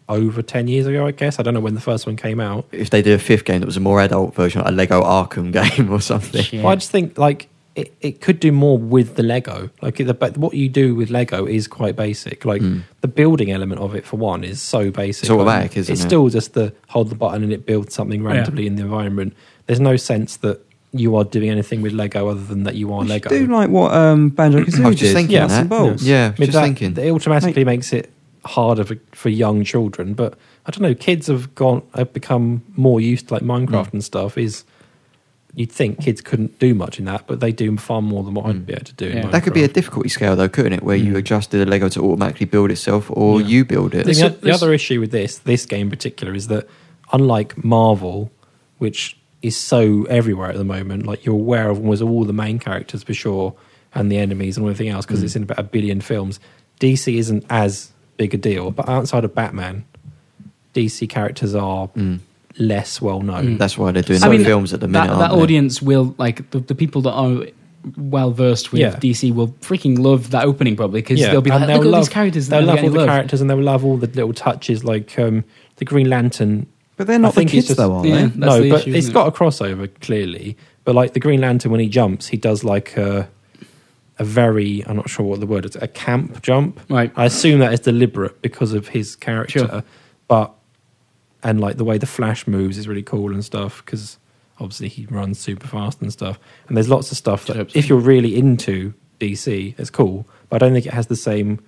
[SPEAKER 4] over ten years ago. I guess I don't know when the first one came out.
[SPEAKER 2] If they did a fifth game that was a more adult version, like a Lego Arkham game or something.
[SPEAKER 3] Shit.
[SPEAKER 4] Well, I just think like it, it could do more with the Lego. Like the, but what you do with Lego is quite basic. Like the building element of it, for one, is so basic.
[SPEAKER 2] It's automatic, isn't
[SPEAKER 4] it's
[SPEAKER 2] it?
[SPEAKER 4] still just the hold the button and it builds something randomly in the environment. There's no sense that you are doing anything with Lego other than that you are
[SPEAKER 1] You should
[SPEAKER 4] Lego.
[SPEAKER 1] do like what um, Banjo Kazooie
[SPEAKER 2] I was just
[SPEAKER 1] did,
[SPEAKER 2] thinking
[SPEAKER 1] nuts
[SPEAKER 2] that.
[SPEAKER 1] and bolts.
[SPEAKER 2] Yeah, I was
[SPEAKER 4] With
[SPEAKER 2] just
[SPEAKER 4] that,
[SPEAKER 2] thinking.
[SPEAKER 4] it automatically makes it harder for, for young children. But I don't know, kids have gone have become more used to like Minecraft
[SPEAKER 2] Mm.
[SPEAKER 4] and stuff. Is you'd think kids couldn't do much in that, but they do far more than what I'd be able to do.
[SPEAKER 3] Yeah.
[SPEAKER 4] In
[SPEAKER 2] Mm. That could be a
[SPEAKER 4] Minecraft.
[SPEAKER 2] difficulty scale though, couldn't it? Where you
[SPEAKER 1] Hmm.
[SPEAKER 4] Mm.
[SPEAKER 2] adjusted the Lego to automatically build itself, or
[SPEAKER 4] Yeah.
[SPEAKER 2] you build
[SPEAKER 4] The,
[SPEAKER 2] it.
[SPEAKER 3] This-
[SPEAKER 4] the
[SPEAKER 3] this-
[SPEAKER 4] other issue with this this game in particular is that unlike Marvel, which is so everywhere at the moment, like you're aware of was all the main characters for sure and the enemies and everything else because it's in about a billion films. DC isn't as big a deal, but outside of Batman, DC characters are less well known.
[SPEAKER 2] Mm. That's why they're doing
[SPEAKER 3] I
[SPEAKER 2] no
[SPEAKER 3] mean,
[SPEAKER 2] films at the minute.
[SPEAKER 3] that,
[SPEAKER 2] aren't
[SPEAKER 3] that
[SPEAKER 2] they?
[SPEAKER 3] audience will like the, the people that are well versed with
[SPEAKER 4] Yeah.
[SPEAKER 3] DC will freaking love that opening probably because
[SPEAKER 4] Yeah,
[SPEAKER 3] they'll be
[SPEAKER 4] and
[SPEAKER 3] like,
[SPEAKER 4] they'll
[SPEAKER 3] look at all
[SPEAKER 4] love-
[SPEAKER 3] these characters. that
[SPEAKER 4] They'll
[SPEAKER 3] never
[SPEAKER 4] love
[SPEAKER 3] get
[SPEAKER 4] all
[SPEAKER 3] any
[SPEAKER 4] the
[SPEAKER 3] love.
[SPEAKER 4] characters and they'll love all the little touches like um, the Green Lantern.
[SPEAKER 1] But they're not
[SPEAKER 4] I think
[SPEAKER 1] the kids
[SPEAKER 4] it's just-
[SPEAKER 1] though, are
[SPEAKER 3] Yeah.
[SPEAKER 1] they?
[SPEAKER 3] That's
[SPEAKER 4] no,
[SPEAKER 3] the
[SPEAKER 4] but
[SPEAKER 3] issue,
[SPEAKER 4] it's
[SPEAKER 3] isn't it?
[SPEAKER 4] got a crossover clearly. But like the Green Lantern, when he jumps, he does like a, a very I'm not sure what the word is a camp jump.
[SPEAKER 3] Right.
[SPEAKER 4] I assume that is deliberate because of his character,
[SPEAKER 3] Sure.
[SPEAKER 4] but and like the way the Flash moves is really cool and stuff because obviously he runs super fast and stuff. And there's lots of stuff that
[SPEAKER 3] Absolutely.
[SPEAKER 4] if you're really into DC, it's cool. But I don't think it has the same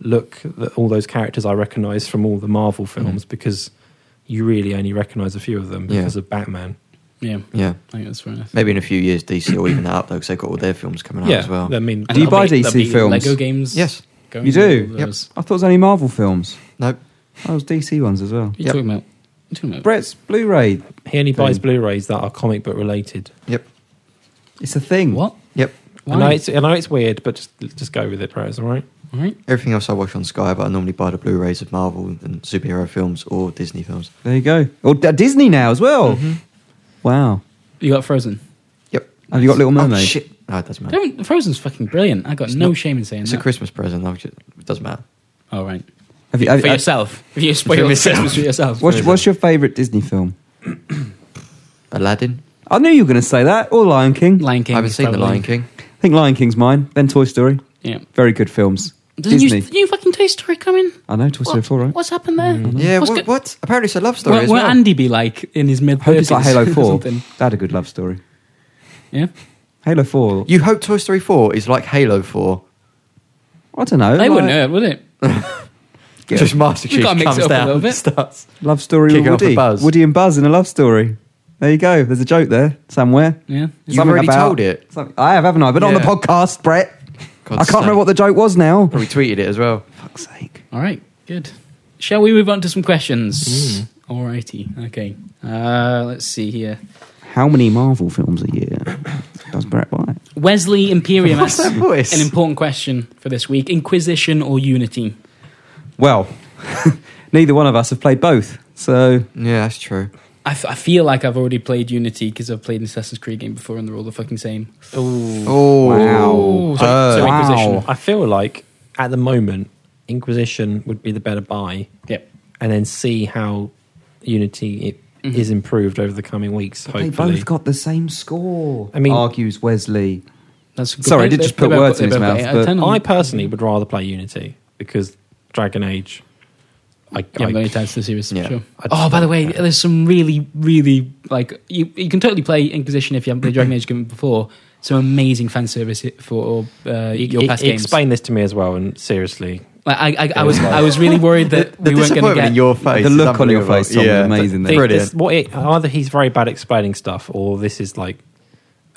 [SPEAKER 4] look that all those characters I recognise from all the Marvel
[SPEAKER 2] Mm-hmm.
[SPEAKER 4] films because you really only recognise a few of them
[SPEAKER 2] Yeah.
[SPEAKER 4] because of Batman.
[SPEAKER 3] Yeah,
[SPEAKER 2] Yeah.
[SPEAKER 3] I think that's fair enough.
[SPEAKER 2] Maybe in a few years, DC will even that up though, because they've got all their films coming out
[SPEAKER 4] yeah,
[SPEAKER 2] as well.
[SPEAKER 4] I mean,
[SPEAKER 3] And
[SPEAKER 1] Do you
[SPEAKER 3] that'll
[SPEAKER 1] buy
[SPEAKER 3] be-
[SPEAKER 1] DC
[SPEAKER 3] that'll be
[SPEAKER 1] films?
[SPEAKER 3] Lego games.
[SPEAKER 2] Yes.
[SPEAKER 3] going
[SPEAKER 1] You
[SPEAKER 3] with
[SPEAKER 1] do?
[SPEAKER 3] all
[SPEAKER 2] Yep.
[SPEAKER 3] those.
[SPEAKER 1] I thought it was only Marvel films.
[SPEAKER 2] Nope.
[SPEAKER 1] Oh, it was DC ones as well.
[SPEAKER 3] What are you
[SPEAKER 2] Yep.
[SPEAKER 3] talking about? What are you talking about?
[SPEAKER 1] Brett's Blu-ray.
[SPEAKER 4] he only buys
[SPEAKER 1] Mm.
[SPEAKER 4] Blu-rays that are comic book related.
[SPEAKER 2] Yep.
[SPEAKER 1] It's a thing.
[SPEAKER 3] What?
[SPEAKER 2] Yep.
[SPEAKER 4] I know
[SPEAKER 3] Why?
[SPEAKER 4] it's I know it's weird, but just just go with it, bros. All right.
[SPEAKER 3] All right.
[SPEAKER 2] Everything else I watch on Sky, but I normally buy the Blu-rays of Marvel and superhero films or Disney films.
[SPEAKER 1] There you go. Or D- uh, Disney now as well. Wow.
[SPEAKER 3] You got Frozen.
[SPEAKER 2] Yep.
[SPEAKER 1] Have you got Little Mermaid?
[SPEAKER 2] Oh, shit. No, it doesn't matter.
[SPEAKER 3] Don't, Frozen's fucking brilliant. I got
[SPEAKER 2] It's
[SPEAKER 3] no
[SPEAKER 2] not-
[SPEAKER 3] shame in saying
[SPEAKER 2] It's
[SPEAKER 3] that.
[SPEAKER 2] a Christmas present. I just, it doesn't matter.
[SPEAKER 3] All right.
[SPEAKER 1] Have you, have,
[SPEAKER 3] for
[SPEAKER 1] you-
[SPEAKER 3] yourself. If you spoil
[SPEAKER 2] yourself.
[SPEAKER 3] Christmas for yourself.
[SPEAKER 1] what's, what's your favourite Disney film?
[SPEAKER 2] Aladdin.
[SPEAKER 1] I knew you were going to say that. Or Lion King.
[SPEAKER 3] Lion King.
[SPEAKER 2] I haven't
[SPEAKER 3] is
[SPEAKER 2] seen The
[SPEAKER 3] probably-
[SPEAKER 2] Lion King.
[SPEAKER 1] I think Lion King's mine. Then Toy Story.
[SPEAKER 3] Yeah.
[SPEAKER 1] Very good films.
[SPEAKER 3] Doesn't
[SPEAKER 1] Disney.
[SPEAKER 3] Disney. New, new fucking Toy Story coming?
[SPEAKER 1] I know Toy Story
[SPEAKER 3] What-
[SPEAKER 1] 4, right? Mm-hmm.
[SPEAKER 3] What's happened there?
[SPEAKER 2] Yeah,
[SPEAKER 3] What's
[SPEAKER 2] what,
[SPEAKER 3] go-
[SPEAKER 2] what? Apparently it's a love story
[SPEAKER 3] What
[SPEAKER 2] as
[SPEAKER 3] will
[SPEAKER 2] well.
[SPEAKER 3] Andy be like in his mid
[SPEAKER 1] I hope it's like Halo 4.
[SPEAKER 3] Something.
[SPEAKER 1] That had a good love story.
[SPEAKER 3] Yeah.
[SPEAKER 1] Halo 4.
[SPEAKER 2] You hope Toy Story 4 is like Halo 4.
[SPEAKER 1] I don't know.
[SPEAKER 3] They
[SPEAKER 1] like,
[SPEAKER 3] wouldn't know, would it?
[SPEAKER 1] Yeah.
[SPEAKER 2] Just Master
[SPEAKER 3] We've
[SPEAKER 2] Chief
[SPEAKER 3] gotta mix
[SPEAKER 2] comes
[SPEAKER 3] it up a
[SPEAKER 2] down
[SPEAKER 3] little bit.
[SPEAKER 2] and starts.
[SPEAKER 1] Love story with
[SPEAKER 2] Kicking off the
[SPEAKER 1] Woody.
[SPEAKER 2] buzz.
[SPEAKER 1] Woody and Buzz in a love story. There you go. There's a joke there somewhere.
[SPEAKER 3] Yeah.
[SPEAKER 2] You've already told it.
[SPEAKER 1] something- I have, haven't I? But on the
[SPEAKER 2] Yeah.
[SPEAKER 1] podcast, Brett.
[SPEAKER 2] God's
[SPEAKER 1] I can't remember
[SPEAKER 2] sake.
[SPEAKER 1] what the joke was now.
[SPEAKER 2] Probably tweeted it as well.
[SPEAKER 1] fuck's sake.
[SPEAKER 3] All right. Good. Shall we move on to some questions?
[SPEAKER 1] Mm.
[SPEAKER 3] All righty. Okay. Uh, let's see here.
[SPEAKER 1] How many Marvel films a year does Brett buy?
[SPEAKER 3] Wesley Imperium asks
[SPEAKER 2] that voice?
[SPEAKER 3] an important question for this week: Inquisition or Unity?
[SPEAKER 1] Well, neither one of us have played both. So,
[SPEAKER 2] Yeah, that's true.
[SPEAKER 3] I, f- I feel like I've already played Unity because I've played an Assassin's Creed game before, and they're all the fucking same.
[SPEAKER 2] Oh,
[SPEAKER 1] Wow.
[SPEAKER 3] Ooh, sorry, sorry,
[SPEAKER 1] wow.
[SPEAKER 3] Inquisition.
[SPEAKER 4] I feel like at the moment Inquisition would be the better buy,
[SPEAKER 3] Yep.
[SPEAKER 4] and then see how Unity it is
[SPEAKER 3] Mm-hmm.
[SPEAKER 4] improved over the coming weeks.
[SPEAKER 1] they
[SPEAKER 4] Hopefully,
[SPEAKER 1] both got the same score,
[SPEAKER 4] I mean-
[SPEAKER 1] argues Wesley.
[SPEAKER 3] That's a good
[SPEAKER 1] Sorry, I
[SPEAKER 3] point.
[SPEAKER 1] did just
[SPEAKER 3] They-
[SPEAKER 1] put
[SPEAKER 3] they
[SPEAKER 1] words
[SPEAKER 3] both-
[SPEAKER 1] in his
[SPEAKER 3] they both
[SPEAKER 1] mouth,
[SPEAKER 3] got eight out
[SPEAKER 1] but
[SPEAKER 3] of 10 on-
[SPEAKER 4] I personally would rather play Unity because Dragon Age. I,
[SPEAKER 3] Yeah,
[SPEAKER 4] I-
[SPEAKER 3] many times the series.
[SPEAKER 2] Yeah.
[SPEAKER 3] Sure.
[SPEAKER 4] I-
[SPEAKER 3] Oh, by the way, there's some really, really like you. You can totally play Inquisition if you haven't played Dragon Age game before. Some amazing fan service for uh, your
[SPEAKER 4] e-
[SPEAKER 3] past games.
[SPEAKER 4] explain this to me as well, and seriously,
[SPEAKER 3] Like, I, I, I was, I was really worried that
[SPEAKER 2] The
[SPEAKER 3] we weren't going
[SPEAKER 2] disappointment
[SPEAKER 3] to get.
[SPEAKER 2] in your face.
[SPEAKER 1] the
[SPEAKER 2] is
[SPEAKER 1] look on your
[SPEAKER 2] unbelievable.
[SPEAKER 1] face, Tom, is
[SPEAKER 2] yeah,
[SPEAKER 1] amazing
[SPEAKER 2] th-
[SPEAKER 1] there.
[SPEAKER 2] Brilliant.
[SPEAKER 4] This- what it, either he's very bad at explaining stuff, or this is like,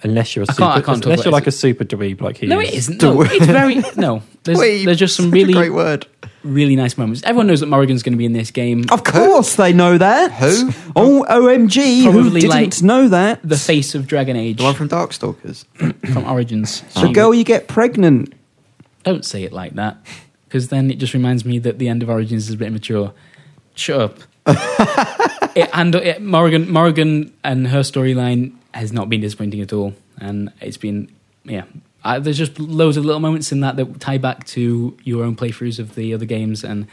[SPEAKER 4] unless you're a
[SPEAKER 3] I
[SPEAKER 4] super,
[SPEAKER 3] can't- I can't talk
[SPEAKER 4] unless you're
[SPEAKER 3] about
[SPEAKER 4] like a super dweeb like he
[SPEAKER 3] no,
[SPEAKER 4] is.
[SPEAKER 3] it isn't. No, it's very no. There's,
[SPEAKER 2] Wait,
[SPEAKER 3] there's just some
[SPEAKER 2] such a great
[SPEAKER 3] really,
[SPEAKER 2] word.
[SPEAKER 3] really nice moments. Everyone knows that Morrigan's going to be in this game.
[SPEAKER 2] Oh,
[SPEAKER 1] Of course, they know that.
[SPEAKER 2] Who?
[SPEAKER 1] Oh, OMG! who
[SPEAKER 3] Probably,
[SPEAKER 1] didn't
[SPEAKER 3] like,
[SPEAKER 1] know that?
[SPEAKER 3] The face of Dragon Age
[SPEAKER 2] The one from Darkstalkers.
[SPEAKER 3] from Origins.
[SPEAKER 1] The
[SPEAKER 3] She-
[SPEAKER 1] girl you get pregnant.
[SPEAKER 3] Don't say it like that, because then it just reminds me that the end of Origins is a bit immature. Shut up. it, and it, Morrigan, Morrigan, and her storyline has not been disappointing at all, and it's been yeah. I, there's just loads of little moments in that that tie back to your own playthroughs of the other games, and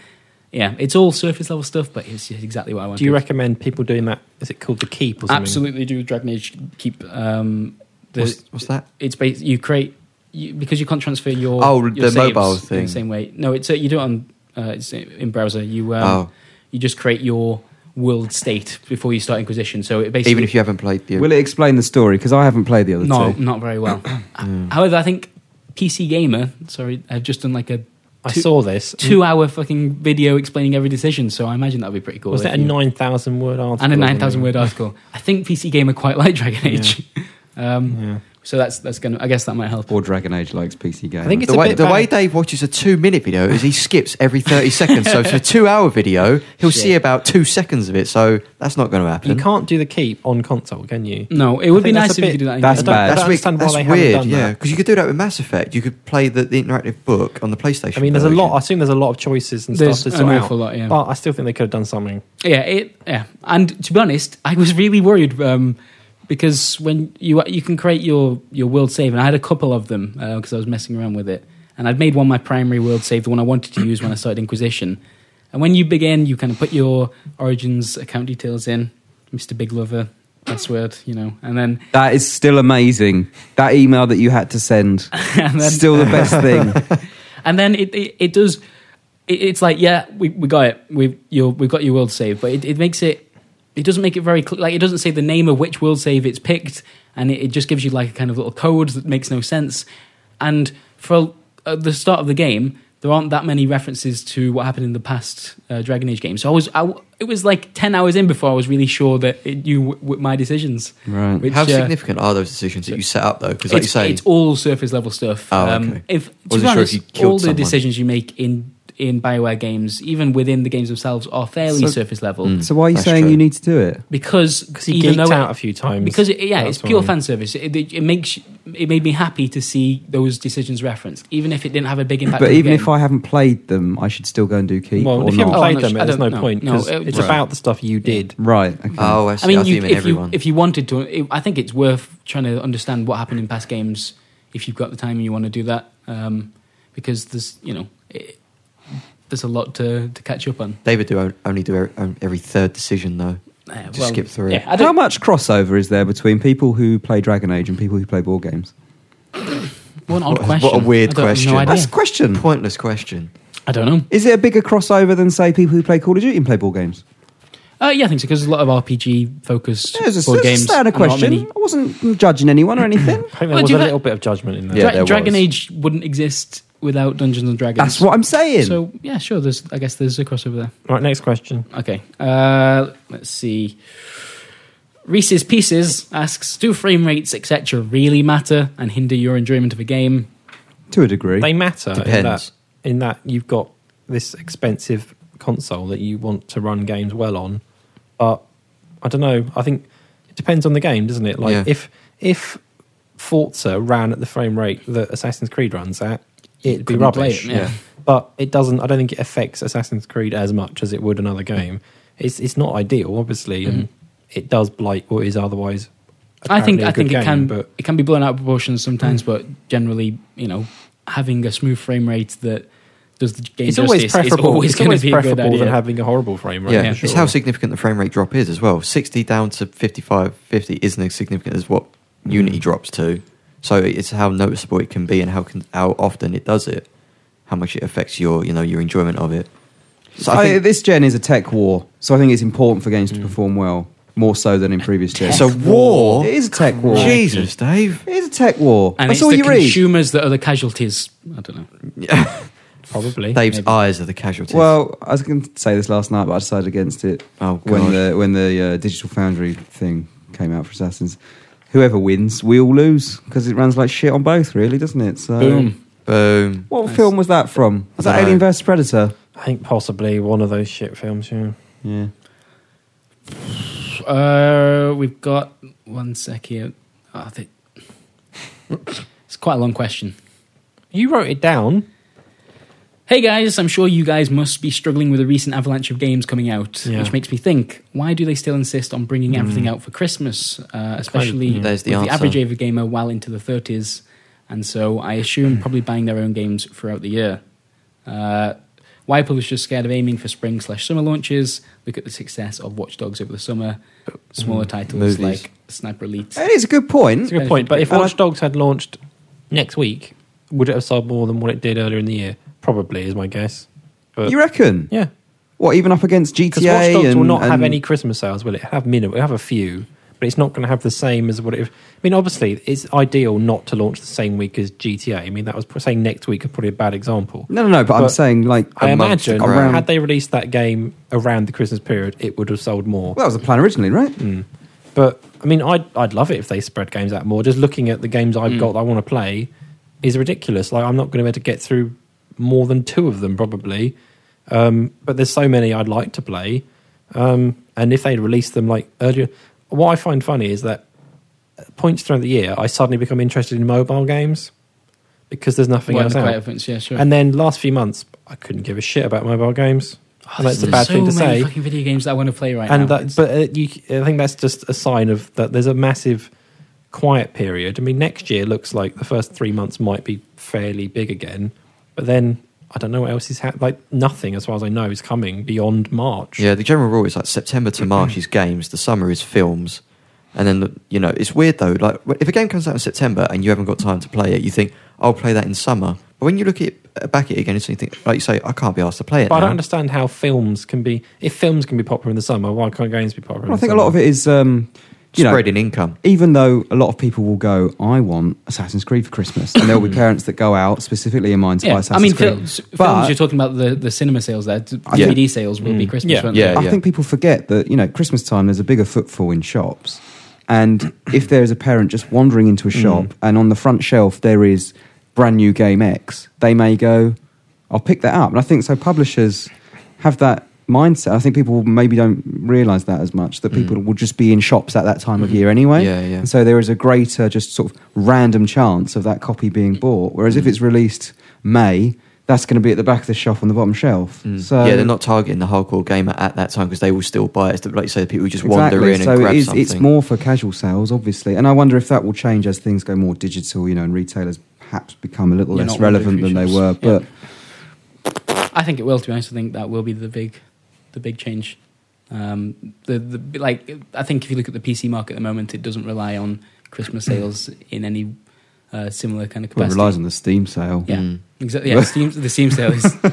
[SPEAKER 3] yeah, it's all surface level stuff, but it's just exactly what I wanted.
[SPEAKER 4] Do you recommend people doing that? Is it called the keep or something?
[SPEAKER 3] Absolutely, do Dragon Age keep. Um, the,
[SPEAKER 2] What's, what's that?
[SPEAKER 3] it's based you create you, because you can't transfer your
[SPEAKER 2] Oh,
[SPEAKER 3] your
[SPEAKER 2] the
[SPEAKER 3] saves
[SPEAKER 2] mobile
[SPEAKER 3] in
[SPEAKER 2] thing.
[SPEAKER 3] the same way. No, it's uh, you do it on uh, it's in browser. You um,
[SPEAKER 2] Oh.
[SPEAKER 3] you just create your world state before you start Inquisition. So it basically
[SPEAKER 2] Even if you haven't played the.
[SPEAKER 1] Will it explain the story? Because I haven't played the other
[SPEAKER 3] no,
[SPEAKER 1] two.
[SPEAKER 3] not very well. Uh, However, I think PC Gamer, sorry, I've just done like a
[SPEAKER 4] I
[SPEAKER 3] two-
[SPEAKER 4] saw this.
[SPEAKER 3] two-hour fucking video explaining every decision. So I imagine that would be pretty cool.
[SPEAKER 4] Was
[SPEAKER 3] if
[SPEAKER 4] that a
[SPEAKER 3] you-
[SPEAKER 4] nine thousand word article?
[SPEAKER 3] and a
[SPEAKER 4] or
[SPEAKER 3] nine thousand word
[SPEAKER 4] something?
[SPEAKER 3] article? I think PC Gamer quite like Dragon
[SPEAKER 4] Yeah.
[SPEAKER 3] Age. um,
[SPEAKER 4] Yeah.
[SPEAKER 3] So that's that's gonna. I guess that might help.
[SPEAKER 1] Or Dragon Age likes PC games.
[SPEAKER 4] I think it's
[SPEAKER 2] the
[SPEAKER 4] a
[SPEAKER 2] way,
[SPEAKER 4] bit
[SPEAKER 2] the way
[SPEAKER 4] bad.
[SPEAKER 2] Dave watches a two minute video is he skips every 30 seconds. So, for a two hour video, he'll
[SPEAKER 3] Shit.
[SPEAKER 2] see about two seconds of it. So, that's not going to happen.
[SPEAKER 4] You can't do the keep on console, can you?
[SPEAKER 3] No, it would
[SPEAKER 4] I
[SPEAKER 3] be
[SPEAKER 4] think that's
[SPEAKER 3] nice
[SPEAKER 4] a
[SPEAKER 3] if you
[SPEAKER 4] bit-
[SPEAKER 3] could do that. in
[SPEAKER 1] That's
[SPEAKER 3] game.
[SPEAKER 1] bad.
[SPEAKER 4] I don't
[SPEAKER 2] That's, weird-
[SPEAKER 4] understand why
[SPEAKER 2] that's
[SPEAKER 4] they haven't
[SPEAKER 2] weird,
[SPEAKER 4] done
[SPEAKER 2] yeah.
[SPEAKER 4] that.
[SPEAKER 2] Because you could do that with Mass Effect. You could play the, the interactive book on the PlayStation.
[SPEAKER 4] I mean, there's a
[SPEAKER 2] version.
[SPEAKER 4] lot. I assume there's a lot of choices and
[SPEAKER 3] There's
[SPEAKER 4] stuff to
[SPEAKER 3] an
[SPEAKER 4] sort
[SPEAKER 3] awful
[SPEAKER 4] out,
[SPEAKER 3] lot, yeah.
[SPEAKER 4] But I still think they could have done something.
[SPEAKER 3] Yeah, it yeah. And to be honest, I was really worried um, because when you you can create your your world save, and I had a couple of them because I was messing around with it, and I'd made one my primary world save, the one I wanted to use when I started Inquisition. And when you begin, you kind of put your origins account details in, Mister Big Lover, password, you know, and then
[SPEAKER 1] That is still amazing. That email that you had to send,
[SPEAKER 3] and then
[SPEAKER 1] still the best thing.
[SPEAKER 3] and then it it, it does. It, it's like yeah, we, we got it. We you we've got your world save, but it, it makes it. It doesn't make it very clear. Like it doesn't say the name of which world save it's picked, and it, it just gives you like a kind of little code that makes no sense. And for at the start of the game, there aren't that many references to what happened in the past uh, Dragon Age game. So I was I w it was like ten hours in before I was really sure that it knew w- w- my decisions.
[SPEAKER 1] Right.
[SPEAKER 3] Which,
[SPEAKER 2] How
[SPEAKER 3] uh,
[SPEAKER 2] significant are those decisions that you set up, though? Because, like you
[SPEAKER 3] it's,
[SPEAKER 2] say,
[SPEAKER 3] it's all surface level stuff. Um,
[SPEAKER 2] Oh, okay.
[SPEAKER 3] if to
[SPEAKER 2] Wasn't sure
[SPEAKER 3] be
[SPEAKER 2] if
[SPEAKER 3] honest,
[SPEAKER 2] you killed
[SPEAKER 3] all the
[SPEAKER 2] someone.
[SPEAKER 3] decisions you make in in Bioware games, even within the games themselves, are fairly
[SPEAKER 1] So-
[SPEAKER 3] surface level
[SPEAKER 2] Mm.
[SPEAKER 1] So why are you
[SPEAKER 2] That's
[SPEAKER 1] saying
[SPEAKER 2] true.
[SPEAKER 1] you need to do it?
[SPEAKER 3] because
[SPEAKER 4] Because he
[SPEAKER 3] even
[SPEAKER 4] geeked
[SPEAKER 3] though
[SPEAKER 4] out a few times.
[SPEAKER 3] because it, yeah,
[SPEAKER 4] That's
[SPEAKER 3] it's pure
[SPEAKER 4] why.
[SPEAKER 3] fan service. It, it, it makes it made me happy to see those decisions referenced, even if it didn't have a big impact.
[SPEAKER 1] But
[SPEAKER 3] on the
[SPEAKER 1] even
[SPEAKER 3] game.
[SPEAKER 1] if I haven't played them, I should still go and do keep
[SPEAKER 4] well,
[SPEAKER 1] or
[SPEAKER 4] if you haven't
[SPEAKER 1] not.
[SPEAKER 3] Oh,
[SPEAKER 4] played
[SPEAKER 3] no,
[SPEAKER 4] them,
[SPEAKER 3] I
[SPEAKER 4] there's no
[SPEAKER 3] don't- no,
[SPEAKER 4] point.
[SPEAKER 3] no,
[SPEAKER 4] 'cause
[SPEAKER 3] it-
[SPEAKER 4] it's
[SPEAKER 3] Right.
[SPEAKER 4] about the stuff you did.
[SPEAKER 1] Right. Okay.
[SPEAKER 2] oh, I see.
[SPEAKER 3] I mean,
[SPEAKER 2] I
[SPEAKER 3] you,
[SPEAKER 2] mean
[SPEAKER 3] if
[SPEAKER 2] everyone.
[SPEAKER 3] you if you wanted to, it, I think it's worth trying to understand what happened in past games if you've got the time and you want to do that, um, because there's you know it, there's a lot to to catch up on.
[SPEAKER 2] They would do o- only do every, um, every third decision though.
[SPEAKER 3] Uh,
[SPEAKER 2] Just skip through it.
[SPEAKER 3] yeah, I
[SPEAKER 1] How
[SPEAKER 3] don't,
[SPEAKER 1] much crossover is there between people who play Dragon Age and people who play board games?
[SPEAKER 3] what
[SPEAKER 2] What
[SPEAKER 3] an odd
[SPEAKER 2] a-
[SPEAKER 3] question.
[SPEAKER 2] what a weird
[SPEAKER 3] I don't-
[SPEAKER 2] question.
[SPEAKER 3] No
[SPEAKER 1] That's
[SPEAKER 3] idea.
[SPEAKER 1] a question.
[SPEAKER 2] Pointless question.
[SPEAKER 3] I don't know.
[SPEAKER 1] Is it a bigger crossover than say people who play Call of Duty and play board games?
[SPEAKER 3] Uh, yeah, I think so because there's a lot of RPG focused
[SPEAKER 1] Yeah, it's a,
[SPEAKER 3] board
[SPEAKER 1] it's a
[SPEAKER 3] games.
[SPEAKER 1] standard
[SPEAKER 3] and not
[SPEAKER 1] question.
[SPEAKER 3] many-
[SPEAKER 1] I wasn't judging anyone or anything.
[SPEAKER 4] I think there
[SPEAKER 3] Well,
[SPEAKER 4] was
[SPEAKER 3] do
[SPEAKER 4] a
[SPEAKER 3] that-
[SPEAKER 4] little bit of judgment in there.
[SPEAKER 2] Yeah, there
[SPEAKER 3] Dragon
[SPEAKER 2] was.
[SPEAKER 3] Age wouldn't exist without Dungeons and Dragons.
[SPEAKER 1] That's what I'm saying.
[SPEAKER 3] So yeah, sure. There's I guess there's a crossover there.
[SPEAKER 4] Right, next question.
[SPEAKER 3] Okay. Uh, let's see. Reese's Pieces asks Do frame rates, etc., really matter and hinder your enjoyment of a game?
[SPEAKER 1] to a degree.
[SPEAKER 4] They matter in that,
[SPEAKER 2] Depends.
[SPEAKER 4] in that you've got this expensive console that you want to run games well on, but I don't know. I think it depends on the game, doesn't it? Like
[SPEAKER 2] Yeah.
[SPEAKER 4] if if Forza ran at the frame rate that Assassin's Creed runs at, it'd be
[SPEAKER 3] Couldn't play
[SPEAKER 4] rubbish.
[SPEAKER 3] it, yeah. Yeah.
[SPEAKER 4] But it doesn't. I don't think it affects Assassin's Creed as much as it would another game. It's it's not ideal, obviously, and
[SPEAKER 3] Mm-hmm.
[SPEAKER 4] it does blight what is otherwise.
[SPEAKER 3] I think
[SPEAKER 4] apparently a
[SPEAKER 3] I
[SPEAKER 4] good
[SPEAKER 3] think it
[SPEAKER 4] game,
[SPEAKER 3] can
[SPEAKER 4] but Mm.
[SPEAKER 3] it can be blown out of proportion sometimes, but generally, you know, having a smooth frame rate that does the game
[SPEAKER 4] it's always
[SPEAKER 3] justice is
[SPEAKER 4] preferable.
[SPEAKER 3] always
[SPEAKER 4] it's
[SPEAKER 3] gonna
[SPEAKER 4] always
[SPEAKER 3] be a good
[SPEAKER 4] preferable than
[SPEAKER 3] idea.
[SPEAKER 4] having a horrible frame rate.
[SPEAKER 2] yeah,
[SPEAKER 4] for
[SPEAKER 3] for
[SPEAKER 2] it's
[SPEAKER 4] sure.
[SPEAKER 2] how significant the frame rate drop is as well. 60 down to 55, 50 isn't as significant as what Unity drops to. So it's how noticeable it can be and how can, how often it does it, how much it affects your you know your enjoyment of it. So I
[SPEAKER 1] I-
[SPEAKER 2] think,
[SPEAKER 1] this gen is a tech war, so I think it's important for games
[SPEAKER 3] Mm.
[SPEAKER 1] to perform well more so than in previous
[SPEAKER 2] it's
[SPEAKER 1] gens.
[SPEAKER 2] a
[SPEAKER 1] So
[SPEAKER 2] war.
[SPEAKER 1] it is a tech war.
[SPEAKER 2] Jesus, Dave.
[SPEAKER 1] It is a tech war.
[SPEAKER 3] and
[SPEAKER 1] That's
[SPEAKER 3] it's
[SPEAKER 1] all
[SPEAKER 3] the
[SPEAKER 1] you read.
[SPEAKER 3] consumers that are the casualties. I don't know.
[SPEAKER 4] Probably.
[SPEAKER 2] Dave's
[SPEAKER 3] Maybe.
[SPEAKER 2] eyes are the casualties.
[SPEAKER 1] Well, I was going to say this last night, but I decided against it
[SPEAKER 2] Oh,
[SPEAKER 1] when
[SPEAKER 2] God.
[SPEAKER 1] the when the uh, Digital Foundry thing came out for Assassins. Whoever wins, we all lose because it runs like shit on both, really, doesn't it? So,
[SPEAKER 3] Boom.
[SPEAKER 2] boom.
[SPEAKER 1] What
[SPEAKER 3] Nice.
[SPEAKER 1] film was that from? Was that
[SPEAKER 2] No.
[SPEAKER 1] Alien vs Predator?
[SPEAKER 4] I think possibly one of those shit films. Yeah.
[SPEAKER 1] Yeah.
[SPEAKER 3] Uh, we've got one sec here. Oh, I think it's quite a long question.
[SPEAKER 4] You wrote it down.
[SPEAKER 3] Hey guys, I'm sure you guys must be struggling with the recent avalanche of games coming out,
[SPEAKER 4] Yeah. Hmm.
[SPEAKER 3] which makes me think: why do they still insist on bringing everything out for Christmas, uh, especially
[SPEAKER 4] yeah.
[SPEAKER 2] There's the
[SPEAKER 3] with
[SPEAKER 2] answer.
[SPEAKER 3] average Ava gamer well into the 30s? And so I
[SPEAKER 4] Hmm.
[SPEAKER 3] assume probably buying their own games throughout the year. Uh, why are publishers scared of aiming for spring slash summer launches? Look at the success of Watch Dogs over the summer. Smaller
[SPEAKER 4] Hmm.
[SPEAKER 3] titles
[SPEAKER 2] movies.
[SPEAKER 3] like Sniper Elite.
[SPEAKER 1] It is a good point.
[SPEAKER 4] It's a good point. But if
[SPEAKER 1] And I-
[SPEAKER 4] Watch Dogs had launched next week, would it have sold more than what it did earlier in the year? Probably is my guess. But
[SPEAKER 1] You reckon?
[SPEAKER 4] yeah,
[SPEAKER 1] What, even up against
[SPEAKER 4] because
[SPEAKER 1] GTA?
[SPEAKER 4] Watch Dogs
[SPEAKER 1] and,
[SPEAKER 4] will not have
[SPEAKER 1] and-
[SPEAKER 4] any Christmas sales, will it? Have minimum, have a few, but it's not going to have the same as what it. I mean, obviously, it's ideal not to launch the same week as GTA. I mean, that was saying next week is probably a bad example.
[SPEAKER 1] No, no, no. But, I'm
[SPEAKER 4] But
[SPEAKER 1] saying like
[SPEAKER 4] I
[SPEAKER 1] a month
[SPEAKER 4] imagine
[SPEAKER 1] around.
[SPEAKER 4] had they released that game around the Christmas period, it would have sold more.
[SPEAKER 1] well, that was the plan originally, right?
[SPEAKER 4] Mm. But I mean, I'd I'd love it if they spread games out more. Just looking at the games
[SPEAKER 1] Mm.
[SPEAKER 4] I've got that I want to play is ridiculous. Like I'm not going to be able to get through more than two of them probably. Um, but there's so many I'd like to play. Um, and if they'd released them like earlier, what I find funny is that at points throughout the year I suddenly become interested in mobile games because there's nothing
[SPEAKER 3] Well,
[SPEAKER 4] else
[SPEAKER 3] the
[SPEAKER 4] out.
[SPEAKER 3] quiet events, yeah, sure.
[SPEAKER 4] And then last few months I couldn't give a shit about mobile games. and that's a
[SPEAKER 3] There's
[SPEAKER 4] bad
[SPEAKER 3] so
[SPEAKER 4] thing to
[SPEAKER 3] many
[SPEAKER 4] say
[SPEAKER 3] Fucking video games that I want to play right
[SPEAKER 4] and
[SPEAKER 3] now.
[SPEAKER 4] that, but uh, you, I think that's just a sign of that there's a massive quiet period. I mean, next year looks like the first three months might be fairly big again, but then I don't know what else is happening. Like nothing, as far as I know, is coming beyond March.
[SPEAKER 2] Yeah, the general rule is like September to March is games, the summer is films, And then you know it's weird though. Like if a game comes out in September and you haven't got time to play it, you think I'll play that in summer. But when you look at back at it again, it's you think like you say I can't be asked to play it.
[SPEAKER 4] But I
[SPEAKER 2] now.
[SPEAKER 4] don't understand how films can be. If films can be popular in the summer, why can't games be popular?
[SPEAKER 1] Well, I think a lot of it is, um, you know,
[SPEAKER 2] Spreading income.
[SPEAKER 1] even though a lot of people will go, I want Assassin's Creed for Christmas, and there will be parents that go out specifically in mind to buy
[SPEAKER 3] I
[SPEAKER 1] Assassin's
[SPEAKER 3] mean,
[SPEAKER 1] Creed.
[SPEAKER 3] films,
[SPEAKER 1] But-
[SPEAKER 3] films you're talking about the, the cinema sales there, d-
[SPEAKER 1] think-
[SPEAKER 3] DVD sales will be Christmas,
[SPEAKER 4] Yeah.
[SPEAKER 3] won't
[SPEAKER 2] Yeah.
[SPEAKER 3] they?
[SPEAKER 1] I think people forget that you know at Christmas time there's a bigger footfall in shops, and if there is a parent just wandering into a
[SPEAKER 2] Mm.
[SPEAKER 1] shop and on the front shelf there is brand new game X, they may go, "I'll pick that up." And I think so. Publishers have that mindset. I think people maybe don't realise that as much that people will just be in shops at that time of year anyway.
[SPEAKER 2] Mm. Yeah, yeah.
[SPEAKER 1] And so there is a greater just sort of random chance of that copy being bought. Whereas
[SPEAKER 2] Mm.
[SPEAKER 1] if it's released May. That's going to be at the back of the shelf on the bottom shelf. So
[SPEAKER 2] Mm. yeah, they're not targeting the hardcore gamer at that time because they will still buy it. It's like you say, the people who just wander in and
[SPEAKER 1] so
[SPEAKER 2] grab
[SPEAKER 1] it is,
[SPEAKER 2] something.
[SPEAKER 1] it's more for casual sales, obviously, and I wonder if that will change as things go more digital, you know, and retailers perhaps become a little
[SPEAKER 3] You're
[SPEAKER 1] less
[SPEAKER 3] not one of
[SPEAKER 1] relevant
[SPEAKER 3] those
[SPEAKER 1] than they
[SPEAKER 3] features.
[SPEAKER 1] were.
[SPEAKER 3] Yeah.
[SPEAKER 1] But
[SPEAKER 3] I think it will. To be honest, I think that will be the big, the big change. Um, the, the like, I think if you look at the PC market at the moment, it doesn't rely on Christmas sales in any uh, similar kind of
[SPEAKER 1] Mm. well, it
[SPEAKER 3] capacity.
[SPEAKER 1] relies on the Steam sale.
[SPEAKER 3] yeah,
[SPEAKER 2] Mm.
[SPEAKER 3] exactly. Yeah, Steam, the Steam sale is, but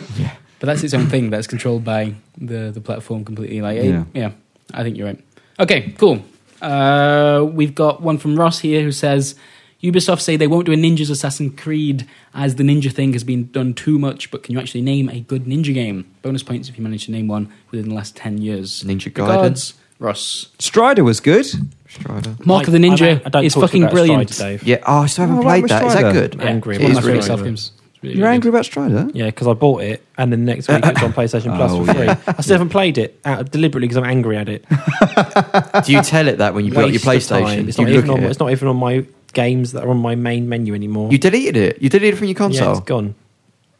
[SPEAKER 3] that's its own thing. That's controlled by the the platform completely. Like, yeah,
[SPEAKER 1] Yeah.
[SPEAKER 3] yeah I think you're right. Okay, cool. Uh, we've got one from Ross here who says. Ubisoft say they won't do a Ninja's Assassin's Creed as the ninja thing has been done too much, but can you actually name a good ninja game? Bonus points if you manage to name one within the last 10 years.
[SPEAKER 2] Ninja
[SPEAKER 3] Regards, Ross.
[SPEAKER 1] Strider was good.
[SPEAKER 2] Strider.
[SPEAKER 3] Mark of the Ninja
[SPEAKER 4] I don't
[SPEAKER 3] is
[SPEAKER 4] talk to you
[SPEAKER 3] fucking
[SPEAKER 4] about
[SPEAKER 3] brilliant.
[SPEAKER 4] Strider, Dave.
[SPEAKER 2] Yeah, oh, I still haven't
[SPEAKER 1] Oh, right,
[SPEAKER 2] played
[SPEAKER 1] with
[SPEAKER 2] that. Is that
[SPEAKER 1] Strider.
[SPEAKER 2] good?
[SPEAKER 4] Yeah. Angry
[SPEAKER 3] It's one of my
[SPEAKER 2] It
[SPEAKER 3] favourite
[SPEAKER 2] is
[SPEAKER 3] South
[SPEAKER 4] really
[SPEAKER 3] games. It's really,
[SPEAKER 1] You're
[SPEAKER 3] really
[SPEAKER 1] angry about Strider?
[SPEAKER 4] Yeah, because I bought it, and then next week it's on PlayStation Plus
[SPEAKER 1] Oh,
[SPEAKER 4] for free. I still haven't played it out, deliberately because I'm angry at it.
[SPEAKER 2] Do you tell it that when you put up your
[SPEAKER 4] Waste of time.
[SPEAKER 2] PlayStation?
[SPEAKER 4] It's
[SPEAKER 2] you
[SPEAKER 4] not,
[SPEAKER 2] look
[SPEAKER 4] even on,
[SPEAKER 2] at
[SPEAKER 4] it's
[SPEAKER 2] it.
[SPEAKER 4] not even on my games that are on my main menu anymore.
[SPEAKER 2] You deleted it. You deleted it from your
[SPEAKER 4] yeah,
[SPEAKER 2] console
[SPEAKER 4] it's gone.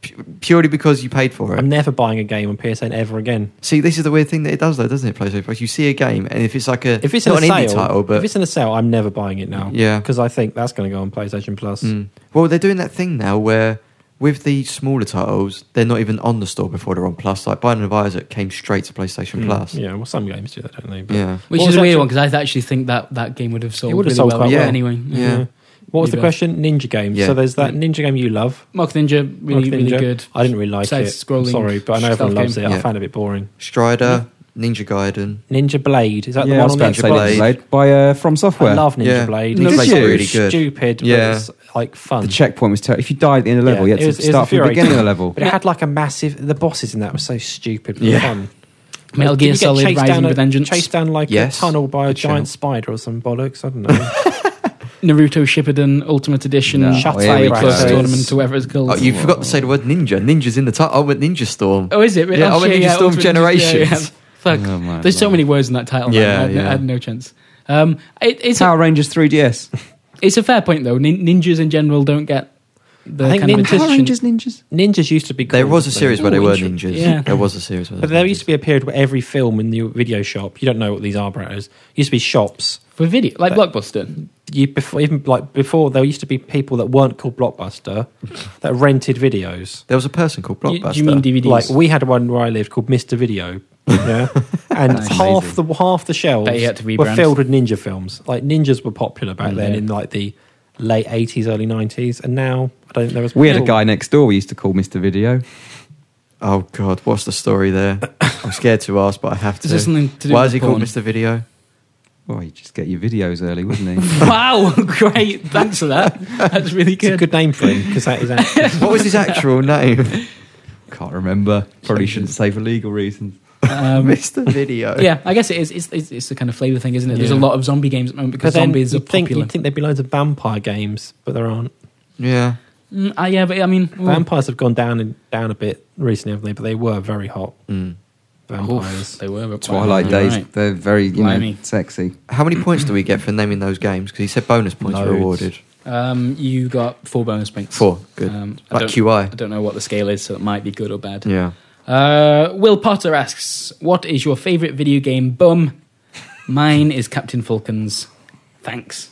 [SPEAKER 2] pu- purely because you paid for it.
[SPEAKER 4] I'm never buying a game on PSN ever again.
[SPEAKER 2] See, this is the weird thing that it does, though, doesn't it? PlayStation Plus. You see a game, and if it's like a
[SPEAKER 4] If it's
[SPEAKER 2] not
[SPEAKER 4] in a
[SPEAKER 2] an
[SPEAKER 4] sale,
[SPEAKER 2] indie title, but
[SPEAKER 4] if it's in a sale, I'm never buying it now.
[SPEAKER 2] Yeah.
[SPEAKER 4] because I think that's going to go on PlayStation Plus.
[SPEAKER 2] Mm. Well, they're doing that thing now where with the smaller titles, they're not even on the store before they're on Plus. Like Binding of Isaac came straight to PlayStation
[SPEAKER 4] Mm.
[SPEAKER 2] Plus.
[SPEAKER 4] Yeah, well, some games do that, don't they? But-
[SPEAKER 2] Yeah.
[SPEAKER 3] Which
[SPEAKER 4] What
[SPEAKER 3] is
[SPEAKER 4] was
[SPEAKER 3] a weird
[SPEAKER 4] actually-
[SPEAKER 3] one because I actually think that that game would have sold
[SPEAKER 4] It would
[SPEAKER 3] really
[SPEAKER 4] have sold
[SPEAKER 3] well,
[SPEAKER 4] quite
[SPEAKER 2] well.
[SPEAKER 3] anyway.
[SPEAKER 2] Yeah.
[SPEAKER 4] What was the
[SPEAKER 3] Ubisoft.
[SPEAKER 4] question? Ninja games.
[SPEAKER 2] Yeah.
[SPEAKER 4] So there's that ninja game you love.
[SPEAKER 3] Mark Ninja, really,
[SPEAKER 4] Ninja.
[SPEAKER 3] really good.
[SPEAKER 4] I didn't really like it.
[SPEAKER 3] Side-scrolling
[SPEAKER 4] I'm Sorry, but I know everyone
[SPEAKER 3] stealth
[SPEAKER 4] loves it.
[SPEAKER 3] game.
[SPEAKER 4] I
[SPEAKER 2] Yeah.
[SPEAKER 4] found it a bit boring.
[SPEAKER 2] Strider, Ninja Gaiden.
[SPEAKER 4] Ninja Blade. Is that
[SPEAKER 1] yeah,
[SPEAKER 4] the
[SPEAKER 1] I
[SPEAKER 4] one
[SPEAKER 1] was
[SPEAKER 4] on
[SPEAKER 1] about
[SPEAKER 4] Ninja
[SPEAKER 1] to say
[SPEAKER 4] Blade?
[SPEAKER 1] Ninja Blade by uh, From Software.
[SPEAKER 4] I love Ninja
[SPEAKER 2] Yeah.
[SPEAKER 4] Blade.
[SPEAKER 1] Ninja
[SPEAKER 4] It's
[SPEAKER 1] Blade's
[SPEAKER 4] so
[SPEAKER 2] really good.
[SPEAKER 4] Stupid,
[SPEAKER 2] Yeah.
[SPEAKER 4] but it's like fun.
[SPEAKER 1] the checkpoint was terrible. If you died at the end of the level,
[SPEAKER 4] Yeah,
[SPEAKER 1] you had
[SPEAKER 4] it was-
[SPEAKER 1] to
[SPEAKER 4] it was
[SPEAKER 1] start from the
[SPEAKER 4] infuriating.
[SPEAKER 1] beginning of the level.
[SPEAKER 4] But it had like a massive. The bosses in that were so stupid but
[SPEAKER 2] Yeah.
[SPEAKER 4] fun.
[SPEAKER 3] Metal
[SPEAKER 4] Did you
[SPEAKER 3] Gear
[SPEAKER 4] get
[SPEAKER 3] Solid
[SPEAKER 4] chased
[SPEAKER 3] Rising
[SPEAKER 4] down
[SPEAKER 3] with
[SPEAKER 4] a,
[SPEAKER 3] Vengeance.
[SPEAKER 4] Chased down like
[SPEAKER 2] Yes.
[SPEAKER 4] a tunnel by a
[SPEAKER 2] Good
[SPEAKER 4] giant
[SPEAKER 2] shout.
[SPEAKER 4] spider or some bollocks. I don't know.
[SPEAKER 3] Naruto Shippuden Ultimate Edition.
[SPEAKER 1] No,
[SPEAKER 3] Shut
[SPEAKER 1] here
[SPEAKER 3] Fire
[SPEAKER 1] we
[SPEAKER 3] Club
[SPEAKER 1] go.
[SPEAKER 3] Tournament, or whatever it's called.
[SPEAKER 2] Oh, you forgot to say the word ninja. Ninja's in the title. I went Ninja Storm.
[SPEAKER 3] Oh, is it?
[SPEAKER 2] Yeah, I
[SPEAKER 3] oh,
[SPEAKER 2] went Ninja Storm
[SPEAKER 3] Ultimate Ninja- yeah, yeah.
[SPEAKER 2] Generations.
[SPEAKER 3] Fuck.
[SPEAKER 1] Oh, my
[SPEAKER 3] There's so
[SPEAKER 1] Lord.
[SPEAKER 3] many words in that title. man.
[SPEAKER 2] Yeah,
[SPEAKER 3] I, had no, I
[SPEAKER 2] yeah.
[SPEAKER 3] had no chance. Um, it, it's,
[SPEAKER 1] Power
[SPEAKER 3] a,
[SPEAKER 1] Rangers 3DS.
[SPEAKER 3] it's a fair point, though. Nin- ninjas in general don't get the
[SPEAKER 4] I think
[SPEAKER 3] kind of
[SPEAKER 4] ninjas-
[SPEAKER 3] attention.
[SPEAKER 1] Power Rangers Ninjas.
[SPEAKER 4] Ninjas used to be. Cool,
[SPEAKER 2] There was a series where they
[SPEAKER 3] Ooh,
[SPEAKER 2] were
[SPEAKER 3] inter-
[SPEAKER 2] ninjas.
[SPEAKER 3] yeah.
[SPEAKER 2] There was a series where
[SPEAKER 4] But there used to be a period where every film in the video shop, you don't know what these are, Bratters, used to be shops.
[SPEAKER 3] for video, like
[SPEAKER 4] But-
[SPEAKER 3] Blockbuster.
[SPEAKER 4] You before even like before there used to be people that weren't called Blockbuster that rented videos.
[SPEAKER 2] There was a person called
[SPEAKER 3] You-
[SPEAKER 2] Blockbuster.
[SPEAKER 3] Do you mean DVDs?
[SPEAKER 4] Like we had one where I lived called Mr. Video. Yeah. And
[SPEAKER 3] That's
[SPEAKER 4] half the half the shelves
[SPEAKER 3] Bet you had to
[SPEAKER 4] were
[SPEAKER 3] rebrand.
[SPEAKER 4] filled with ninja films. Like ninjas were popular back then
[SPEAKER 3] Yeah.
[SPEAKER 4] in like the late eighties, early nineties, and now I don't think there was
[SPEAKER 1] We had a guy next door we used to call Mr. Video.
[SPEAKER 2] Oh God, what's the story there? I'm scared to ask, but I have to.
[SPEAKER 3] Is this something to do
[SPEAKER 2] Why
[SPEAKER 3] with
[SPEAKER 2] is he
[SPEAKER 3] porn?
[SPEAKER 2] called Mr. Video?
[SPEAKER 1] Well, you Oh, just get your videos early, wouldn't he?
[SPEAKER 3] wow, great. Thanks for that. That's really
[SPEAKER 4] It's a
[SPEAKER 3] good.
[SPEAKER 4] good name for him because that is actually
[SPEAKER 2] What was his actual name?
[SPEAKER 1] Can't remember. Probably shouldn't say for legal reasons.
[SPEAKER 3] Um,
[SPEAKER 2] Mr. Video.
[SPEAKER 3] yeah, I guess it is. It's, it's, it's the kind of flavour thing, isn't it? There's a
[SPEAKER 4] Yeah.
[SPEAKER 3] lot of zombie games at the moment because
[SPEAKER 4] But then
[SPEAKER 3] zombies are
[SPEAKER 4] you'd think,
[SPEAKER 3] popular.
[SPEAKER 4] You'd think there'd be loads of vampire games, but there aren't.
[SPEAKER 2] Yeah.
[SPEAKER 3] Mm, ah, yeah, but I mean, ooh,
[SPEAKER 4] Vampires have gone down and down a bit recently, haven't they? But they were very hot.
[SPEAKER 2] Mm.
[SPEAKER 3] oof,
[SPEAKER 4] Vampires.
[SPEAKER 3] they were but-
[SPEAKER 1] Twilight
[SPEAKER 3] Wow,
[SPEAKER 1] Days,
[SPEAKER 3] right.
[SPEAKER 1] they're very, you know,
[SPEAKER 3] Blimey.
[SPEAKER 1] sexy.
[SPEAKER 2] How many points do we get for naming those games? Because he said bonus points were
[SPEAKER 4] Loads.
[SPEAKER 2] awarded.
[SPEAKER 3] Um, you got four bonus points.
[SPEAKER 2] Four. Good.
[SPEAKER 3] Um, I
[SPEAKER 2] like
[SPEAKER 3] don't- I
[SPEAKER 2] QI.
[SPEAKER 3] don't know what the scale is, so it might be good or bad.
[SPEAKER 2] Yeah.
[SPEAKER 3] Uh, Will Potter asks, "What is your favourite video game?" Bum. Mine is Captain Falcon's. Thanks.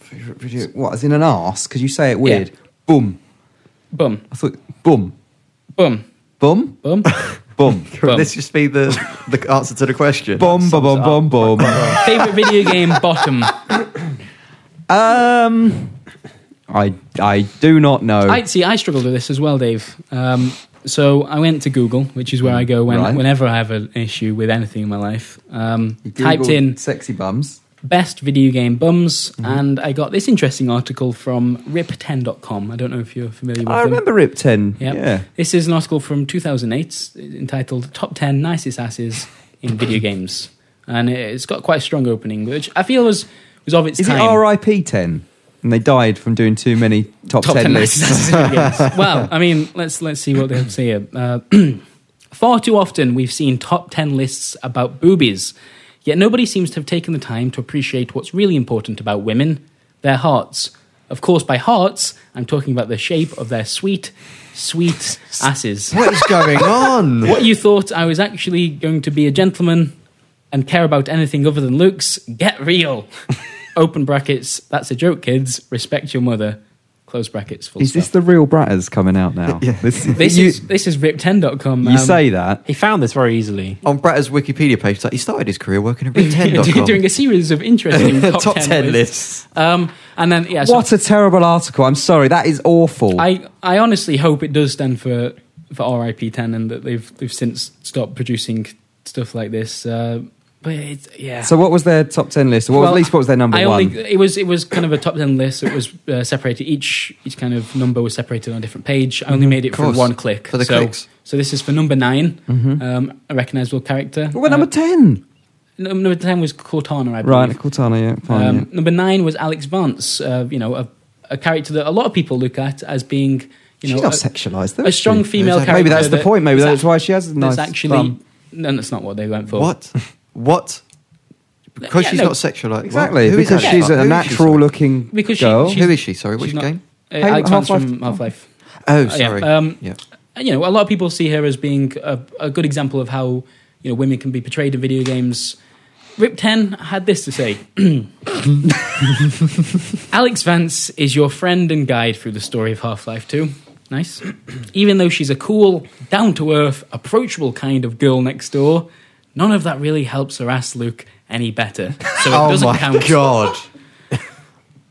[SPEAKER 1] Favourite video? What, as in an arse? Because you say it weird.
[SPEAKER 3] Yeah.
[SPEAKER 1] Boom.
[SPEAKER 3] Bum.
[SPEAKER 1] I thought, boom.
[SPEAKER 3] Bum.
[SPEAKER 1] Boom?
[SPEAKER 3] Bum.
[SPEAKER 1] Boom.
[SPEAKER 3] Boom.
[SPEAKER 2] This just be the the answer to the question.
[SPEAKER 1] Boom, boom, boom, boom, boom.
[SPEAKER 3] Favorite video game bottom.
[SPEAKER 1] Um, I, I do not know.
[SPEAKER 3] I see. I struggled with this as well, Dave. Um, so I went to Google, which is where I go when,
[SPEAKER 1] Right.
[SPEAKER 3] whenever I have an issue with anything in my life. Um,
[SPEAKER 1] You
[SPEAKER 3] typed
[SPEAKER 1] Googled
[SPEAKER 3] in
[SPEAKER 1] sexy bums.
[SPEAKER 3] best video game bums,
[SPEAKER 1] Mm-hmm.
[SPEAKER 3] and I got this interesting article from rip10.com. I don't know if you're familiar with
[SPEAKER 1] I
[SPEAKER 3] them.
[SPEAKER 1] remember Rip 10.
[SPEAKER 3] Yep.
[SPEAKER 1] Yeah.
[SPEAKER 3] This is an article from 2008 entitled Top 10 Nicest Asses in Video Games. And it's got quite a strong opening, which I feel was, was of its
[SPEAKER 1] Is
[SPEAKER 3] time.
[SPEAKER 1] it RIP 10? And they died from doing too many top,
[SPEAKER 3] Top
[SPEAKER 1] 10,
[SPEAKER 3] 10
[SPEAKER 1] lists.
[SPEAKER 3] nicest asses in video games. Well, I mean, let's, let's see what they have to say here. Uh, far too often, we've seen top 10 lists about boobies, yet nobody seems to have taken the time to appreciate what's really important about women their hearts. Of course, by hearts, I'm talking about the shape of their sweet, sweet asses.
[SPEAKER 2] What is going on?
[SPEAKER 3] what you thought I was actually going to be a gentleman and care about anything other than looks, get real. Open brackets, that's a joke, kids. Respect your mother. Close brackets, full
[SPEAKER 1] Is this
[SPEAKER 3] stop.
[SPEAKER 1] the real Bratters coming out now? This,
[SPEAKER 3] this,
[SPEAKER 1] you,
[SPEAKER 3] is, um, this is rip10.com.
[SPEAKER 1] you say that.
[SPEAKER 4] He found this very easily.
[SPEAKER 2] On Bratt's Wikipedia page, it's like, he started his career working at
[SPEAKER 3] doing, doing
[SPEAKER 2] Red10.com.
[SPEAKER 3] a series of interesting top, 10, lists. Um, and then, yeah, so
[SPEAKER 1] What a terrible article. I'm sorry. That is awful.
[SPEAKER 3] I, I honestly hope it does stand for, for RIP10 and that they've, they've since stopped producing stuff like this. Uh, but it's, yeah.
[SPEAKER 1] so, what was their top 10 list? Well, at least what was their number
[SPEAKER 3] I
[SPEAKER 1] one?
[SPEAKER 3] only- it was it was kind of a top ten list. It was uh, separated. Each each kind of number was separated on a different page. I
[SPEAKER 1] Mm-hmm.
[SPEAKER 3] only made it for
[SPEAKER 2] course.
[SPEAKER 3] one click.
[SPEAKER 2] For the
[SPEAKER 3] so,
[SPEAKER 2] clicks.
[SPEAKER 3] So this is for number 9 um, a recognizable character.
[SPEAKER 1] Mm-hmm. Well,
[SPEAKER 3] Uh,
[SPEAKER 1] number 10.
[SPEAKER 3] num- number ten was Cortana, I believe.
[SPEAKER 1] Right, Cortana, yeah, fine.
[SPEAKER 3] Um, Number nine was Alex Vance. Uh, you know, a, a character that a lot of people look at as being
[SPEAKER 1] yeah.
[SPEAKER 3] you know
[SPEAKER 1] She's not
[SPEAKER 3] a-
[SPEAKER 1] sexualised, though.
[SPEAKER 3] a,
[SPEAKER 1] is
[SPEAKER 3] strong
[SPEAKER 1] she?
[SPEAKER 3] female character.
[SPEAKER 1] Maybe that's the
[SPEAKER 3] that-
[SPEAKER 1] point. Maybe
[SPEAKER 3] that's
[SPEAKER 1] that's
[SPEAKER 3] ac-
[SPEAKER 1] why she has a nice
[SPEAKER 3] That's actually
[SPEAKER 1] bum.
[SPEAKER 3] no, that's not what they went for.
[SPEAKER 2] What? What? Because
[SPEAKER 3] Yeah,
[SPEAKER 2] she's
[SPEAKER 3] no.
[SPEAKER 2] not sexualized.
[SPEAKER 1] Exactly, because
[SPEAKER 3] that
[SPEAKER 1] she's
[SPEAKER 3] fuck?
[SPEAKER 1] a natural-looking
[SPEAKER 3] Because she-
[SPEAKER 1] girl.
[SPEAKER 3] she-
[SPEAKER 2] Who is she? Sorry, which
[SPEAKER 3] She's not-
[SPEAKER 2] game?
[SPEAKER 3] Uh,
[SPEAKER 1] Hey,
[SPEAKER 3] Alex Vance
[SPEAKER 1] Half-Life-
[SPEAKER 3] from Half Life.
[SPEAKER 2] Oh,
[SPEAKER 3] Uh, yeah,
[SPEAKER 2] sorry.
[SPEAKER 3] um,
[SPEAKER 2] Yeah.
[SPEAKER 3] you know, a lot of people see her as being a, a good example of how you know women can be portrayed in video games. Rip Ten had this to say: Alex Vance is your friend and guide through the story of Half Life Two. Nice. Even though she's a cool, down to earth, approachable kind of girl next door, none of that really helps her ass look any better. So it
[SPEAKER 2] Oh
[SPEAKER 3] doesn't
[SPEAKER 2] my
[SPEAKER 3] count.
[SPEAKER 2] god.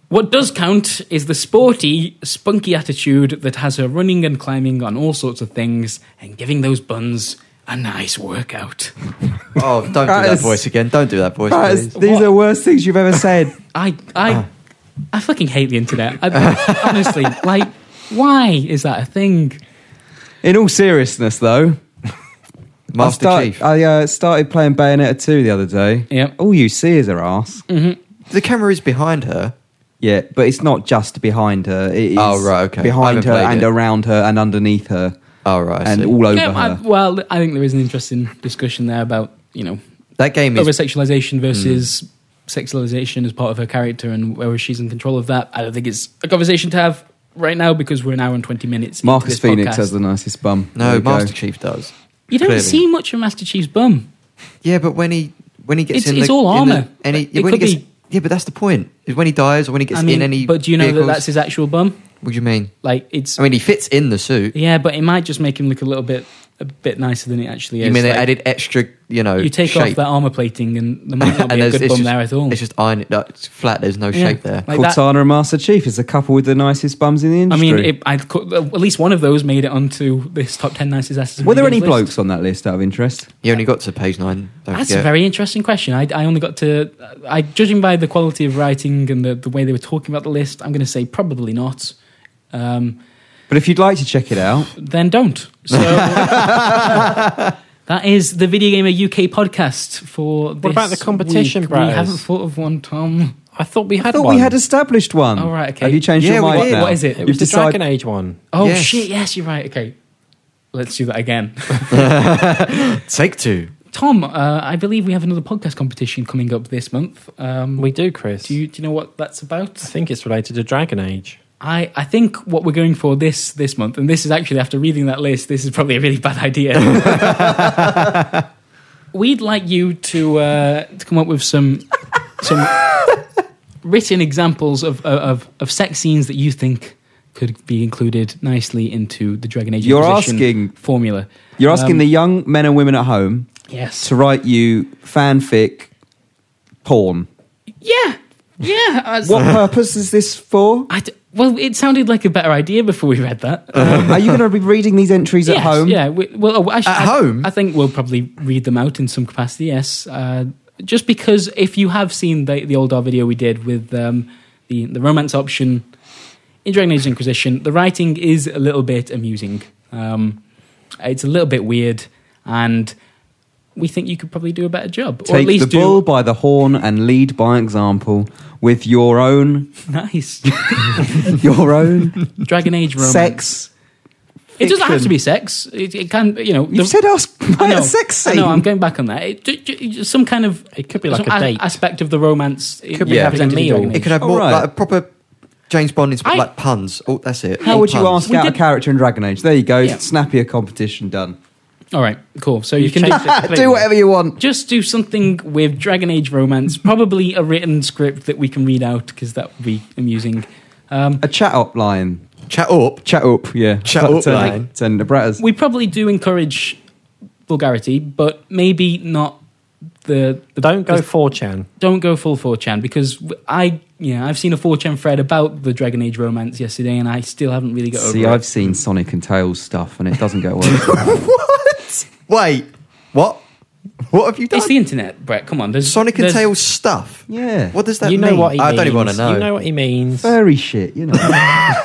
[SPEAKER 3] What does count is the sporty, spunky attitude that has her running and climbing on all sorts of things and giving those buns a nice workout.
[SPEAKER 2] Oh, don't do
[SPEAKER 1] That
[SPEAKER 2] that
[SPEAKER 1] is-
[SPEAKER 2] voice again. Don't do that voice.
[SPEAKER 1] That is-
[SPEAKER 2] please.
[SPEAKER 1] these are the worst things you've ever said.
[SPEAKER 3] I, I, I fucking hate the internet. I, honestly, like, why is that a thing?
[SPEAKER 1] In all seriousness, though, I,
[SPEAKER 2] Master
[SPEAKER 1] start-
[SPEAKER 2] Chief.
[SPEAKER 1] I uh, started playing Bayonetta 2 the other day.
[SPEAKER 3] Yep.
[SPEAKER 1] All you see is her ass.
[SPEAKER 2] the camera is behind her.
[SPEAKER 1] Yeah, but it's not just behind her. It is
[SPEAKER 2] Oh, right, okay. I
[SPEAKER 1] Behind
[SPEAKER 2] haven't
[SPEAKER 1] her
[SPEAKER 2] played
[SPEAKER 1] and
[SPEAKER 2] it.
[SPEAKER 1] around her and underneath her
[SPEAKER 2] Oh, right. I
[SPEAKER 1] and
[SPEAKER 2] see.
[SPEAKER 1] all over
[SPEAKER 3] Yeah, I-
[SPEAKER 1] her.
[SPEAKER 3] well, I think there is an interesting discussion there about, you know,
[SPEAKER 2] that game
[SPEAKER 3] over
[SPEAKER 2] is.
[SPEAKER 3] sexualization versus
[SPEAKER 1] Hmm.
[SPEAKER 3] sexualization as part of her character and whether she's in control of that. I don't think it's a conversation to have right now because we're an hour and 20 minutes. into
[SPEAKER 1] Marcus
[SPEAKER 3] this
[SPEAKER 1] Phoenix
[SPEAKER 3] podcast.
[SPEAKER 1] has the nicest bum. There
[SPEAKER 2] No,
[SPEAKER 1] we go.
[SPEAKER 2] Master Chief does.
[SPEAKER 3] You don't
[SPEAKER 2] Clearly.
[SPEAKER 3] see much of Master Chief's bum.
[SPEAKER 2] Yeah, but when he when he gets
[SPEAKER 3] It's-
[SPEAKER 2] in,
[SPEAKER 3] it's
[SPEAKER 2] the,
[SPEAKER 3] all
[SPEAKER 2] in the-
[SPEAKER 3] armor.
[SPEAKER 2] and he,
[SPEAKER 3] It
[SPEAKER 2] when he
[SPEAKER 3] could
[SPEAKER 2] gets,
[SPEAKER 3] be-
[SPEAKER 2] yeah, but that's the point. Is when he dies or when he gets
[SPEAKER 3] I mean,
[SPEAKER 2] in any.
[SPEAKER 3] but do you know
[SPEAKER 2] vehicles,
[SPEAKER 3] that that's his actual bum?
[SPEAKER 2] What do you mean?
[SPEAKER 3] Like it's,
[SPEAKER 2] I mean, he fits in the suit.
[SPEAKER 3] yeah, but it might just make him look a little bit, a bit nicer than it actually is.
[SPEAKER 2] you mean they
[SPEAKER 3] Like,
[SPEAKER 2] added extra? You know,
[SPEAKER 3] you take
[SPEAKER 2] shape.
[SPEAKER 3] off that armor plating, and there might not be a
[SPEAKER 2] there's-
[SPEAKER 3] good bum
[SPEAKER 2] it's just,
[SPEAKER 3] there at all.
[SPEAKER 2] It's just iron. It's flat. There's no
[SPEAKER 3] Yeah.
[SPEAKER 2] shape there.
[SPEAKER 3] Like that-
[SPEAKER 1] Cortana and Master Chief is a couple with the nicest bums in the
[SPEAKER 3] I
[SPEAKER 1] industry.
[SPEAKER 3] mean, it, I'd, co- at least one of those made it onto this top ten nicest asses. in
[SPEAKER 1] were there any
[SPEAKER 3] video games list.
[SPEAKER 1] blokes on that list out of interest?
[SPEAKER 2] You only got to page nine. Don't
[SPEAKER 3] That's
[SPEAKER 2] forget.
[SPEAKER 3] a very interesting question. I, I only got to, I judging by the quality of writing and the, the way they were talking about the list, I'm going to say probably not. Um,
[SPEAKER 1] But if you'd like to check it out,
[SPEAKER 3] then don't. So that is the Video Gamer UK podcast for. What
[SPEAKER 4] about the competition,
[SPEAKER 3] week. We
[SPEAKER 4] Bratters?
[SPEAKER 3] haven't thought of one, Tom.
[SPEAKER 4] I thought we had
[SPEAKER 1] I thought
[SPEAKER 4] one.
[SPEAKER 1] we had established one.
[SPEAKER 3] Oh, right, okay.
[SPEAKER 1] Have you changed
[SPEAKER 2] Yeah,
[SPEAKER 1] your
[SPEAKER 2] we
[SPEAKER 1] mind
[SPEAKER 2] did.
[SPEAKER 1] now?
[SPEAKER 3] What is it?
[SPEAKER 4] It was
[SPEAKER 1] You've
[SPEAKER 4] the
[SPEAKER 1] decided-
[SPEAKER 4] Dragon Age one.
[SPEAKER 3] Oh
[SPEAKER 2] Yes.
[SPEAKER 3] shit! Yes, you're right. Okay, let's do that again.
[SPEAKER 2] Take two.
[SPEAKER 3] Tom, uh, I believe we have another podcast competition coming up this month. Um,
[SPEAKER 4] We do, Chris.
[SPEAKER 3] do you do you know what that's
[SPEAKER 4] I
[SPEAKER 3] about?
[SPEAKER 4] think it's related to Dragon Age.
[SPEAKER 3] I, I think what we're going for this this month, and this is actually after reading that list, this is probably a really bad idea. We'd like you to uh, to come up with some some written examples of of, of sex scenes that you think could be included nicely into the Dragon Age
[SPEAKER 1] You're
[SPEAKER 3] Inquisition
[SPEAKER 1] asking-
[SPEAKER 3] formula.
[SPEAKER 1] You're asking
[SPEAKER 3] Um,
[SPEAKER 1] the young men and women at home
[SPEAKER 3] Yes.
[SPEAKER 1] to write you fanfic porn.
[SPEAKER 3] yeah. Yeah. as-
[SPEAKER 1] What purpose is this for?
[SPEAKER 3] I d- well, it sounded like a better idea before we read that.
[SPEAKER 1] Are you going to be reading these entries at
[SPEAKER 3] Yes,
[SPEAKER 1] home?
[SPEAKER 3] Yeah. We, well, I,
[SPEAKER 2] At
[SPEAKER 3] I,
[SPEAKER 2] home?
[SPEAKER 3] I think we'll probably read them out in some capacity. Yes. Uh, just because if you have seen the, the old R video we did with um, the the romance option in Dragon Age Inquisition, the writing is a little bit amusing. Um, it's a little bit weird, and we think you could probably do a better job, or at
[SPEAKER 1] Take
[SPEAKER 3] least
[SPEAKER 1] the
[SPEAKER 3] do
[SPEAKER 1] bull by the horn and lead by example with your own
[SPEAKER 3] nice
[SPEAKER 1] your own
[SPEAKER 3] Dragon Age romance.
[SPEAKER 1] sex.
[SPEAKER 3] It doesn't have
[SPEAKER 1] fiction.
[SPEAKER 3] to be sex. It, it can, you know.
[SPEAKER 1] You
[SPEAKER 3] the-
[SPEAKER 1] said ask
[SPEAKER 3] I
[SPEAKER 1] about
[SPEAKER 3] know.
[SPEAKER 1] a sex
[SPEAKER 3] I
[SPEAKER 1] scene.
[SPEAKER 3] know, I'm going back on that. It, ju- ju- ju- some kind of
[SPEAKER 4] It could be like
[SPEAKER 3] some
[SPEAKER 4] a date.
[SPEAKER 3] aspect of the romance. It
[SPEAKER 4] Could
[SPEAKER 2] be having a
[SPEAKER 3] presented in
[SPEAKER 4] meal.
[SPEAKER 3] Dragon Age.
[SPEAKER 2] It could have
[SPEAKER 1] Oh,
[SPEAKER 2] more
[SPEAKER 1] right.
[SPEAKER 2] like a proper James Bond is
[SPEAKER 3] I-
[SPEAKER 2] like puns. Oh, that's it.
[SPEAKER 1] How
[SPEAKER 2] All
[SPEAKER 1] would you
[SPEAKER 2] puns.
[SPEAKER 1] ask
[SPEAKER 3] We
[SPEAKER 1] out
[SPEAKER 3] did-
[SPEAKER 1] a character in Dragon Age? There you go.
[SPEAKER 3] Yeah.
[SPEAKER 1] Snappier competition done. Ah,
[SPEAKER 3] All right, cool. So you, can do,
[SPEAKER 4] changed it completely.
[SPEAKER 1] Do whatever you want.
[SPEAKER 3] just do something with Dragon Age romance, probably a written script that we can read out because that would be amusing. Um,
[SPEAKER 1] A chat up line.
[SPEAKER 2] Chat up.
[SPEAKER 1] Chat up, yeah.
[SPEAKER 2] Chat up
[SPEAKER 1] Turn-
[SPEAKER 2] line.
[SPEAKER 1] Turn the bratters.
[SPEAKER 3] we probably do encourage vulgarity, but maybe not the, the
[SPEAKER 4] Don't go
[SPEAKER 3] the-
[SPEAKER 4] 4chan.
[SPEAKER 3] don't go full 4chan because w- I yeah I've seen a 4chan thread about the Dragon Age romance yesterday, and I still haven't really got over
[SPEAKER 1] See,
[SPEAKER 3] it.
[SPEAKER 1] I've seen Sonic and Tails stuff, and it doesn't go well.
[SPEAKER 2] What? Wait. What? What have you done?
[SPEAKER 3] It's the internet, Brett. Come on. There's
[SPEAKER 2] Sonic and
[SPEAKER 3] there's-
[SPEAKER 2] Tails stuff.
[SPEAKER 1] yeah,
[SPEAKER 2] What does that
[SPEAKER 4] You know
[SPEAKER 2] mean?
[SPEAKER 4] what he
[SPEAKER 2] I
[SPEAKER 4] means.
[SPEAKER 2] don't even want to know.
[SPEAKER 4] You know what he means.
[SPEAKER 1] furry shit, you know.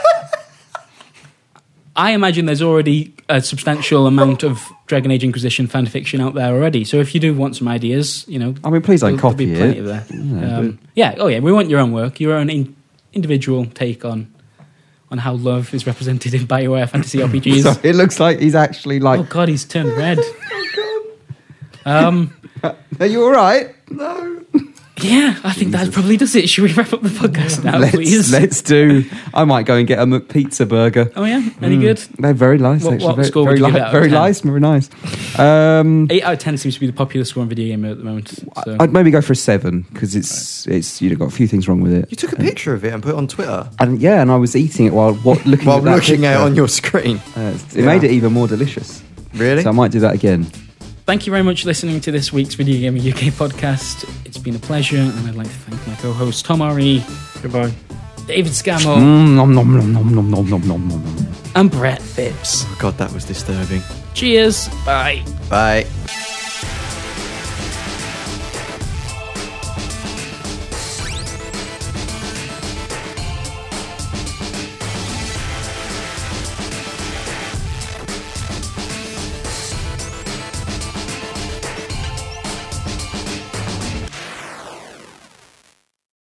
[SPEAKER 3] I imagine there's already a substantial amount of Dragon Age Inquisition fan fiction out there already. So if you do want some ideas, you know,
[SPEAKER 1] I mean, please don't
[SPEAKER 3] there'll- there'll
[SPEAKER 1] copy
[SPEAKER 3] be plenty of
[SPEAKER 1] it.
[SPEAKER 3] there. Um, yeah. Oh yeah. We want your own work, your own in- individual take on on how love is represented in Bioware fantasy RPGs.
[SPEAKER 1] So it looks like he's actually
[SPEAKER 3] Oh
[SPEAKER 1] like,
[SPEAKER 3] god, he's turned red. Um,
[SPEAKER 1] "Are you all right?"
[SPEAKER 3] yeah, I think that probably does it. Should we wrap up the podcast now,
[SPEAKER 1] let's,
[SPEAKER 3] please?
[SPEAKER 1] let's do. I might go and get a McPizza burger.
[SPEAKER 3] oh yeah, any
[SPEAKER 1] Hmm.
[SPEAKER 3] good?
[SPEAKER 1] They're very nice,
[SPEAKER 3] What-
[SPEAKER 1] actually.
[SPEAKER 3] what
[SPEAKER 1] very
[SPEAKER 3] score would
[SPEAKER 1] very,
[SPEAKER 3] you give
[SPEAKER 1] li-
[SPEAKER 3] it out of
[SPEAKER 1] very
[SPEAKER 3] 10?
[SPEAKER 1] nice, very nice. Um,
[SPEAKER 3] Eight out of ten seems to be the popular score on video game at the moment. So.
[SPEAKER 1] I'd maybe go for a seven because it's it's you know got a few things wrong with it.
[SPEAKER 2] You took a picture of it and put it on Twitter
[SPEAKER 1] And yeah, and I was eating it while what, looking
[SPEAKER 2] while
[SPEAKER 1] at that
[SPEAKER 2] looking at it
[SPEAKER 1] picture.
[SPEAKER 2] on your screen.
[SPEAKER 1] Uh, it
[SPEAKER 2] Yeah.
[SPEAKER 1] made it even more delicious.
[SPEAKER 2] Really?
[SPEAKER 1] So I might do that again.
[SPEAKER 3] Thank you very much for listening to this week's Video Gaming UK podcast. It's been a pleasure, and I'd like to thank my co-host Tom Ari,
[SPEAKER 4] Goodbye.
[SPEAKER 3] David Scammell,
[SPEAKER 1] Mm, nom nom nom nom nom nom nom nom nom. nom.
[SPEAKER 3] and Brett Phipps.
[SPEAKER 2] God, that was disturbing.
[SPEAKER 3] Cheers. Bye.
[SPEAKER 2] Bye.